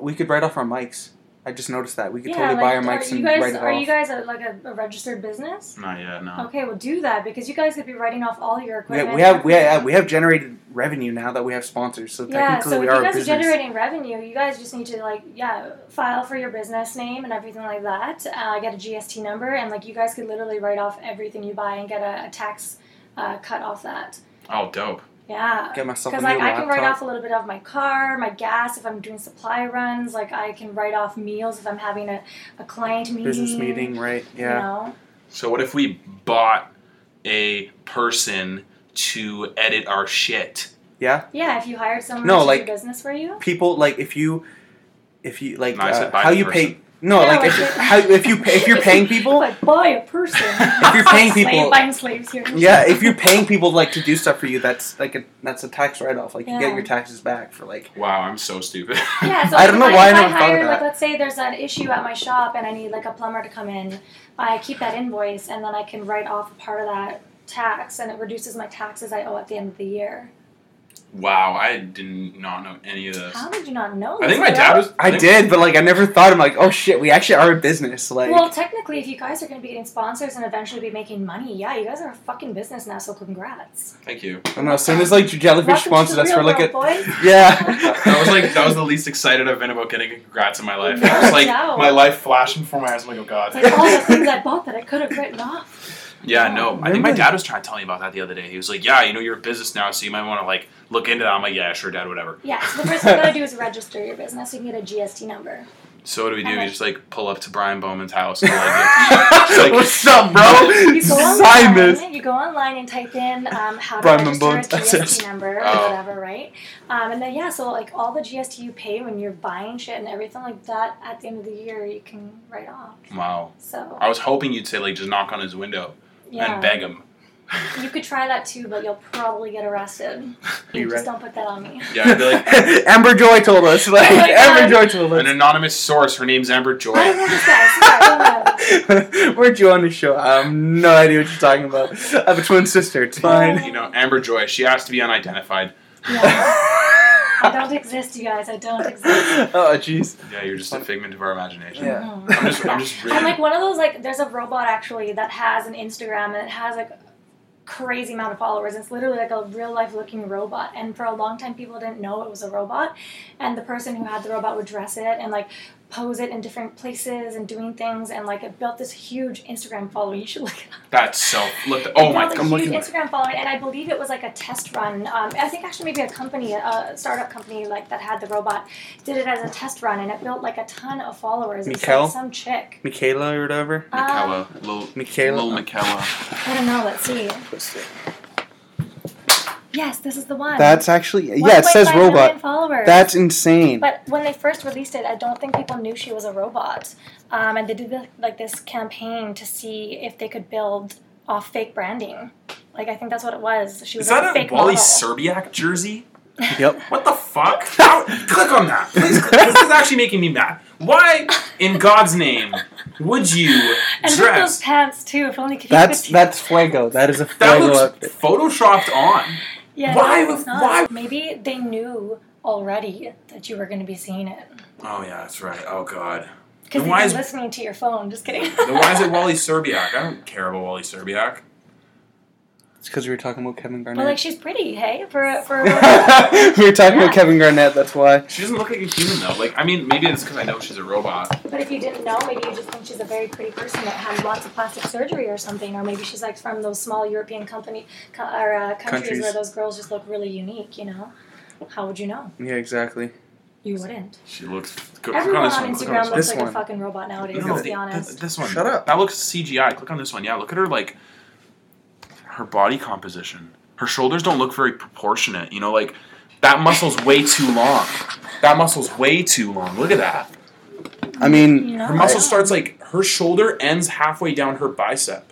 Speaker 7: we could write off our mics. I just noticed that we could
Speaker 6: yeah,
Speaker 7: totally
Speaker 6: like,
Speaker 7: buy our
Speaker 6: are
Speaker 7: mics
Speaker 6: you
Speaker 7: and
Speaker 6: guys
Speaker 7: write it
Speaker 6: are
Speaker 7: off.
Speaker 6: you guys a, like a, a registered business?
Speaker 2: Not yet, no.
Speaker 6: Okay, well do that because you guys could be writing off all your
Speaker 7: We
Speaker 6: equipment.
Speaker 7: we have we have, we have generated revenue now that we have sponsors, so
Speaker 6: yeah,
Speaker 7: technically
Speaker 6: so
Speaker 7: we
Speaker 6: if
Speaker 7: are
Speaker 6: you
Speaker 7: a
Speaker 6: guys
Speaker 7: business.
Speaker 6: are generating revenue, you guys just need to like yeah file for your business name and everything like that. Uh, get a GST number and like you guys could literally write off everything you buy and get a, a tax uh, cut off that.
Speaker 2: Oh, dope.
Speaker 6: Yeah,
Speaker 7: Get myself a
Speaker 6: Because
Speaker 7: new
Speaker 6: like I
Speaker 7: laptop.
Speaker 6: can write off a little bit of my car, my gas if I'm doing supply runs. Like I can write off meals if I'm having a, a client meeting.
Speaker 7: business meeting, right?
Speaker 6: You
Speaker 7: Yeah.
Speaker 6: know?
Speaker 2: So what if we bought a person to edit our shit?
Speaker 7: Yeah.
Speaker 6: Yeah, if you hired someone
Speaker 7: No,
Speaker 6: to
Speaker 7: like-
Speaker 6: do business for you.
Speaker 7: People like if you if you like
Speaker 2: No, I said
Speaker 7: uh,
Speaker 2: buy
Speaker 7: how
Speaker 2: the
Speaker 7: you pay
Speaker 2: person.
Speaker 7: No,
Speaker 6: Yeah,
Speaker 7: like
Speaker 6: like
Speaker 7: if,
Speaker 6: it-
Speaker 7: how if you pay, if you're paying people
Speaker 6: like buy a person. if
Speaker 7: you're paying people-
Speaker 6: buying slaves here.
Speaker 7: yeah, if you're paying people like to do stuff for you, that's like a that's a tax write off. Like you
Speaker 6: Yeah.
Speaker 7: get your taxes back for like
Speaker 2: Wow, I'm so stupid.
Speaker 6: Yeah, so
Speaker 7: I don't
Speaker 6: if
Speaker 7: know why I
Speaker 6: if I
Speaker 7: never thought of
Speaker 6: hire, Like,
Speaker 7: that.
Speaker 6: let's say there's an issue at my shop and I need like a plumber to come in. I keep that invoice and then I can write off a part of that tax and it reduces my taxes I owe at the end of the year.
Speaker 2: wow, I did not know any of this.
Speaker 6: How did you not know?
Speaker 2: I think
Speaker 6: this,
Speaker 2: my dad
Speaker 6: bro?
Speaker 2: was.
Speaker 7: I
Speaker 2: think-
Speaker 7: did, but like I never thought I'm like, oh shit, we actually are a business. Like
Speaker 6: well, technically, if you guys are going to be getting sponsors and eventually be making money, yeah, you guys are a fucking business now, so congrats.
Speaker 2: Thank you.
Speaker 7: I don't know, as soon as like jellyfish
Speaker 6: Welcome to
Speaker 7: sponsors
Speaker 6: the
Speaker 7: us
Speaker 6: real
Speaker 7: for like
Speaker 6: world,
Speaker 7: a
Speaker 6: boys.
Speaker 7: yeah.
Speaker 2: That was like that was the least excited I've been about getting a congrats in my life. It was like
Speaker 6: No.
Speaker 2: my life flashing before my eyes. I'm like, oh god.
Speaker 6: It's like all the things I bought that I could have written off.
Speaker 2: Yeah, no. I think my
Speaker 7: Remember-
Speaker 2: dad was trying to tell me about that the other day. He was like, "Yeah, you know, you're a business now, so you might want to like look into that." I'm like, "Yeah, sure, dad, whatever."
Speaker 6: Yeah, so the first thing you gotta do is register your business. You can get a GST number.
Speaker 2: So what do we do?
Speaker 6: Okay.
Speaker 2: We just like pull up to Brian Bowman's house. And, like, it's like,
Speaker 7: What's up, bro?
Speaker 6: You go
Speaker 7: Sign
Speaker 6: online.
Speaker 7: this.
Speaker 6: You go online and type in um, how to
Speaker 7: Brian Mambone,
Speaker 6: register a
Speaker 7: that's
Speaker 6: GST
Speaker 7: it.
Speaker 6: number or
Speaker 2: Oh.
Speaker 6: whatever, right? Um, and then yeah, so like all the GST you pay when you're buying shit and everything like that, at the end of the year you can write off.
Speaker 2: Wow.
Speaker 6: So
Speaker 2: I was hoping you'd say like just knock on his window
Speaker 6: yeah.
Speaker 2: and beg him.
Speaker 6: You could try that too, but you'll probably get arrested.
Speaker 7: You
Speaker 6: just
Speaker 7: right.
Speaker 6: don't put that on me.
Speaker 2: Yeah, I'd be like
Speaker 7: Amber Joy told us. Like
Speaker 6: Oh my
Speaker 7: Amber
Speaker 6: God.
Speaker 7: Joy told
Speaker 2: an anonymous source. Her name's Amber
Speaker 6: I
Speaker 2: Joy.
Speaker 6: don't know this guy. Sorry, whatever.
Speaker 7: us. Weren't you on the show? I have no idea what you're talking about. I have a twin sister. It's fine.
Speaker 2: You know, Amber Joy. She has to be unidentified.
Speaker 6: Yeah. I don't exist, you guys. I don't exist.
Speaker 7: oh jeez.
Speaker 2: Yeah, you're just a figment of our imagination.
Speaker 7: Yeah.
Speaker 6: Mhm.
Speaker 2: I'm just, I'm just really.
Speaker 6: I'm like one of those like there's a robot actually that has an Instagram and it has like crazy amount of followers. It's literally like a real life looking robot. And for a long time people didn't know it was a robot. And the person who had the robot would dress it and like pose it in different places and doing things and like it built this huge Instagram following. You should look it up.
Speaker 2: that's so. Look, oh
Speaker 6: It
Speaker 2: my
Speaker 6: built
Speaker 2: god.
Speaker 6: a
Speaker 7: looking
Speaker 6: huge
Speaker 7: at it.
Speaker 6: Instagram following and I believe it was like a test run. Um, I think actually maybe a company, a startup company like that had the robot did it as a test run and it built like a ton of followers. It's
Speaker 7: Mikkel?
Speaker 6: like some chick.
Speaker 7: Michaela or whatever.
Speaker 6: Um,
Speaker 2: Mikella, little
Speaker 7: Mikella.
Speaker 2: little Mikella.
Speaker 6: I don't know. Let's see. Yes, this is the one.
Speaker 7: That's actually yeah. It says
Speaker 6: 1.5 million
Speaker 7: robot.
Speaker 6: Followers.
Speaker 7: That's insane.
Speaker 6: But when they first released it, I don't think people knew she was a robot, um, and they did the, like this campaign to see if they could build off fake branding. Like I think that's what it was. She was
Speaker 2: Is
Speaker 6: like,
Speaker 2: that
Speaker 6: fake
Speaker 2: a Wally
Speaker 6: model.
Speaker 2: Serbiak jersey?
Speaker 7: Yep.
Speaker 2: What the fuck? How- click on that. Please, click- this is actually making me mad. Why, in God's name, would you
Speaker 6: and with those
Speaker 2: dress?
Speaker 6: pants too. If only could you
Speaker 7: That's
Speaker 6: could-
Speaker 7: that's fuego. That is a
Speaker 2: That
Speaker 7: fuego
Speaker 2: looks
Speaker 7: outfit.
Speaker 2: photoshopped on.
Speaker 6: yeah,
Speaker 2: why
Speaker 6: no,
Speaker 2: would-
Speaker 6: it's not.
Speaker 2: why-
Speaker 6: Maybe they knew already that you were going to be seeing it
Speaker 2: Oh yeah, that's right. Oh god.
Speaker 6: because
Speaker 2: Then why
Speaker 6: they've
Speaker 2: is-
Speaker 6: been listening to your phone. Just kidding.
Speaker 2: Then why is it Wally Serbiak? I don't care about Wally Serbiak.
Speaker 7: It's because we were talking about Kevin
Speaker 6: Well, like
Speaker 7: Garnett.
Speaker 6: she's pretty, hey, for a- for.
Speaker 7: we
Speaker 6: a-
Speaker 7: were talking
Speaker 6: Yeah.
Speaker 7: about Kevin Garnett. That's why.
Speaker 2: She doesn't look like a human though. Like I mean, maybe it's because I know she's a robot.
Speaker 6: but if you didn't know, maybe you just think she's a very pretty person that had lots of plastic surgery or something, or maybe she's like from those small European company co- or uh, countries,
Speaker 7: Countries.
Speaker 6: where those girls just look really unique. You know, how would you know?
Speaker 7: Yeah, exactly.
Speaker 6: You wouldn't.
Speaker 2: She looks. Go, click
Speaker 6: Everyone
Speaker 2: on this
Speaker 6: on
Speaker 2: one. Click
Speaker 6: Instagram
Speaker 2: on
Speaker 6: looks
Speaker 2: this
Speaker 7: This
Speaker 6: like a
Speaker 7: one.
Speaker 6: fucking robot nowadays.
Speaker 2: one.
Speaker 6: let's be
Speaker 2: th-
Speaker 6: honest.
Speaker 2: th- this one.
Speaker 7: Shut up.
Speaker 2: That looks CGI. Click on this one. Yeah, look at her like her body composition. Her shoulders don't look very proportionate. You know, like that muscle's way too long. That muscle's way too long. Look at that.
Speaker 7: I mean,
Speaker 6: You know?
Speaker 2: Her muscle starts like her shoulder ends halfway down her bicep.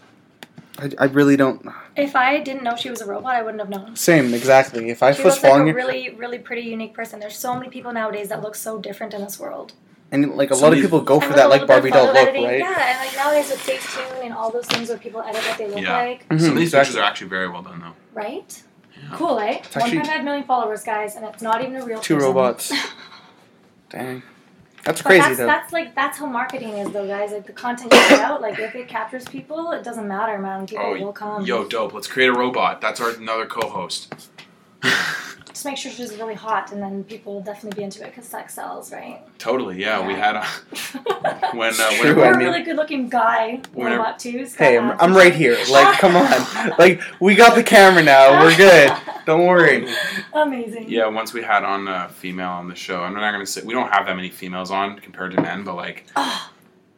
Speaker 7: I, I really don't.
Speaker 6: If I didn't know she was a robot, I wouldn't have known.
Speaker 7: Same, exactly. If I
Speaker 6: She
Speaker 7: was
Speaker 6: looks like
Speaker 7: following
Speaker 6: a
Speaker 7: you,
Speaker 6: really, really pretty, unique person. There's so many people nowadays that look so different in this world.
Speaker 7: and like a lot
Speaker 2: Somebody-
Speaker 7: of people go for
Speaker 6: And
Speaker 7: that,
Speaker 6: with a little
Speaker 7: like
Speaker 6: bit
Speaker 7: Barbie
Speaker 6: of
Speaker 7: doll
Speaker 6: photo
Speaker 7: look,
Speaker 6: editing.
Speaker 7: right?
Speaker 6: Yeah, and like nowadays with Facetune and all those things where people edit what they look
Speaker 2: Yeah.
Speaker 6: like.
Speaker 7: Mhm,
Speaker 2: Some of these
Speaker 7: exactly.
Speaker 2: pictures are actually very well done though.
Speaker 6: Right? Cool, eh?
Speaker 7: actually-
Speaker 6: 1.5 million followers, guys, and it's not even a real
Speaker 7: Two
Speaker 6: person.
Speaker 7: robots. Dang, that's
Speaker 6: But
Speaker 7: crazy
Speaker 6: that's,
Speaker 7: though.
Speaker 6: that's like that's how marketing is, though, guys. Like the content you put out, like if it captures people, it doesn't matter, man. People will come.
Speaker 2: Oh, yo, dope. Let's create a robot. That's our another co-host.
Speaker 6: Just make sure she's really hot, and then people will definitely be into it because sex sells, right?
Speaker 2: Totally. Yeah, we
Speaker 6: Yeah.
Speaker 2: had a when uh,
Speaker 7: True,
Speaker 2: when
Speaker 7: I
Speaker 6: Or a
Speaker 7: mean-
Speaker 6: really good-looking guy
Speaker 2: Whenever-
Speaker 6: robot too. Scott
Speaker 7: hey, I'm,
Speaker 6: Adams.
Speaker 7: I'm right here. Like, come on. Like, we got the camera now. We're good. Don't worry.
Speaker 6: Amazing.
Speaker 2: Yeah, once we had on a female on the show. I'm not gonna say we don't have that many females on compared to men, but like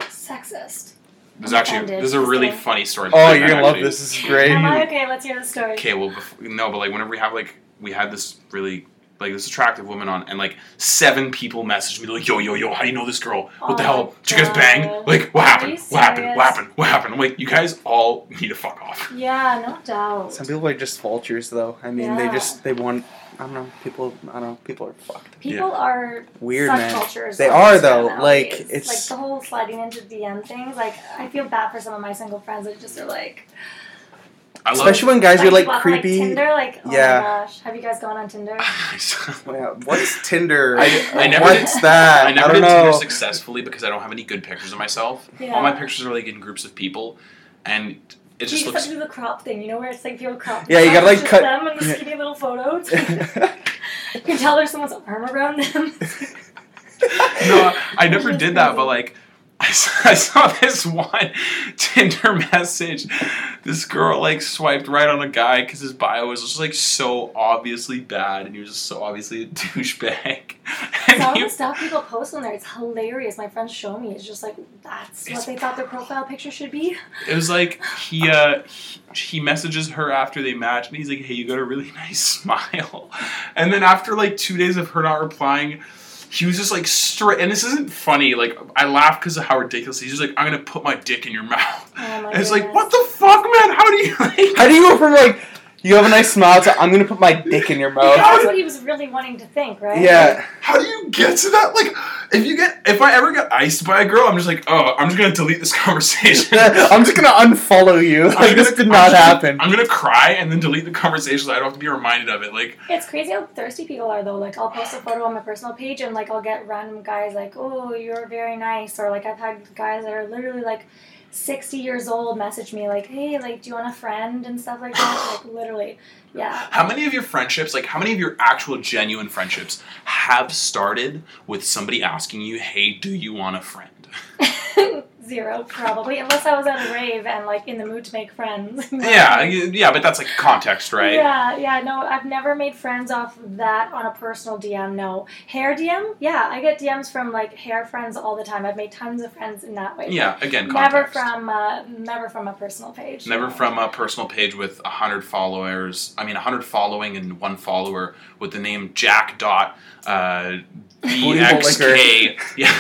Speaker 6: Sexist.
Speaker 2: there's actually
Speaker 6: offended.
Speaker 2: this is a really
Speaker 6: Okay.
Speaker 2: funny story.
Speaker 7: Oh, you're gonna love this. This is great.
Speaker 6: Am I okay? Let's hear the story.
Speaker 2: Okay, well, bef- no, but like whenever we have like we had this really like this attractive woman on, and like seven people messaged me like, "Yo, yo, yo, how do you know this girl? What the
Speaker 6: Oh
Speaker 2: hell?
Speaker 6: my
Speaker 2: Did you guys bang?
Speaker 6: God.
Speaker 2: Like, what
Speaker 6: Are
Speaker 2: happened?
Speaker 6: you
Speaker 2: What happened? What
Speaker 6: serious?
Speaker 2: happened? What happened?" I'm like, "You guys all need to fuck off."
Speaker 6: Yeah, no doubt.
Speaker 7: Some people are just vultures, though. I mean, they
Speaker 6: Yeah.
Speaker 7: just they want. I don't know. People. I don't know. People are fucked.
Speaker 6: People are
Speaker 7: Weird,
Speaker 6: such
Speaker 7: man.
Speaker 6: Cultures
Speaker 7: They
Speaker 6: on
Speaker 7: are,
Speaker 6: Instagram
Speaker 7: though.
Speaker 6: nowadays.
Speaker 7: Like, it's-
Speaker 6: like the whole sliding into DM things. Like I feel bad for some of my single friends that just are like,
Speaker 2: I love.
Speaker 7: Especially when guys are like
Speaker 6: people on,
Speaker 7: creepy.
Speaker 6: Tinder, like oh
Speaker 7: Yeah.
Speaker 6: my gosh, have you guys gone on Tinder?
Speaker 7: Wow, What's Tinder?
Speaker 2: I- I never
Speaker 7: What's
Speaker 2: did-
Speaker 7: that?
Speaker 2: I never
Speaker 7: don't
Speaker 2: did
Speaker 7: know.
Speaker 2: Tinder successfully because I don't have any good pictures of myself.
Speaker 6: Yeah.
Speaker 2: All my pictures are like in groups of people, and it
Speaker 6: You
Speaker 2: just
Speaker 6: just have
Speaker 2: looks.
Speaker 6: to do the crop thing, you know, where it's like people crop.
Speaker 7: Yeah, you gotta, like,
Speaker 6: It's just
Speaker 7: cut-
Speaker 6: them in the
Speaker 7: yeah.
Speaker 6: skinny little photos. you can tell there's someone's arm around them.
Speaker 2: No, I never
Speaker 6: That's
Speaker 2: did that,
Speaker 6: crazy.
Speaker 2: but like, I saw, I saw this one Tinder message. This girl like swiped right on a guy because his bio was just like so obviously bad, and he was just so obviously a douchebag. And
Speaker 6: Some of
Speaker 2: he-
Speaker 6: the stuff people post on there, it's hilarious. My friends show me. It's just like that's what
Speaker 2: It's-
Speaker 6: they thought their profile picture should be.
Speaker 2: it was like he uh he, he messages her after they match, and he's like, "Hey, you got a really nice smile." And then after like two days of her not replying. He was just like straight, and this isn't funny. Like I laugh because of how ridiculous he's just like, "I'm gonna put my dick in your mouth,"
Speaker 6: Oh my
Speaker 2: And it's like,
Speaker 6: goodness.
Speaker 2: what the fuck, man? How do you like?
Speaker 7: How do you go from like you have a nice smile to I'm gonna put my dick in your mouth?
Speaker 6: That's what he was really wanting to think, right?
Speaker 7: Yeah.
Speaker 2: How do you get to that? Like, if you get, if I ever get iced by a girl, I'm just like, oh, I'm just gonna delete this conversation.
Speaker 7: I'm just gonna unfollow you.
Speaker 2: I'm
Speaker 7: Like this
Speaker 2: gonna-
Speaker 7: did
Speaker 2: I'm
Speaker 7: not
Speaker 2: just-
Speaker 7: happen.
Speaker 2: I'm gonna cry and then delete the conversation so I don't have to be reminded of it. Like,
Speaker 6: It's crazy how thirsty people are though. Like I'll post a photo on my personal page and like I'll get random guys like, "Oh, you're very nice," or like I've had guys that are literally like 60 years old message me like, "Hey, like, do you want a friend?" and stuff like that. Like literally, yeah.
Speaker 2: how many of your friendships, like, how many of your actual genuine friendships have started with somebody asking you, hey, do you want a friend?
Speaker 6: Zero probably, unless I was at a rave and like in the mood to make friends.
Speaker 2: yeah, you- yeah, but that's like context, right?
Speaker 6: Yeah, yeah, no, I've never made friends off that on a personal DM, no. Hair DM? Yeah, I get DMs from like hair friends all the time. I've made tons of friends in that way.
Speaker 2: Yeah, again, context.
Speaker 6: Never from uh, never from a personal page.
Speaker 2: Never
Speaker 6: no.
Speaker 2: from a personal page with a hundred followers. I mean, a hundred following and one follower with the name Jack Dot uh,
Speaker 7: Booty hole
Speaker 2: BXK, yeah,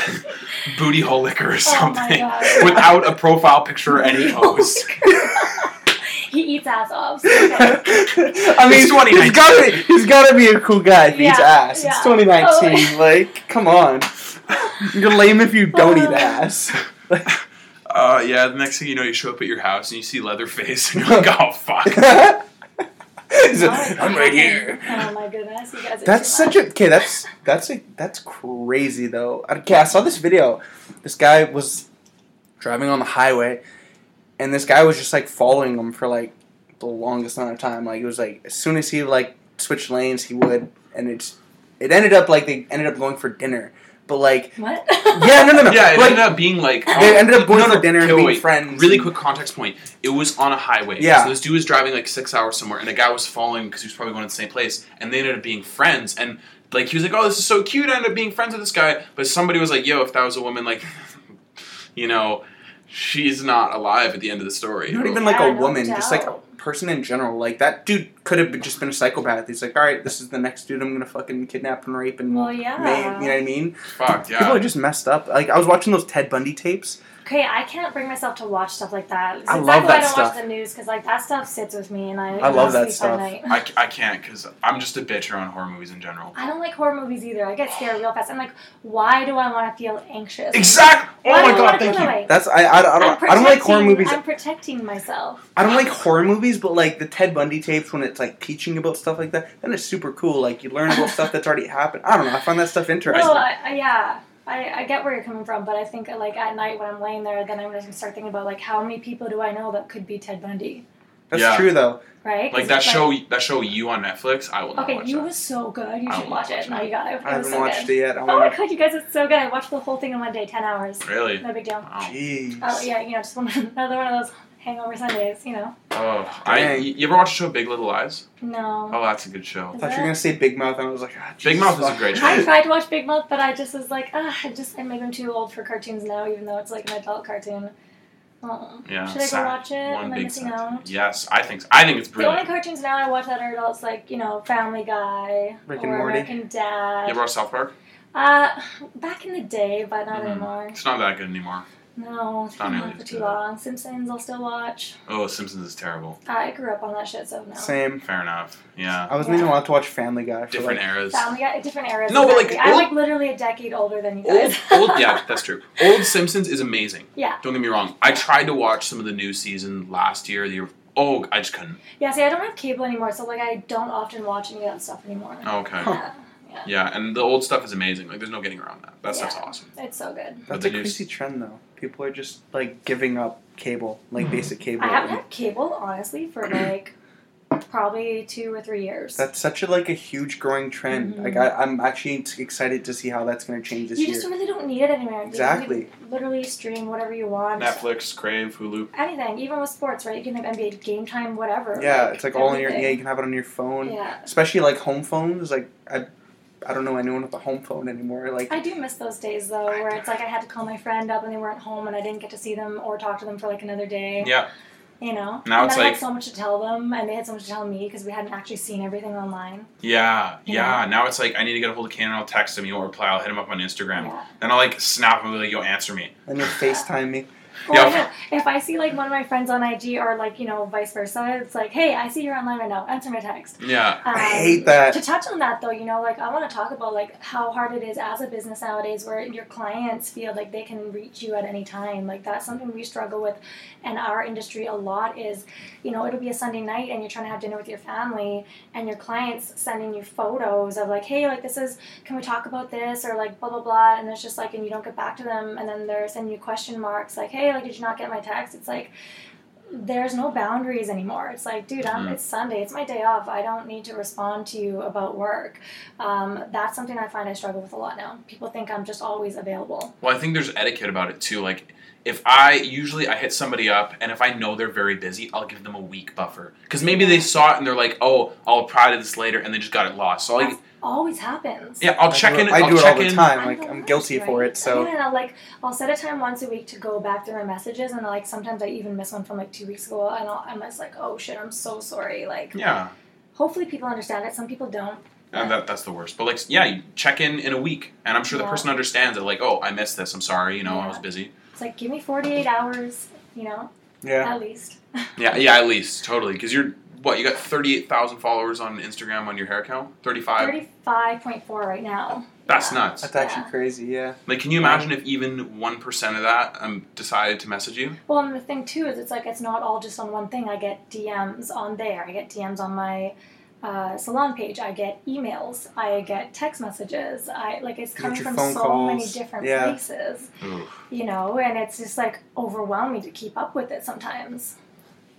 Speaker 2: booty hole liquor or something,
Speaker 6: Oh God.
Speaker 2: without a profile picture or any post.
Speaker 6: he eats ass off. so okay.
Speaker 7: I mean,
Speaker 2: It's
Speaker 7: he's
Speaker 2: 2019.
Speaker 7: gotta, he's gotta be a cool guy if he eats
Speaker 6: Yeah,
Speaker 7: ass. It's
Speaker 6: yeah. Oh.
Speaker 7: 2019. Like, come on. You're lame if you don't eat
Speaker 6: Uh.
Speaker 7: ass.
Speaker 2: Uh, yeah, the next thing you know, you show up at your house and you see Leatherface, and you're like, oh fuck.
Speaker 7: He's
Speaker 6: No,
Speaker 7: like,
Speaker 6: it's
Speaker 7: I'm right
Speaker 6: nothing.
Speaker 7: here.
Speaker 6: Oh my goodness, you guys. Are
Speaker 7: That's
Speaker 6: too
Speaker 7: such a okay. That's that's a that's crazy though. Okay, I saw this video. This guy was driving on the highway, and this guy was just like following him for like the longest amount of time. Like it was like as soon as he like switched lanes, he would, and it's it ended up like they ended up going for dinner. But like,
Speaker 6: much. What?
Speaker 7: yeah, no, no, no.
Speaker 2: Yeah, it
Speaker 7: like,
Speaker 2: ended up being like oh,
Speaker 7: They ended up going
Speaker 2: no, no,
Speaker 7: for dinner and
Speaker 2: okay,
Speaker 7: being
Speaker 2: wait,
Speaker 7: friends.
Speaker 2: Really quick context point: it was on a highway.
Speaker 7: Yeah.
Speaker 2: So this dude was driving like six hours somewhere, and a guy was following because he was probably going to the same place, and they ended up being friends. And like he was like, "Oh, this is so cute." I ended up being friends with this guy, but somebody was like, "Yo, if that was a woman, like, you know." She's not alive at the end of the story.
Speaker 7: Not even like
Speaker 6: Yeah,
Speaker 7: a
Speaker 6: no
Speaker 7: woman, just like a
Speaker 6: doubt.
Speaker 7: person in general. Like that dude could have been, just been a psychopath. He's like, all right, this is the next dude I'm gonna fucking kidnap and rape and
Speaker 6: Well, yeah.
Speaker 7: maim," You know what I mean?
Speaker 2: fuck yeah.
Speaker 7: People are just messed up. Like I was watching those Ted Bundy tapes.
Speaker 6: Okay, I can't bring myself to watch stuff like that. It's
Speaker 7: I
Speaker 6: exactly
Speaker 7: love
Speaker 6: why I
Speaker 7: that
Speaker 6: don't
Speaker 7: stuff.
Speaker 6: watch the news because like that stuff sits with me and I.
Speaker 7: I love that
Speaker 6: sleep at
Speaker 7: stuff.
Speaker 6: night.
Speaker 2: I, c- I can't because I'm just a bitch around horror movies in general.
Speaker 6: I don't like horror movies either. I get scared real fast. I'm like, why do I want to feel anxious?
Speaker 2: Exactly. Oh
Speaker 6: Why do
Speaker 2: my
Speaker 6: I
Speaker 2: god!
Speaker 6: wanna
Speaker 2: Thank
Speaker 6: feel that
Speaker 2: you.
Speaker 6: way?
Speaker 7: That's I I, I
Speaker 6: I'm
Speaker 7: don't I don't like horror
Speaker 6: protecting-
Speaker 7: movies.
Speaker 6: I'm protecting myself.
Speaker 7: I don't like horror movies, but like the Ted Bundy tapes when it's like teaching about stuff like that, then it's super cool. Like you learn about stuff that's already happened. I don't know. I find that stuff interesting.
Speaker 6: No, I, I, yeah, I, I get where you're coming from, but I think like at night when I'm laying there, then I'm just gonna start thinking about like how many people do I know that could be Ted Bundy,
Speaker 7: that's
Speaker 2: Yeah.
Speaker 7: true though.
Speaker 6: right? 'Cause
Speaker 2: Like that
Speaker 6: it's
Speaker 2: show, that show you on Netflix. I will not
Speaker 6: Okay,
Speaker 2: watch
Speaker 6: you
Speaker 2: that.
Speaker 6: was so good. You
Speaker 2: I
Speaker 6: should
Speaker 2: won't
Speaker 6: watch it.
Speaker 2: watch
Speaker 6: No,
Speaker 2: that.
Speaker 6: you got it. It
Speaker 7: I
Speaker 6: was
Speaker 7: haven't
Speaker 6: so
Speaker 7: watched
Speaker 6: good.
Speaker 7: it yet. I
Speaker 6: Oh my
Speaker 7: want.
Speaker 6: god, you guys, it's so good. I watched the whole thing in one day, ten hours.
Speaker 2: Really?
Speaker 6: No big deal.
Speaker 2: Wow.
Speaker 7: Jeez.
Speaker 6: Oh yeah, you know, just one, another one of those hangover Sundays. You know?
Speaker 2: Oh, I,
Speaker 7: Dang.
Speaker 2: you you ever watch the show Big Little Lies?
Speaker 6: No.
Speaker 2: Oh, that's a good show.
Speaker 7: I thought you were gonna say Big Mouth, and I was like, ah,
Speaker 2: Big
Speaker 7: Jesus
Speaker 2: Mouth is a
Speaker 7: fuck.
Speaker 2: great show.
Speaker 6: I tried to watch Big Mouth, but I just was like, ah, I just I maybe I'm too old for cartoons now, even though it's like an adult cartoon. Oh,
Speaker 2: Yeah,
Speaker 6: should I go
Speaker 2: sad.
Speaker 6: watch it? Am I missing
Speaker 2: sad.
Speaker 6: out?
Speaker 2: Yes, I think so. I think it's
Speaker 6: The only
Speaker 2: brilliant.
Speaker 6: cartoons now I watch that are adults, like you know, Family Guy
Speaker 7: Rick and
Speaker 6: or
Speaker 7: Morty.
Speaker 6: American
Speaker 2: You
Speaker 6: Dad.
Speaker 2: ever watch South Park?
Speaker 6: uh, back in the day, but not
Speaker 2: Mm.
Speaker 6: anymore.
Speaker 2: It's not that good anymore.
Speaker 6: No, it's been
Speaker 2: Not
Speaker 6: on
Speaker 2: really
Speaker 6: for
Speaker 2: as
Speaker 6: too
Speaker 2: good.
Speaker 6: long. Simpsons, I'll still watch.
Speaker 2: Oh, Simpsons is terrible.
Speaker 6: I grew up on that shit, so no.
Speaker 7: Same.
Speaker 2: Fair enough. Yeah,
Speaker 7: I wasn't even allowed to watch Family Guy. For
Speaker 2: different
Speaker 7: like,
Speaker 2: eras.
Speaker 6: Family Guy, different eras.
Speaker 2: No, but, like,
Speaker 6: exactly. I'm
Speaker 2: old-
Speaker 6: like literally a decade older than you
Speaker 2: Old,
Speaker 6: guys.
Speaker 2: old, yeah, that's true. Old Simpsons is amazing.
Speaker 6: yeah.
Speaker 2: Don't get me wrong. I tried to watch some of the new season last year. The year oh, I just couldn't.
Speaker 6: Yeah, see, I don't have cable anymore, so like I don't often watch any of that stuff anymore.
Speaker 2: Oh, Okay.
Speaker 6: Yeah, yeah.
Speaker 2: Yeah, and the old stuff is amazing. Like, there's no getting around that. That stuff's
Speaker 6: Yeah.
Speaker 2: awesome.
Speaker 6: It's so good.
Speaker 7: that's
Speaker 2: But
Speaker 7: a
Speaker 2: they just-
Speaker 7: crazy trend though. People are just like giving up cable, like basic cable.
Speaker 6: Mm-hmm. I haven't had cable honestly for like probably two or three years.
Speaker 7: That's such a like a huge growing trend. Like I, I'm actually t- excited to see how that's going to change this
Speaker 6: Mm-hmm. you
Speaker 7: year.
Speaker 6: just really don't need it anymore. You can
Speaker 7: Exactly.
Speaker 6: literally stream whatever you want.
Speaker 2: Netflix, Crave, Hulu.
Speaker 6: Anything, even with sports, right? You can have NBA game time, whatever.
Speaker 7: yeah, it's like all in your. Yeah, you
Speaker 6: everything.
Speaker 7: can have it on your phone.
Speaker 6: Yeah.
Speaker 7: Especially like home phones. Like I, I don't know anyone with a home phone anymore. Like
Speaker 6: I do miss those days though, where it's like I had to call my friend up and they weren't home, and I didn't get to see them or talk to them for like another day.
Speaker 2: Yeah,
Speaker 6: You know.
Speaker 2: Now
Speaker 6: And
Speaker 2: it's
Speaker 6: I
Speaker 2: like-
Speaker 6: had so much to tell them, and they had so much to tell me because we hadn't actually seen everything online.
Speaker 2: Yeah,
Speaker 6: Yeah.
Speaker 2: yeah. Now it's like I need to get a hold of Cannon. I'll text him, you know, or reply. I'll hit him up on Instagram.
Speaker 6: Yeah.
Speaker 2: Then I'll like snap him and be like, "Yo, answer me."
Speaker 7: then you FaceTime me.
Speaker 6: Or
Speaker 2: Yeah.
Speaker 6: if- if I see like one of my friends on IG or like you know vice versa, it's like, hey, I see you're online right now. Answer my text.
Speaker 2: Yeah.
Speaker 6: Um,
Speaker 7: I hate that.
Speaker 6: To touch on that though, you know, like I want to talk about like how hard it is as a business nowadays, where your clients feel like they can reach you at any time. Like that's something we struggle with in our industry a lot. Is you know, it'll be a Sunday night and you're trying to have dinner with your family, and your clients sending you photos of like, hey, like this is, can we talk about this or like blah blah blah, and it's just like, and you don't get back to them, and then they're sending you question marks like, hey, like did you not get my text? It's like there's no boundaries anymore. It's like, dude, I'm,
Speaker 2: Mhm.
Speaker 6: it's Sunday. It's my day off. I don't need to respond to you about work. Um, that's something I find I struggle with a lot now. People think I'm just always available.
Speaker 2: Well, I think there's etiquette about it too. Like, if I usually I hit somebody up, and if I know they're very busy, I'll give them a week buffer because maybe they saw it and they're like, "Oh, I'll reply to this later," and they just got it lost. So I,
Speaker 6: That always happens.
Speaker 2: yeah, I'll
Speaker 7: I
Speaker 2: check
Speaker 7: do,
Speaker 2: in.
Speaker 7: I
Speaker 2: I'll
Speaker 7: do it
Speaker 2: check
Speaker 7: all the
Speaker 2: in.
Speaker 7: time. Like
Speaker 6: the
Speaker 7: I'm
Speaker 6: worst,
Speaker 7: guilty for
Speaker 6: right?
Speaker 7: it. So
Speaker 6: yeah, I'll, like I'll set a time once a week to go back through my messages, and like sometimes I even miss one from like two weeks ago, and I'll, I'm just like, oh shit, I'm so sorry. Like,
Speaker 2: Yeah,
Speaker 6: hopefully people understand it. Some people don't.
Speaker 2: and that, that's the worst. But like, yeah, you check in in a week, and I'm sure the
Speaker 6: Yeah.
Speaker 2: person understands it. Like, "Oh, I missed this. I'm sorry. You know, I was
Speaker 6: Yeah.
Speaker 2: busy."
Speaker 6: It's like, give me 48 hours, you know,
Speaker 7: yeah,
Speaker 6: at least.
Speaker 2: Yeah, yeah, at least totally because you're what you got thirty eight thousand followers on Instagram on your hair count, thirty five.
Speaker 6: 35.4 right now.
Speaker 2: That's
Speaker 6: Yeah.
Speaker 2: nuts.
Speaker 7: that's actually
Speaker 6: Yeah.
Speaker 7: crazy. Yeah,
Speaker 2: Like, can you imagine if even one percent of that um, decided to message you?
Speaker 6: Well, and the thing too is it's like it's not all just on one thing. I get DMs on there. I get DMs on my uh, salon page. I get emails. I get text messages. I like it's
Speaker 7: get
Speaker 6: coming
Speaker 7: your
Speaker 6: from
Speaker 7: phone
Speaker 6: so many
Speaker 7: calls.
Speaker 6: different
Speaker 7: Yeah.
Speaker 6: places, you know, and it's just like overwhelming to keep up with it sometimes.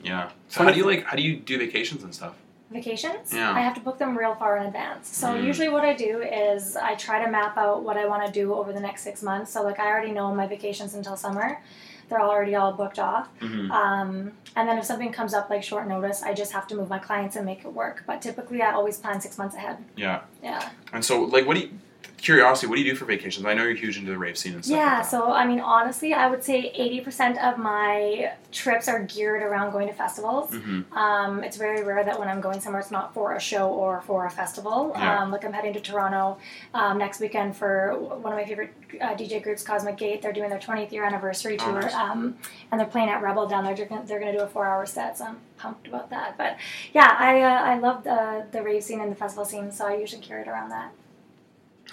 Speaker 2: Yeah. So how do you like? How do you do vacations and stuff?
Speaker 6: vacations.
Speaker 2: Yeah.
Speaker 6: I have to book them real far in advance. So
Speaker 2: Mm.
Speaker 6: usually what I do is I try to map out what I want to do over the next six months. So like I already know my vacations until summer. They're already all booked off.
Speaker 2: Mhm.
Speaker 6: Um, and then if something comes up like short notice, I just have to move my clients and make it work. But typically I always plan six months ahead.
Speaker 2: Yeah.
Speaker 6: Yeah.
Speaker 2: And so, like, what do you? Curiosity. What do you do for vacations? I know you're huge into the rave scene and stuff.
Speaker 6: yeah,
Speaker 2: like that.
Speaker 6: so I mean honestly I would say eighty percent of my trips are geared around going to festivals.
Speaker 2: Mhm.
Speaker 6: Um, it's very rare that when I'm going somewhere, it's not for a show or for a festival.
Speaker 2: Yeah.
Speaker 6: Um, like I'm heading to Toronto um, next weekend for one of my favorite uh, DJ groups, Cosmic Gate. They're doing their 20th year anniversary
Speaker 2: Oh,
Speaker 6: tour,
Speaker 2: nice.
Speaker 6: um, and they're playing at Rebel down there. They're gonna, they're gonna do a four-hour set, so I'm pumped about that. But yeah, I uh, I love the the rave scene and the festival scene, so I usually carry it around that.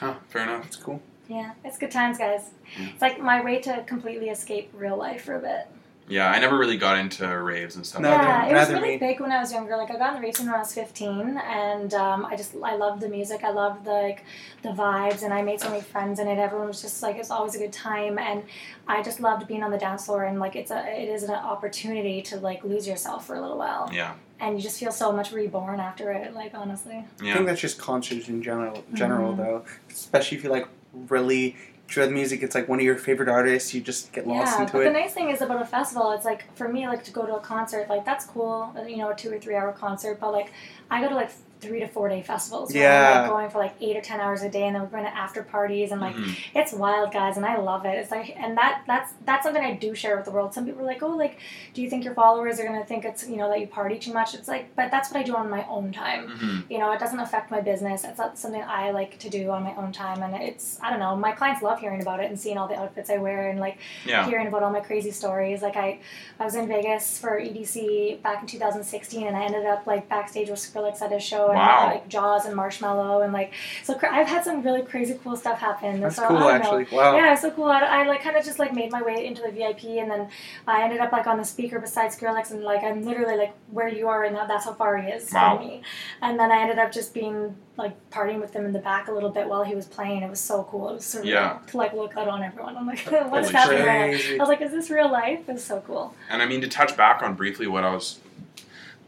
Speaker 2: Huh, fair enough.
Speaker 7: that's cool.
Speaker 6: Yeah, it's good times, guys. It's like my way to completely escape real life for a bit.
Speaker 2: Yeah, I never really got into raves and stuff.
Speaker 7: No,
Speaker 2: like
Speaker 6: yeah,
Speaker 2: that.
Speaker 7: no,
Speaker 6: it was
Speaker 7: neither
Speaker 6: really
Speaker 7: me.
Speaker 6: big when I was younger. Like I got in the racing when I was 15, and um, I just I loved the music. I loved the, like the vibes, and I made so many friends in it. Everyone was just like it's always a good time, and I just loved being on the dance floor. And like it's a it is an opportunity to like lose yourself for a little while,
Speaker 2: Yeah.
Speaker 6: and you just feel so much reborn after it. Like honestly,
Speaker 7: I think
Speaker 2: Yeah.
Speaker 7: that's just concerts in general.
Speaker 6: Mm-hmm.
Speaker 7: General though, especially if you like really dread music. It's like one of your favorite artists. You just get lost
Speaker 6: yeah.
Speaker 7: into
Speaker 6: But
Speaker 7: it.
Speaker 6: the nice thing is about a festival, it's like for me like to go to a concert, like that's cool, uh, you know, a two or three hour concert. But like I go to like three to four day festivals. where I'm,
Speaker 7: Yeah. Mm-hmm.
Speaker 6: like, going for like eight or ten hours a day, and then we're going to after parties and like
Speaker 2: Mhm.
Speaker 6: it's wild guys and i love it it's like and that that's that's something i do share with the world some people are like oh like do you think your followers are going to think it's you know that you party too much it's like but that's what i do on my own
Speaker 7: Mm-hmm.
Speaker 6: time
Speaker 2: Mhm.
Speaker 6: you know it doesn't affect my business it's not something i like to do on my own time and it's i don't know my clients love hearing about it and seeing all the outfits i wear and like
Speaker 2: Yeah.
Speaker 6: hearing about all my crazy stories like i i was in vegas for edc back in 2016 and i ended up like backstage with skrillex at his show and
Speaker 2: Wow.
Speaker 6: like jaws and marshmallow and like so cra- i've had some really crazy cool stuff happen And
Speaker 7: that's
Speaker 6: so, I
Speaker 7: cool
Speaker 6: don't know.
Speaker 7: actually. Wow.
Speaker 6: Yeah, it's so cool. I, I like kind of just like made my way into the VIP, and then I ended up like on the speaker beside Skrillex, and like I'm literally like where you are, and that, that's how far he is
Speaker 2: Wow.
Speaker 6: from me. And then I ended up just being like partying with him in the back a little bit while he was playing. It was so cool. It was surreal
Speaker 2: Yeah.
Speaker 6: to like look out on everyone. I'm like, what's
Speaker 2: Holy
Speaker 6: happening?
Speaker 2: shit.
Speaker 6: right now? I
Speaker 7: Crazy.
Speaker 6: was like, is this real life? It was so cool.
Speaker 2: And I mean to touch back on briefly what I was,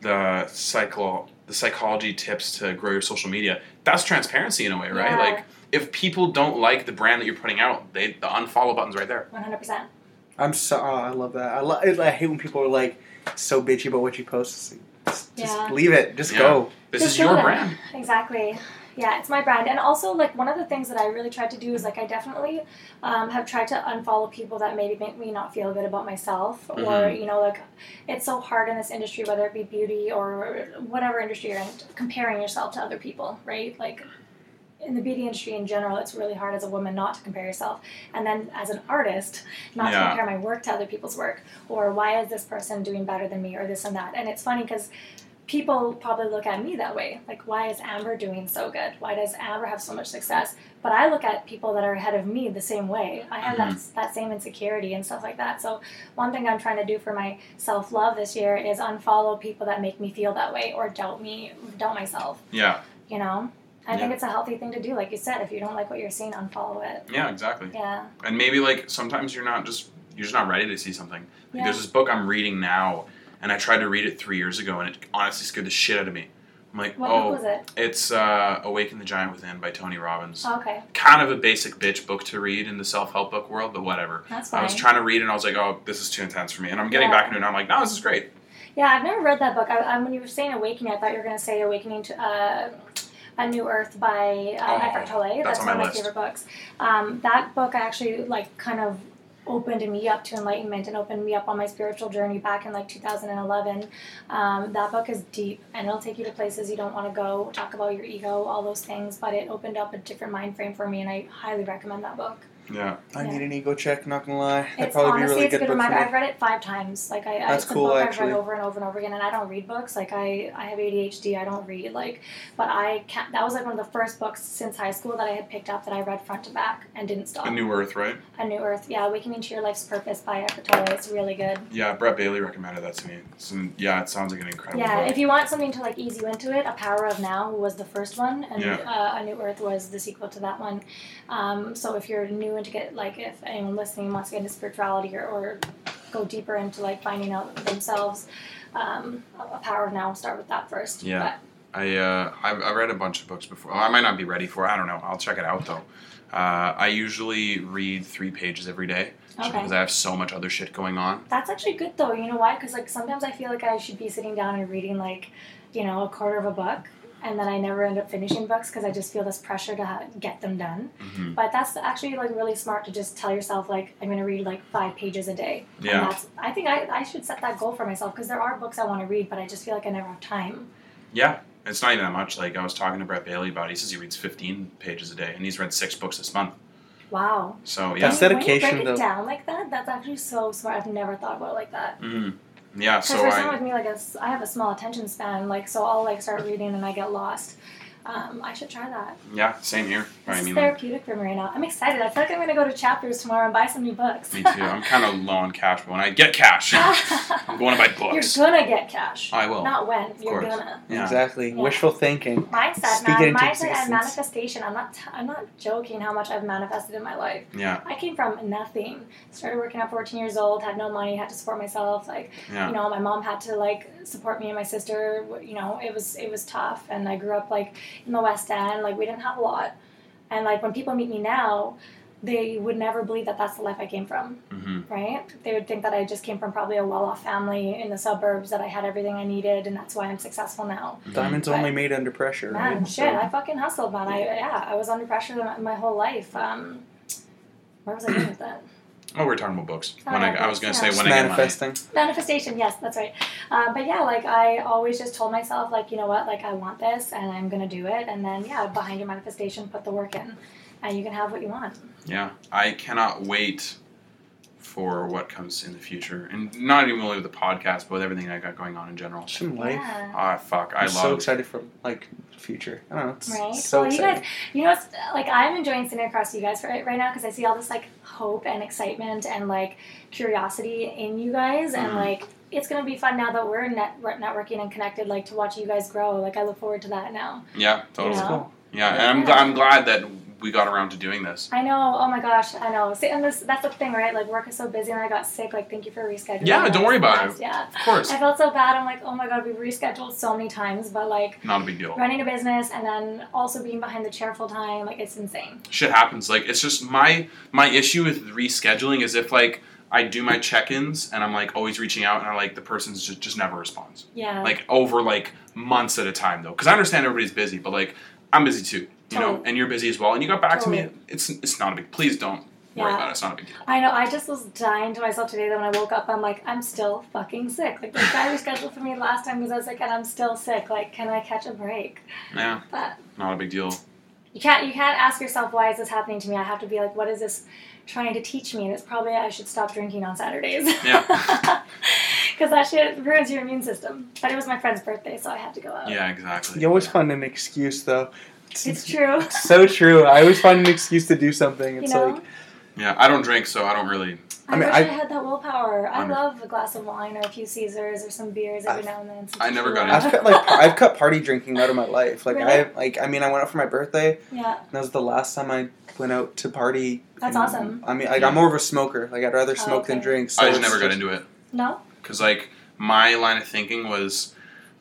Speaker 2: the cycle, the psychology tips to grow your social media. That's transparency in a way, right?
Speaker 6: Yeah.
Speaker 2: Like, if people don't like the brand that you're putting out, they the unfollow button's right there.
Speaker 6: 100. percent
Speaker 7: I'm so. Oh, I love that. I, lo- I hate when people are like so bitchy about what you post. It's like, Just, just
Speaker 6: Yeah.
Speaker 7: leave it. Just
Speaker 2: Yeah.
Speaker 7: go.
Speaker 2: This
Speaker 6: Just
Speaker 2: is
Speaker 6: go
Speaker 2: your
Speaker 6: there.
Speaker 2: brand.
Speaker 6: Exactly. Yeah, it's my brand. And also, like, one of the things that I really tried to do is, like, I definitely um, have tried to unfollow people that maybe make me not feel good about myself. Or,
Speaker 2: Mhm.
Speaker 6: you know, like, it's so hard in this industry, whether it be beauty or whatever industry you're in, comparing yourself to other people, right? Like, in the beauty industry in general, it's really hard as a woman not to compare yourself. And then as an artist, not
Speaker 2: Yeah.
Speaker 6: to compare my work to other people's work. Or why is this person doing better than me or this and that? And it's funny because people probably look at me that way. Like, why is Amber doing so good? Why does Amber have so much success? But I look at people that are ahead of me the same way. I have that, that same insecurity and stuff like that. So, one thing I'm trying to do for my self love this year is unfollow people that make me feel that way or doubt me, doubt myself,
Speaker 2: Yeah.
Speaker 6: you know? I think
Speaker 2: Yeah.
Speaker 6: it's a healthy thing to do. Like you said, if you don't like what you're seeing, unfollow it.
Speaker 2: Yeah, exactly.
Speaker 6: Yeah.
Speaker 2: And maybe like sometimes you're not just you're just not ready to see something. Like,
Speaker 6: Yeah.
Speaker 2: There's this book I'm reading now, and I tried to read it three years ago, and it honestly scared the shit out of me. I'm like,
Speaker 6: What
Speaker 2: oh,
Speaker 6: book was it?
Speaker 2: it's uh, Awaken the Giant Within by Tony Robbins.
Speaker 6: Okay.
Speaker 2: Kind of a basic bitch book to read in the self help book world, but whatever.
Speaker 6: That's
Speaker 2: I was
Speaker 6: fine.
Speaker 2: trying to read, and I was like, oh, this is too intense for me. And I'm getting
Speaker 6: Yeah.
Speaker 2: back into it, and I'm like, no, this is great.
Speaker 6: Yeah, I've never read that book. I, I, when you were saying Awakening, I thought you were going to say Awakening to uh, A New Earth by
Speaker 2: Oh,
Speaker 6: um, Eckhart Tolle.
Speaker 2: that's
Speaker 6: That's,
Speaker 2: on my
Speaker 6: one of my
Speaker 2: list.
Speaker 6: favorite books. Um, that book actually like kind of opened me up to enlightenment and opened me up on my spiritual journey back in like 2011. Um, that book is deep and it'll take you to places you don't want to go, talk about your ego, all those things, but it opened up a different mind frame for me and I highly recommend that book.
Speaker 2: Yeah.
Speaker 7: I
Speaker 6: Yeah.
Speaker 7: need an ego check. Not gonna lie, that'd
Speaker 6: It's
Speaker 7: probably
Speaker 6: honestly
Speaker 7: be a really
Speaker 6: it's a
Speaker 7: good
Speaker 6: good
Speaker 7: book
Speaker 6: reminder.
Speaker 7: for me.
Speaker 6: I've read it five times. Like I, I
Speaker 7: That's
Speaker 6: it's
Speaker 7: cool,
Speaker 6: a book
Speaker 7: actually.
Speaker 6: I've read over and over and over again. And I don't read books. Like I, I have ADHD. I don't read. Like, but I can That was like one of the first books since high school that I had picked up that I read front to back and didn't stop.
Speaker 2: A New Earth, right?
Speaker 6: A New Earth. Yeah, Awakening to Your Life's Purpose by Eckhart Tolle. It's really good.
Speaker 2: Yeah, Brett Bailey recommended that to me. So, yeah, it sounds like an incredible
Speaker 6: Yeah,
Speaker 2: book.
Speaker 6: if you want something to like ease you into it, A Power of Now was the first one, and
Speaker 2: Yeah.
Speaker 6: uh, A New Earth was the sequel to that one. Um, so if you're new into get like if anyone listening wants to get into spirituality or, or go deeper into like finding out themselves, um, A Power of Now. I'll start with that first.
Speaker 2: Yeah. I uh, I've, I've read a bunch of books before. Oh, I might not be ready for. it. I don't know. I'll check it out though. Uh, I usually read three pages every day just
Speaker 6: Okay.
Speaker 2: because I have so much other shit going on.
Speaker 6: But that's actually good though. You know why? Because like sometimes I feel like I should be sitting down and reading like, you know, a quarter of a book. And then I never end up finishing books because I just feel this pressure to ha- get them done.
Speaker 2: Mm-hmm.
Speaker 6: But that's actually like really smart to just tell yourself like I'm gonna read like five pages a day. And
Speaker 2: Yeah.
Speaker 6: that's, I think I, I should set that goal for myself because there are books I want to read, but I just feel like I never have time.
Speaker 2: Yeah, it's not even that much. Like I was talking to Brett Bailey about. It. He says he reads 15 pages a day, and he's read six books this month.
Speaker 6: Wow.
Speaker 2: So yeah,
Speaker 7: That's
Speaker 6: When you-
Speaker 7: dedication,
Speaker 6: When you break
Speaker 7: though.
Speaker 6: it down like that, that's actually so smart. I've never thought about it like that.
Speaker 2: Mhm. yeah.
Speaker 6: Because
Speaker 2: So
Speaker 6: for someone
Speaker 2: I
Speaker 6: with me, like a s- I have a small attention span, like so I'll like start reading and I get lost. Um, I should try that.
Speaker 2: yeah, same here.
Speaker 6: This
Speaker 2: I
Speaker 6: is
Speaker 2: mean, like,
Speaker 6: therapeutic for me right now. I'm excited. I feel like I'm gonna go to Chapters tomorrow and buy some new books.
Speaker 2: me too. I'm kind of low on cash, but when I get cash, I'm going to buy
Speaker 6: You're
Speaker 2: books.
Speaker 6: gonna get cash.
Speaker 2: I will.
Speaker 6: Not when. You're
Speaker 2: course.
Speaker 6: gonna.
Speaker 2: Yeah.
Speaker 7: Exactly.
Speaker 6: Yeah.
Speaker 7: Wishful thinking.
Speaker 6: mindset,
Speaker 7: Speak it
Speaker 6: man.
Speaker 7: into
Speaker 6: Mindset
Speaker 7: existence.
Speaker 6: and manifestation. I'm not. T- I'm not joking. How much I've manifested in my life.
Speaker 2: Yeah,
Speaker 6: I came from nothing. Started working at 14 years old. Had no money. Had to support myself. Like
Speaker 2: yeah,
Speaker 6: you know, my mom had to like support me and my sister. w- You know, it was it was tough. And I grew up like in the West End. Like we didn't have a lot. And like when people meet me now, they would never believe that that's the life I came from
Speaker 2: hmm
Speaker 6: right? They would think that I just came from probably a well off family in the suburbs, that I had everything I needed, and that's why I'm successful now.
Speaker 2: Mm-hmm.
Speaker 7: Diamonds
Speaker 6: But-
Speaker 7: only made under pressure.
Speaker 6: Man,
Speaker 7: right?
Speaker 6: shit,
Speaker 7: So-
Speaker 6: I fucking hustled, man. I, yeah, I was under pressure my, my whole life. Um, where was I going with that?
Speaker 2: Oh, we're talking about books.
Speaker 6: Oh,
Speaker 2: When I,
Speaker 6: yeah,
Speaker 2: I was gonna
Speaker 6: books,
Speaker 2: say
Speaker 6: yeah.
Speaker 2: when
Speaker 7: It's
Speaker 2: I get money.
Speaker 7: manifesting.
Speaker 6: Manifestation, yes, that's right. Um, but yeah, like I always just told myself, like, you know what, like I want this and I'm gonna do it. And then, yeah, behind your manifestation, put the work in and you can have what you want.
Speaker 2: Yeah, I cannot wait for what comes in the future, and not even only with the podcast, but with everything I got going on in general.
Speaker 7: Some life.
Speaker 6: Yeah.
Speaker 2: Ah, fuck, I
Speaker 7: I'm
Speaker 2: love.
Speaker 7: so excited for like future. I don't know. It's
Speaker 6: Right.
Speaker 7: so
Speaker 6: well, you
Speaker 7: exciting.
Speaker 6: guys, you know, it's, uh, like I'm enjoying sitting across you guys right, right now because I see all this like hope and excitement and like curiosity in you guys, and
Speaker 2: Mhm.
Speaker 6: like it's gonna be fun now that we're net- networking and connected. Like to watch you guys grow. Like I look forward to that now.
Speaker 2: Yeah, totally.
Speaker 6: Yeah.
Speaker 2: Yeah,
Speaker 7: It's cool.
Speaker 2: and I'm, gl- I'm glad that we got around to doing this.
Speaker 6: I know. Oh my gosh, I know. See, and this, that's the thing, right? Like work is so busy, and I got sick. Like thank you for rescheduling.
Speaker 2: Yeah,
Speaker 6: That
Speaker 2: don't
Speaker 6: was
Speaker 2: worry
Speaker 6: the
Speaker 2: about
Speaker 6: best. Yeah.
Speaker 2: Of course,
Speaker 6: I felt so bad. I'm like, oh my god, we rescheduled so many times, but like
Speaker 2: not a big deal.
Speaker 6: running a business and then also being behind the chair full time, like it's insane.
Speaker 2: Shit happens. Like it's just my my issue with rescheduling is if like I do my check-ins and I'm like always reaching out and I like the person's just just never responds.
Speaker 6: Yeah.
Speaker 2: like over like months at a time though because i understand everybody's busy but like i'm busy too you know
Speaker 6: Totally.
Speaker 2: and you're busy as well and you got back to me
Speaker 6: Totally.
Speaker 2: it's it's not a big please don't worry
Speaker 6: Yeah.
Speaker 2: about it it's not a big deal
Speaker 6: I know. I just was dying to myself today that when I woke up, I'm like, I'm still fucking sick. Like, this guy rescheduled for me last time because I was sick and I'm still sick. Like, can I catch a break?
Speaker 2: yeah
Speaker 6: But
Speaker 2: not a big deal
Speaker 6: You can't you can't ask yourself why is this happening to me. I have to be like, what is this trying to teach me? And it's probably I should stop drinking on Saturdays.
Speaker 2: Yeah.
Speaker 6: Because that shit ruins your immune system. But it was my friend's birthday, so I had to go out.
Speaker 2: Yeah, exactly.
Speaker 7: You always find an excuse though.
Speaker 6: It's true.
Speaker 7: so true. I always find an excuse to do something.
Speaker 6: You
Speaker 7: It's
Speaker 6: know,
Speaker 7: like
Speaker 2: Yeah, I don't drink, so I don't really.
Speaker 6: I,
Speaker 7: I mean,
Speaker 6: wish I,
Speaker 7: I-
Speaker 6: had that willpower. I
Speaker 2: I'm-
Speaker 6: love a glass of wine or a few Caesars or some beers every
Speaker 7: I've-
Speaker 6: now and then. Some
Speaker 2: I never got
Speaker 6: tequila.
Speaker 7: I've cut like par- I've cut party drinking out of my life. Like I
Speaker 6: Really?
Speaker 7: like I mean I went out for my birthday. and
Speaker 6: yeah,
Speaker 7: That was the last time I went out to party.
Speaker 6: That's
Speaker 7: And,
Speaker 6: awesome.
Speaker 7: I mean like I'm more of a smoker. Like I'd rather
Speaker 6: Oh,
Speaker 7: smoke than
Speaker 6: okay.
Speaker 7: drink. So
Speaker 2: I just
Speaker 7: it's
Speaker 2: never got into it
Speaker 6: no,
Speaker 2: because like my line of thinking was,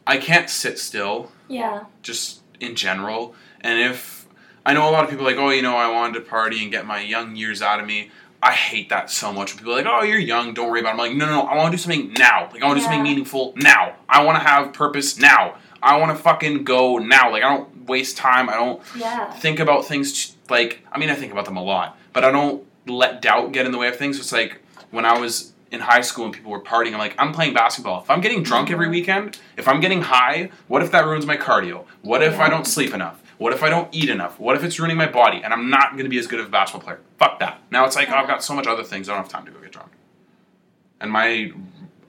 Speaker 2: I can't sit still.
Speaker 6: yeah,
Speaker 2: Just in general, and if I know a lot of people are like, oh, you know, I wanted to party and get my young years out of me. I hate that so much. People are like, oh, you're young, don't worry about it. I'm like, no, no, no, I want to do something now. Like, I want to do
Speaker 6: Yeah.
Speaker 2: something meaningful now. I want to have purpose now. I want to fucking go now. Like, I don't waste time. I don't
Speaker 6: yeah,
Speaker 2: think about things t- like I mean I think about them a lot, but I don't let doubt get in the way of things. It's like when I was in high school and people were partying, I'm like, I'm playing basketball. If I'm getting drunk every weekend, if I'm getting high, what if that ruins my cardio? What if I don't sleep enough? What if I don't eat enough? What if it's ruining my body and I'm not going to be as good of a basketball player? Fuck that. Now it's like I've got so much other things. I don't have time to go get drunk. And my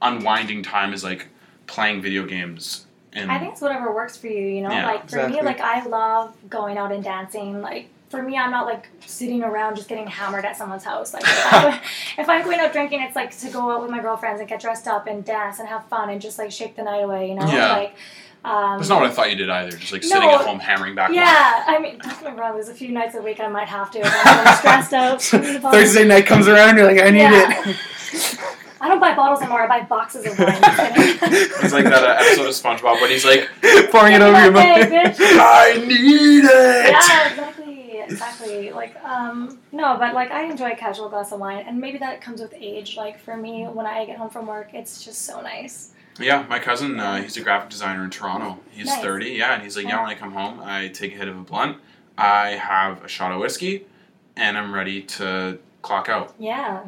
Speaker 2: unwinding time is like playing video games and
Speaker 6: I think it's whatever works for you. You know,
Speaker 2: Yeah,
Speaker 6: like for
Speaker 7: exactly.
Speaker 6: me, like I love going out and dancing. Like for me, I'm not like sitting around just getting hammered at someone's house. Like if, I, if I'm going out drinking, it's like to go out with my girlfriends and get dressed up and dance and have fun and just like shake the night away. You know,
Speaker 2: Yeah.
Speaker 6: like. Um,
Speaker 2: that's not what I thought you did either. Just like
Speaker 6: No.
Speaker 2: sitting at home hammering back.
Speaker 6: yeah, I mean, don't get me wrong. There's a few nights a week I might have to. If I'm stressed out.
Speaker 7: Thursday night comes around, you're like, I need
Speaker 6: Yeah.
Speaker 7: it.
Speaker 6: I don't buy bottles anymore. I buy boxes of wine. Just kidding.
Speaker 2: It's like that uh, episode of SpongeBob when he's like,
Speaker 7: Pouring it over your
Speaker 6: Hey, bitch.
Speaker 7: mouth. I need it.
Speaker 6: yeah, exactly, exactly. Like, um, no, but like I enjoy a casual glass of wine, and maybe that comes with age. Like for me, when I get home from work, it's just so nice.
Speaker 2: Yeah, my cousin, uh, he's a graphic designer in Toronto. He's
Speaker 6: Nice.
Speaker 2: 30, yeah, and he's like, yeah,
Speaker 6: Yeah.
Speaker 2: when I come home, I take a hit of a blunt, I have a shot of whiskey, and I'm ready to clock out.
Speaker 6: Yeah,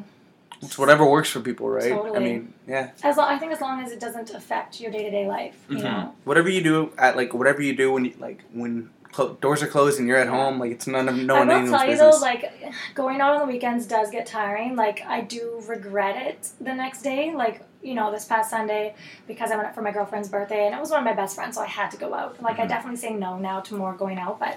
Speaker 7: It's whatever works for people, right? I
Speaker 6: Totally.
Speaker 7: mean, yeah.
Speaker 6: as long I think as long as it doesn't affect your day to day life, you
Speaker 2: Mhm.
Speaker 6: know.
Speaker 7: Whatever you do at like whatever you do when you, like when clo- doors are closed and you're at home, like it's none of no one
Speaker 6: I will
Speaker 7: anyone's
Speaker 6: tell you
Speaker 7: business.
Speaker 6: though, like going out on the weekends does get tiring. Like I do regret it the next day. Like you know, this past Sunday because I went out for my girlfriend's birthday and it was one of my best friends, so I had to go out. Like I
Speaker 7: Mm-hmm.
Speaker 2: Mhm.
Speaker 6: definitely say no now to more going out, but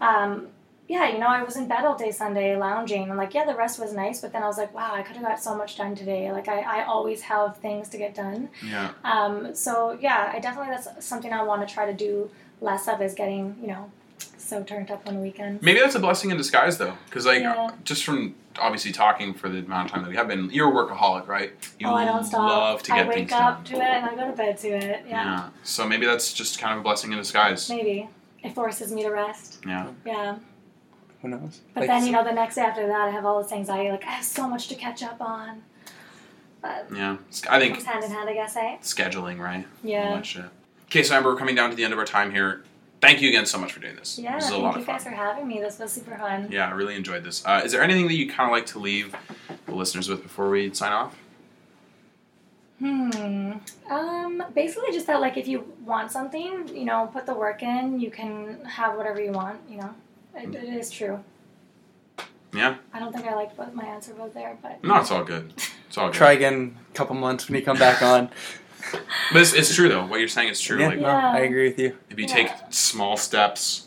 Speaker 6: um, yeah, you know, I was in bed all day Sunday lounging and like yeah, the rest was nice, but then I was like, wow, I could have got so much done today. Like I, I always have things to get done.
Speaker 2: Yeah.
Speaker 6: Um, so yeah, I definitely that's something I want to try to do less of is getting you know so turned up on the weekend.
Speaker 2: Maybe that's a blessing in disguise, though, because, like,
Speaker 6: Yeah.
Speaker 2: just from obviously talking for the amount of time that we have been, you're a workaholic, right? You
Speaker 6: oh, I don't stop.
Speaker 2: love to get
Speaker 6: I wake
Speaker 2: things done.
Speaker 6: up to it and I go to bed to it. Yeah.
Speaker 2: So maybe that's just kind of a blessing in disguise.
Speaker 6: Maybe. It forces me to rest.
Speaker 2: Yeah.
Speaker 6: Yeah.
Speaker 7: Who knows?
Speaker 6: But
Speaker 7: Like,
Speaker 6: then, you know, the next day after that, I have all this anxiety. Like, I have so much to catch up on. But
Speaker 2: Yeah. It's- I
Speaker 6: it
Speaker 2: think
Speaker 6: comes hand in hand, I guess, eh?
Speaker 2: scheduling, right? All
Speaker 6: Yeah.
Speaker 2: that shit. Okay, so Amber, we're coming down to the end of our time here. Thank you again so much for doing this.
Speaker 6: Yeah.
Speaker 2: this is a
Speaker 6: Thank
Speaker 2: lot
Speaker 6: you
Speaker 2: of fun.
Speaker 6: guys for having me. This was super fun.
Speaker 2: yeah, I really enjoyed this. Uh, is there anything that you kind of like to leave the listeners with before we sign off?
Speaker 6: Hmm. Um, basically, just that, like, if you want something, you know, put the work in, you can have whatever you want, you know? It, it is true.
Speaker 2: Yeah,
Speaker 6: I don't think I liked what my answer was there, but.
Speaker 2: no, it's all good. It's all good.
Speaker 7: try again in a couple months when you come back on.
Speaker 2: But it's, it's true though. What you're saying is true.
Speaker 7: yeah,
Speaker 2: Like
Speaker 7: no,
Speaker 6: Yeah.
Speaker 7: I agree with you.
Speaker 2: if you
Speaker 6: Yeah.
Speaker 2: take small steps,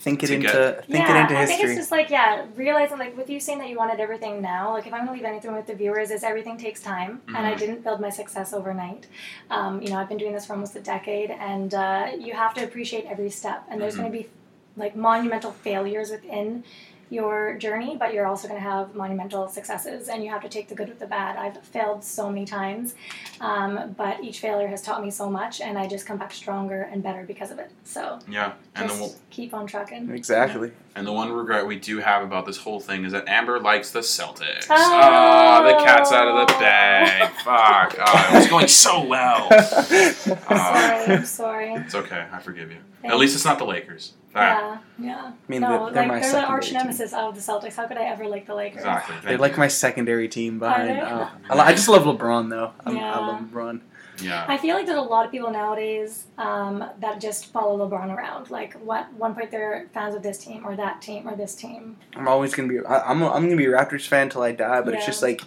Speaker 7: Think it
Speaker 2: To
Speaker 7: into
Speaker 2: get-
Speaker 7: think
Speaker 6: yeah,
Speaker 7: it into
Speaker 6: I think
Speaker 7: history.
Speaker 6: it's just like yeah, realizing like with you saying that you wanted everything now. Like if I'm gonna leave anything with the viewers, is everything takes time, and I
Speaker 7: Mm-hmm.
Speaker 2: Mhm.
Speaker 6: didn't build my success overnight. Um, you know, I've been doing this for almost a decade, and uh, you have to appreciate every step. And there's
Speaker 2: Mhm.
Speaker 7: Mm-hmm.
Speaker 6: gonna be like monumental failures within your journey, but you're also gonna have monumental successes, and you have to take the good with the bad. I've failed so many times, um, but each failure has taught me so much, and I just come back stronger and better because of it. So
Speaker 2: yeah. And the
Speaker 6: just
Speaker 2: the
Speaker 6: keep on trucking.
Speaker 7: exactly.
Speaker 2: and the one regret we do have about this whole thing is that Amber likes the Celtics.
Speaker 6: Oh.
Speaker 2: Ah, the cat's out of the bag. Fuck. Ah, it was going so well.
Speaker 6: Sorry,
Speaker 2: Ah,
Speaker 6: I'm sorry.
Speaker 2: it's okay. I forgive you. At
Speaker 6: Thanks.
Speaker 2: least it's not the Lakers. Ah, That.
Speaker 6: Yeah, yeah. I
Speaker 7: mean,
Speaker 6: no,
Speaker 7: they're- they're
Speaker 6: like,
Speaker 7: my
Speaker 6: they're the
Speaker 7: secondary
Speaker 6: arch
Speaker 7: team.
Speaker 6: nemesis of the Celtics. How could I ever like the Lakers?
Speaker 2: Exactly.
Speaker 7: They're
Speaker 2: Thank
Speaker 7: like
Speaker 2: you.
Speaker 7: my secondary team behind.
Speaker 6: Are they?
Speaker 7: Uh, I, lo- I just love LeBron though. I'm,
Speaker 6: Yeah.
Speaker 7: I love LeBron.
Speaker 2: Yeah.
Speaker 6: I feel like there's a lot of people nowadays um, that just follow LeBron around. Like, what one point they're fans of this team or that team or this team.
Speaker 7: I'm always gonna be. I, I'm. A, I'm gonna be a Raptors fan till I die. But it's
Speaker 6: Yeah.
Speaker 7: just like,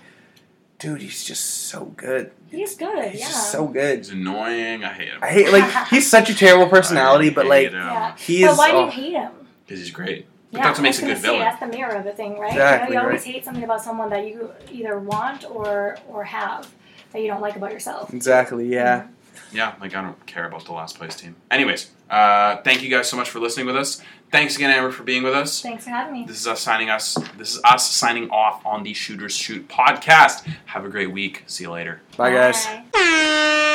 Speaker 7: dude, he's just so good.
Speaker 6: He's good.
Speaker 7: He's
Speaker 6: yeah.
Speaker 7: just so good.
Speaker 2: He's annoying. I hate him.
Speaker 7: I hate like he's such a terrible personality, but like
Speaker 6: yeah.
Speaker 7: he
Speaker 6: but
Speaker 7: is.
Speaker 6: why
Speaker 7: oh,
Speaker 6: do you hate him?
Speaker 2: Because he's great. But
Speaker 6: yeah,
Speaker 2: that's what makes
Speaker 6: I was
Speaker 2: a
Speaker 6: gonna
Speaker 2: good
Speaker 6: say,
Speaker 2: villain.
Speaker 6: That's the mirror of a thing, right?
Speaker 7: Exactly,
Speaker 6: you know, you always
Speaker 7: right.
Speaker 6: hate something about someone that you either want or or have that you don't like about yourself.
Speaker 7: exactly. Yeah.
Speaker 2: Yeah, like I don't care about the last place team. Anyways, uh, thank you guys so much for listening with us. Thanks again, Amber, for being with us.
Speaker 6: Thanks for having me.
Speaker 2: This is us signing us. This is us signing off on the Shooters Shoot podcast. Have a great week. See you later.
Speaker 7: Bye guys.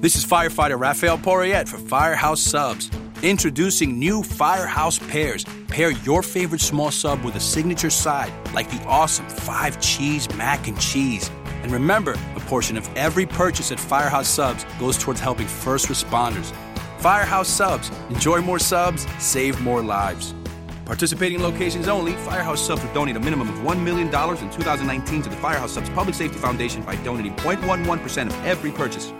Speaker 10: This is firefighter Raphael Porriette for Firehouse Subs. Introducing new Firehouse Pairs. Pair your favorite small sub with a signature side, like the awesome five cheese mac and cheese. And remember, a portion of every purchase at Firehouse Subs goes towards helping first responders. Firehouse Subs. Enjoy more subs, save more lives. Participating locations only, Firehouse Subs will donate a minimum of $1 million in 2019 to the Firehouse Subs Public Safety Foundation by donating 0.11% of every purchase.